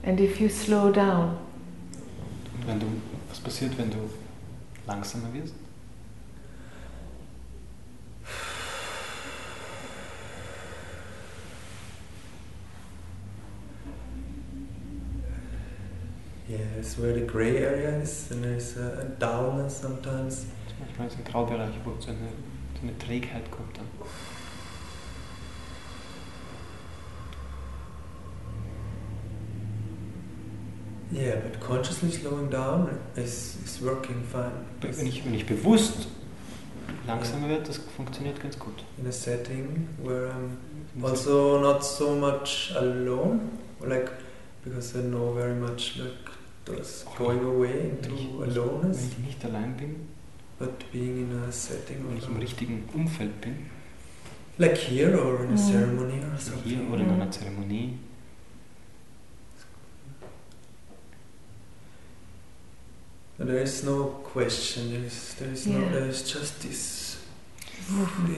Speaker 1: and if you slow down
Speaker 8: Und wenn du, was passiert, wenn du langsamer wirst?
Speaker 7: Yeah, it's where the gray area is, and there's a, a dullness sometimes.
Speaker 8: Manchmal ist ein Graubereich, wo so eine, so eine Trägheit kommt dann.
Speaker 7: Yeah, but consciously slowing down is, is working fine.
Speaker 8: Be- Wenn ich, wenn ich bewusst langsamer werde, das funktioniert ganz gut.
Speaker 7: in a setting where I'm also not so much alone, like because I know very much like that's going away into
Speaker 8: Wenn ich, wenn
Speaker 7: aloneness,
Speaker 8: ich nicht allein bin,
Speaker 7: but being in a setting
Speaker 8: wenn ich im
Speaker 7: or
Speaker 8: richtigen Umfeld bin,
Speaker 7: like here or in a
Speaker 1: Mm.
Speaker 7: ceremony or
Speaker 8: also
Speaker 7: something.
Speaker 8: hier oder in
Speaker 7: Mhm.
Speaker 8: einer Zeremonie,
Speaker 7: But there is no question. There is there is
Speaker 1: Yeah.
Speaker 7: no there is just this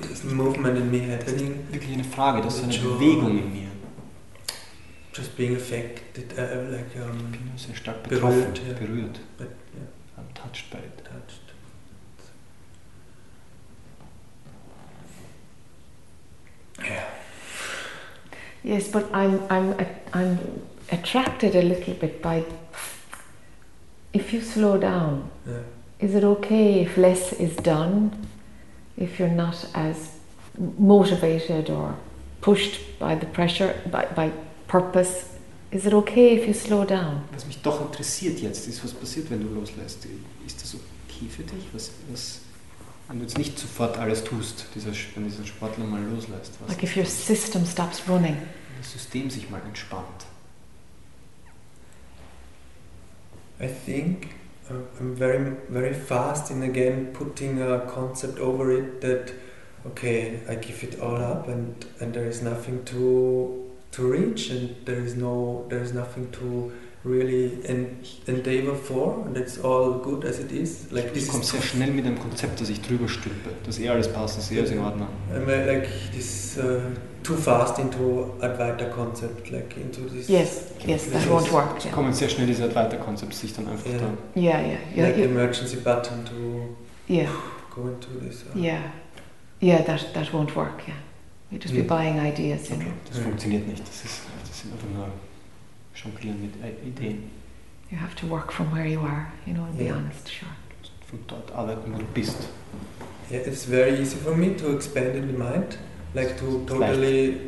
Speaker 7: this movement in me happening,
Speaker 8: wirklich eine Frage, das ist eine
Speaker 7: Joy.
Speaker 8: Bewegung in mir.
Speaker 7: just being affected, uh, like
Speaker 8: Ich
Speaker 7: um,
Speaker 8: bin sehr stark betroffen,
Speaker 7: Berührt,
Speaker 8: berührt.
Speaker 7: ja.
Speaker 8: berührt.
Speaker 7: but, yeah.
Speaker 8: I'm touched by it.
Speaker 7: touched.
Speaker 1: Yes, but I'm I'm I'm attracted a little bit by. If you slow down,
Speaker 7: Yeah.
Speaker 1: is it okay if less is done? If you're not as motivated or pushed by the pressure by, by purpose, is it okay if you slow down?
Speaker 8: Was mich doch interessiert jetzt, ist, was passiert, wenn du loslässt. Ist das okay für dich? Was, was, wenn du jetzt nicht sofort alles tust, dieser, wenn dieser Sportler mal loslässt, was
Speaker 1: Like if your system stops running.
Speaker 8: wenn das System sich mal entspannt.
Speaker 7: I think I'm I'm very very fast in again putting a concept over it that okay I give it all up and and there is nothing to to reach and there is no there is nothing to really en- endeavor for and it's all good as it is like
Speaker 8: Ich
Speaker 7: this
Speaker 8: komme
Speaker 7: is
Speaker 8: sehr schnell mit einem Konzept, dass ich drüber stülpe, dass eh alles passt, dass eh alles in Ordnung.
Speaker 7: I'm uh, like this uh, too fast into Advaita concept like into this
Speaker 1: Yes, yes, that
Speaker 7: Yes.
Speaker 1: won't work.
Speaker 8: Es
Speaker 1: Yeah,
Speaker 8: kommen sehr schnell diese Weiterkonzepte, sich dann einfach
Speaker 7: Ja.
Speaker 8: da
Speaker 1: yeah, yeah, yeah,
Speaker 7: like
Speaker 1: yeah.
Speaker 7: emergency button to
Speaker 1: yeah.
Speaker 7: go into this uh,
Speaker 1: Yeah, yeah, that that won't work. Yeah, you just be
Speaker 7: Mm.
Speaker 1: buying ideas, you
Speaker 8: Okay,
Speaker 1: know.
Speaker 8: das
Speaker 7: Ja.
Speaker 8: funktioniert nicht. Das, ist, das sind einfach nur Jonglieren mit I- Ideen.
Speaker 1: You have to work from where you are, you know, and be
Speaker 7: Yeah.
Speaker 1: honest. Sure.
Speaker 8: Von dort arbeiten, wo du bist.
Speaker 7: Yeah, it's very easy for me to expand in the mind, like to totally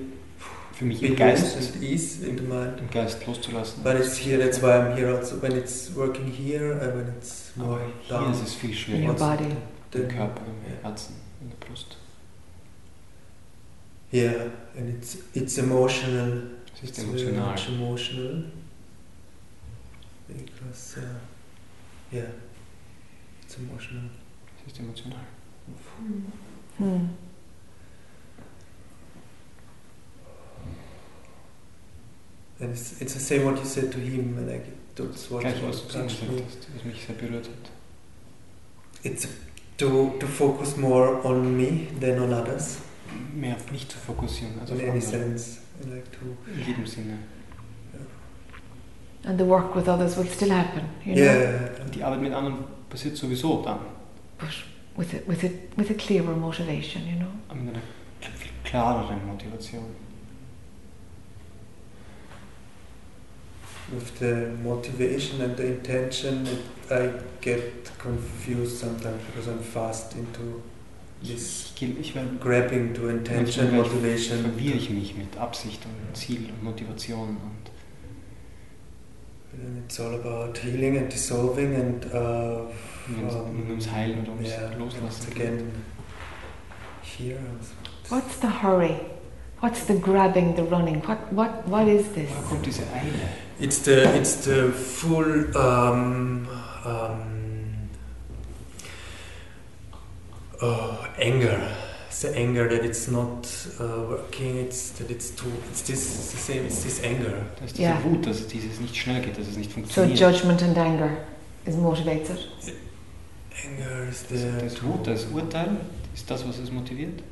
Speaker 8: Für mich
Speaker 7: be
Speaker 8: im Geist,
Speaker 7: loose and ease in the mind.
Speaker 8: im Geist loszulassen.
Speaker 7: But it's here, that's why I'm here also. When it's working here and when it's more
Speaker 8: Aber hier
Speaker 7: down,
Speaker 8: ist es viel
Speaker 1: In your
Speaker 8: schwerer.
Speaker 1: body.
Speaker 8: Im
Speaker 7: then-
Speaker 8: Körper, im Herzen, in der Brust.
Speaker 7: Yeah, and it's it's emotional.
Speaker 8: Es
Speaker 7: It's
Speaker 8: ist
Speaker 7: very
Speaker 8: emotional.
Speaker 7: much emotional. Because, uh, yeah, it's emotional.
Speaker 8: Es ist emotional.
Speaker 1: Hmm.
Speaker 7: And it's, it's the same what you said to him, and like, that's what
Speaker 8: Gleich was
Speaker 7: what
Speaker 8: du
Speaker 7: touched
Speaker 8: gesagt
Speaker 7: me.
Speaker 8: hast, was mich sehr berührt hat.
Speaker 7: It's to, to focus more on me than on others.
Speaker 8: Mehr auf mich zu fokussieren, also
Speaker 7: in
Speaker 8: auf
Speaker 7: any
Speaker 8: andere.
Speaker 7: sense, like to
Speaker 8: In jedem Sinne.
Speaker 1: And the work with others will still happen, you know.
Speaker 7: yeah,
Speaker 8: Die Arbeit mit anderen passiert sowieso dann.
Speaker 1: But with it, with it, with a clearer motivation, you know.
Speaker 8: Aber mit einer viel klareren Motivation.
Speaker 7: with the motivation and the intention. It, I get confused sometimes because I'm fast into this
Speaker 8: Ich, geh- ich werde
Speaker 7: grabbing to intention,
Speaker 8: Manchmal
Speaker 7: motivation.
Speaker 8: verwirre ich mich mit Absicht und Ziel und Motivation und
Speaker 7: And it's all about healing and dissolving and uh,
Speaker 8: wenn's-
Speaker 7: um,
Speaker 8: nur ums Heilen oder ums
Speaker 7: yeah,
Speaker 8: Loslassen.
Speaker 7: once again here. I was-
Speaker 1: What's the hurry? What's the grabbing, the running? What what what is this?
Speaker 8: Woher kommt diese Eile?
Speaker 7: It's the it's the full um, um, oh, anger. It's the anger that it's not uh, working. It's that it's too. It's this. It's the same. It's this anger.
Speaker 8: Da ist diese
Speaker 1: Ja.
Speaker 8: Wut, dass es dieses nicht schnell geht, dass es nicht
Speaker 1: So
Speaker 8: funktioniert.
Speaker 1: judgment and anger is motivates it.
Speaker 7: Anger is
Speaker 8: das,
Speaker 7: the.
Speaker 8: das Wut, das Urteil, ist das, was es motiviert?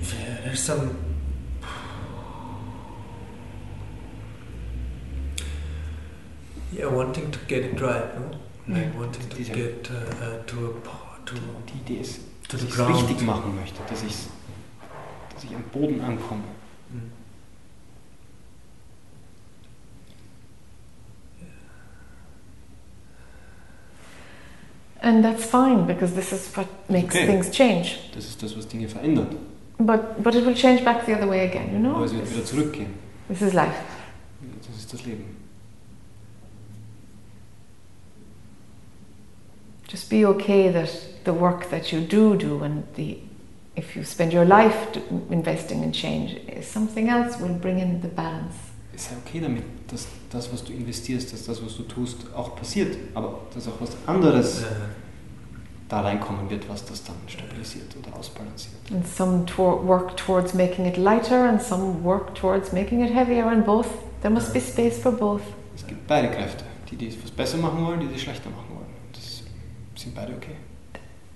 Speaker 7: Yeah, there's some. Yeah, wanting to get it right, no? Like wanting to
Speaker 8: Diese-
Speaker 7: get uh, uh, to a po- to
Speaker 8: Die Idee ist,
Speaker 7: to
Speaker 8: dass
Speaker 7: the
Speaker 8: ich es
Speaker 7: ground.
Speaker 8: richtig machen möchte, dass, ich's, dass ich am Boden ankomme.
Speaker 7: Mm.
Speaker 1: And that's fine because this is what makes
Speaker 8: Okay.
Speaker 1: things change.
Speaker 8: Das ist das, was Dinge verändert.
Speaker 1: But but it will change back the other way again, you know.
Speaker 8: Aber es wird wieder zurückgehen.
Speaker 1: This is life.
Speaker 8: Das ist das Leben.
Speaker 1: Just be okay that the work that you do do and the if you spend your life to, investing in change, eh, something else will bring in the balance.
Speaker 8: Ist ja okay damit, dass das, was du investierst, dass das, was du tust, auch passiert. Aber dass auch was anderes da reinkommen wird, was das dann stabilisiert oder ausbalanciert.
Speaker 1: And some tor- work towards making it lighter, and some work towards making it heavier, and both. There must be space for both.
Speaker 8: Es gibt beide Kräfte, die die es was besser machen wollen, die die es schlechter machen wollen. Das sind beide okay.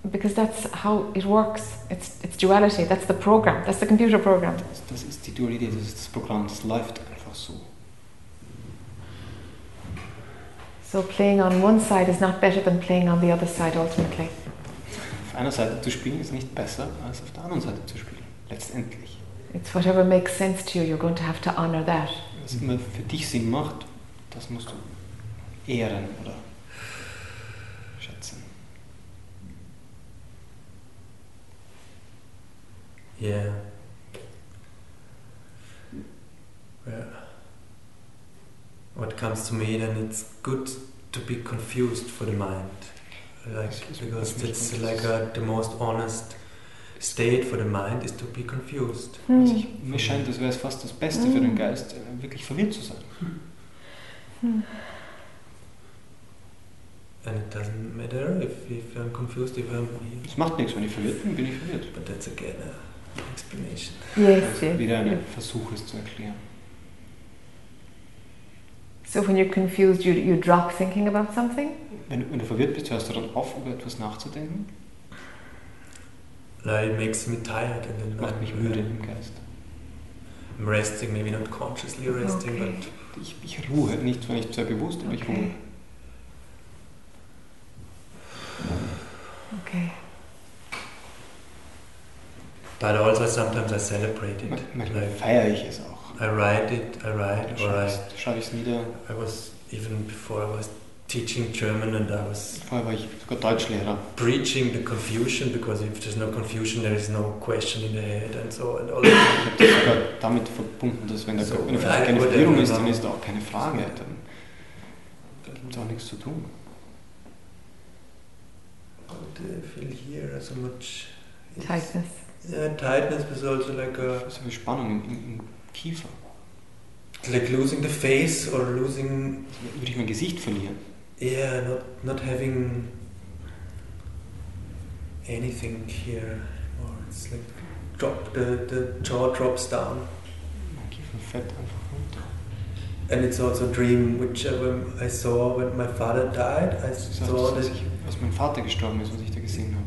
Speaker 1: Because that's how it works. It's, it's duality. That's the program. That's the computer program.
Speaker 8: Das, das ist die Dualität, das ist das Programm, das läuft einfach so.
Speaker 1: So playing on one side is not better than playing on the other side ultimately.
Speaker 8: Auf einer Seite zu spielen ist nicht besser, als auf der anderen Seite zu spielen. Letztendlich.
Speaker 1: It's whatever makes sense to you, you're going to have to honor that.
Speaker 8: Was immer für dich Sinn macht, das musst du ehren oder schätzen.
Speaker 7: Yeah. Well, what comes to me then it's good to be confused for the mind. Like
Speaker 8: Yes, yes,
Speaker 7: because
Speaker 8: definitely.
Speaker 7: it's like uh the most honest state for the mind is to be confused.
Speaker 1: Mhm.
Speaker 8: Also ich, mir scheint, das wäre fast das Beste für den Geist, äh, wirklich verwirrt zu sein.
Speaker 7: And it doesn't matter if, if I'm confused, if I'm
Speaker 8: Es macht nichts, wenn ich verwirrt bin, bin ich verwirrt.
Speaker 7: but that's again an explanation.
Speaker 1: Yes,
Speaker 8: Also
Speaker 1: yes.
Speaker 8: wieder ein Versuch, es zu erklären.
Speaker 1: So when you're confused, you, you drop thinking about something?
Speaker 8: Wenn, du- wenn du verwirrt bist, hörst du dann auf, über etwas nachzudenken.
Speaker 7: Like it makes me tired and then
Speaker 8: Macht
Speaker 7: I'm,
Speaker 8: mich müde im Geist.
Speaker 7: I'm resting, maybe not consciously resting,
Speaker 1: Okay.
Speaker 7: but
Speaker 8: Ich, ich ruhe, nicht, weil ich sehr bewusst, aber ich ruhe.
Speaker 1: Okay. Okay.
Speaker 7: but also sometimes I celebrate
Speaker 8: Man-
Speaker 7: it.
Speaker 8: Manchmal
Speaker 7: Like
Speaker 8: feiere ich es auch.
Speaker 7: I write it, I write, or
Speaker 8: Schreibe
Speaker 7: I
Speaker 8: ich- schreibe ich es nieder.
Speaker 7: I was even before I was teaching German and I was
Speaker 8: Vorher war ich sogar Deutschlehrer.
Speaker 7: preaching the confusion because if there's no confusion there is no question in the head and so and all that.
Speaker 8: Ich habe das sogar damit verbunden, dass wenn, der,
Speaker 7: So,
Speaker 8: wenn der
Speaker 7: like
Speaker 8: keine Verwirrung ist, dann
Speaker 7: whatever.
Speaker 8: ist da auch keine Frage. Dann gibt es auch nichts zu tun.
Speaker 7: But I feel here so much it's-
Speaker 1: Tightness.
Speaker 7: Yeah, tightness was also like uh, a,
Speaker 8: So viel Spannung im, im, im Kiefer.
Speaker 7: like losing the face or losing
Speaker 8: Also Würde ich mein Gesicht verlieren?
Speaker 7: yeah, not not having anything here or it's like drop the, the jaw drops down.
Speaker 8: Mein Kiefer fällt einfach runter.
Speaker 7: And it's also a dream which uh, when I saw when my father died. I
Speaker 8: Du
Speaker 7: saw
Speaker 8: sagst, dass
Speaker 7: that,
Speaker 8: ich, was mein Vater gestorben ist, was ich da gesehen habe.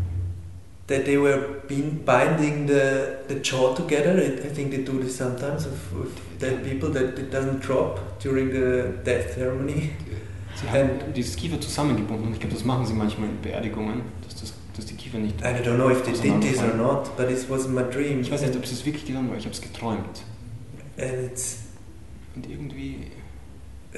Speaker 7: that they were being, binding the, the jaw together. It, I think they do this sometimes of, with dead people that it doesn't drop during the death ceremony.
Speaker 8: Sie haben dieses Kiefer zusammengebunden und ich glaube, das machen sie manchmal in Beerdigungen, dass, das, dass die Kiefer nicht.
Speaker 7: And I don't know if they did this or not, but it was my dream.
Speaker 8: Ich weiß nicht, ob sie es wirklich getan haben, aber ich habe es geträumt.
Speaker 7: And it's,
Speaker 8: Und irgendwie.
Speaker 7: uh,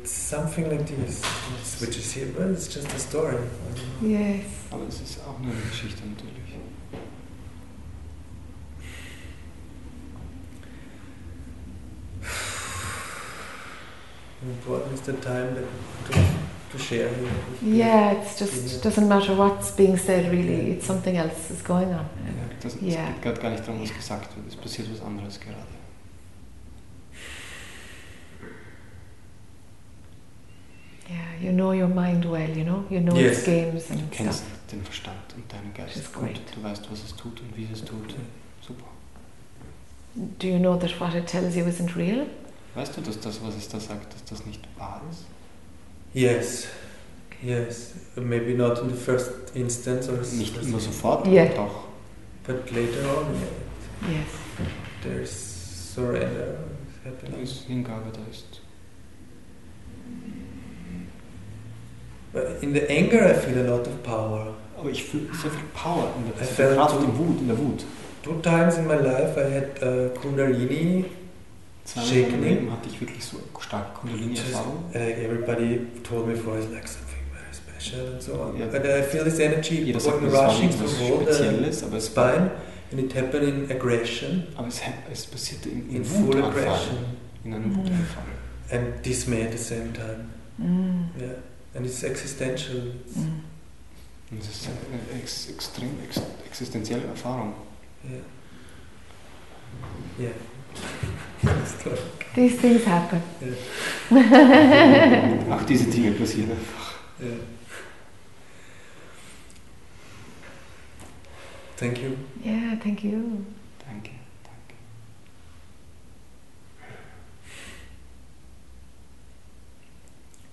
Speaker 7: it's something like this, it's- which is here, but it's just a story. I don't know.
Speaker 1: Yes.
Speaker 8: Aber es ist auch nur eine Geschichte natürlich.
Speaker 7: Important is the time that to, to share. here with people.
Speaker 1: Yeah, it's just
Speaker 7: Yeah.
Speaker 1: doesn't matter what's being said really.
Speaker 7: Yeah.
Speaker 1: It's something else is going on.
Speaker 8: Das, es
Speaker 1: Ja.
Speaker 8: geht gerade gar nicht darum, was gesagt wird. Es passiert was anderes gerade.
Speaker 1: Yeah, you know your mind well, you know. You know
Speaker 7: Yes.
Speaker 1: its games
Speaker 8: Du
Speaker 1: and
Speaker 8: kennst
Speaker 1: stuff.
Speaker 8: den Verstand und deinen
Speaker 1: Das
Speaker 8: Geist
Speaker 1: ist
Speaker 8: gut.
Speaker 1: great.
Speaker 8: Du weißt, was es tut und wie es es tut. Super.
Speaker 1: Do you know that what it tells you isn't real?
Speaker 8: Weißt du, dass das, was es da sagt, dass das nicht wahr ist?
Speaker 7: Yes, yes. Maybe not in the first instance or s-
Speaker 8: Nicht
Speaker 7: first-
Speaker 8: immer sofort,
Speaker 1: Ja.
Speaker 8: aber doch.
Speaker 7: but later on. yeah,
Speaker 1: Yes.
Speaker 7: There's surrender
Speaker 8: Da
Speaker 7: happening.
Speaker 8: ist Hingabe, da ist.
Speaker 7: But in the anger, I feel a lot of power.
Speaker 8: Aber ich fühle sehr viel Power in der,
Speaker 7: I
Speaker 8: sehr viel
Speaker 7: felt
Speaker 8: Kraft
Speaker 7: too-
Speaker 8: in Wut, in der Wut.
Speaker 7: Two times in my life, I had uh, Kundalini.
Speaker 8: Zweimal
Speaker 7: Shaken
Speaker 8: im
Speaker 7: it.
Speaker 8: Leben hatte ich wirklich so starke
Speaker 7: Just,
Speaker 8: Kundalini-Erfahrung.
Speaker 7: like everybody told me for it's like something very special and so on.
Speaker 8: Yeah.
Speaker 7: But I feel this energy
Speaker 8: Jeder sagt,
Speaker 7: going
Speaker 8: das war
Speaker 7: rushing äh,
Speaker 8: nicht
Speaker 7: through
Speaker 8: was
Speaker 7: all the
Speaker 8: Spezielles, aber es,
Speaker 7: spine, and it happened in aggression,
Speaker 8: aber es, es passierte in,
Speaker 7: in
Speaker 8: in
Speaker 7: full
Speaker 8: Wutanfall.
Speaker 7: aggression.
Speaker 8: In in einem Wutanfall.
Speaker 7: and dismay at the same time.
Speaker 1: Mm.
Speaker 7: Yeah, and it's existential. It's,
Speaker 1: Mm.
Speaker 8: Und Das ist eine ex extrem ex existenzielle Erfahrung.
Speaker 7: yeah, yeah. It's tough.
Speaker 1: These things happen.
Speaker 8: Auch diese Dinge passieren.
Speaker 7: Yeah. Thank you.
Speaker 1: Yeah, thank you.
Speaker 8: Danke, danke.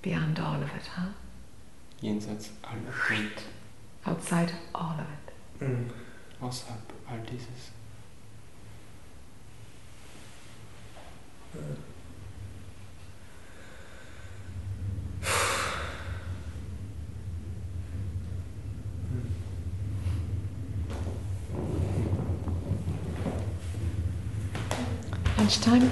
Speaker 1: Beyond all of it, huh?
Speaker 8: Jenseits aller Grund,
Speaker 1: Outside all of it.
Speaker 7: Mm.
Speaker 8: außerhalb all dieses.
Speaker 1: Lunchtime?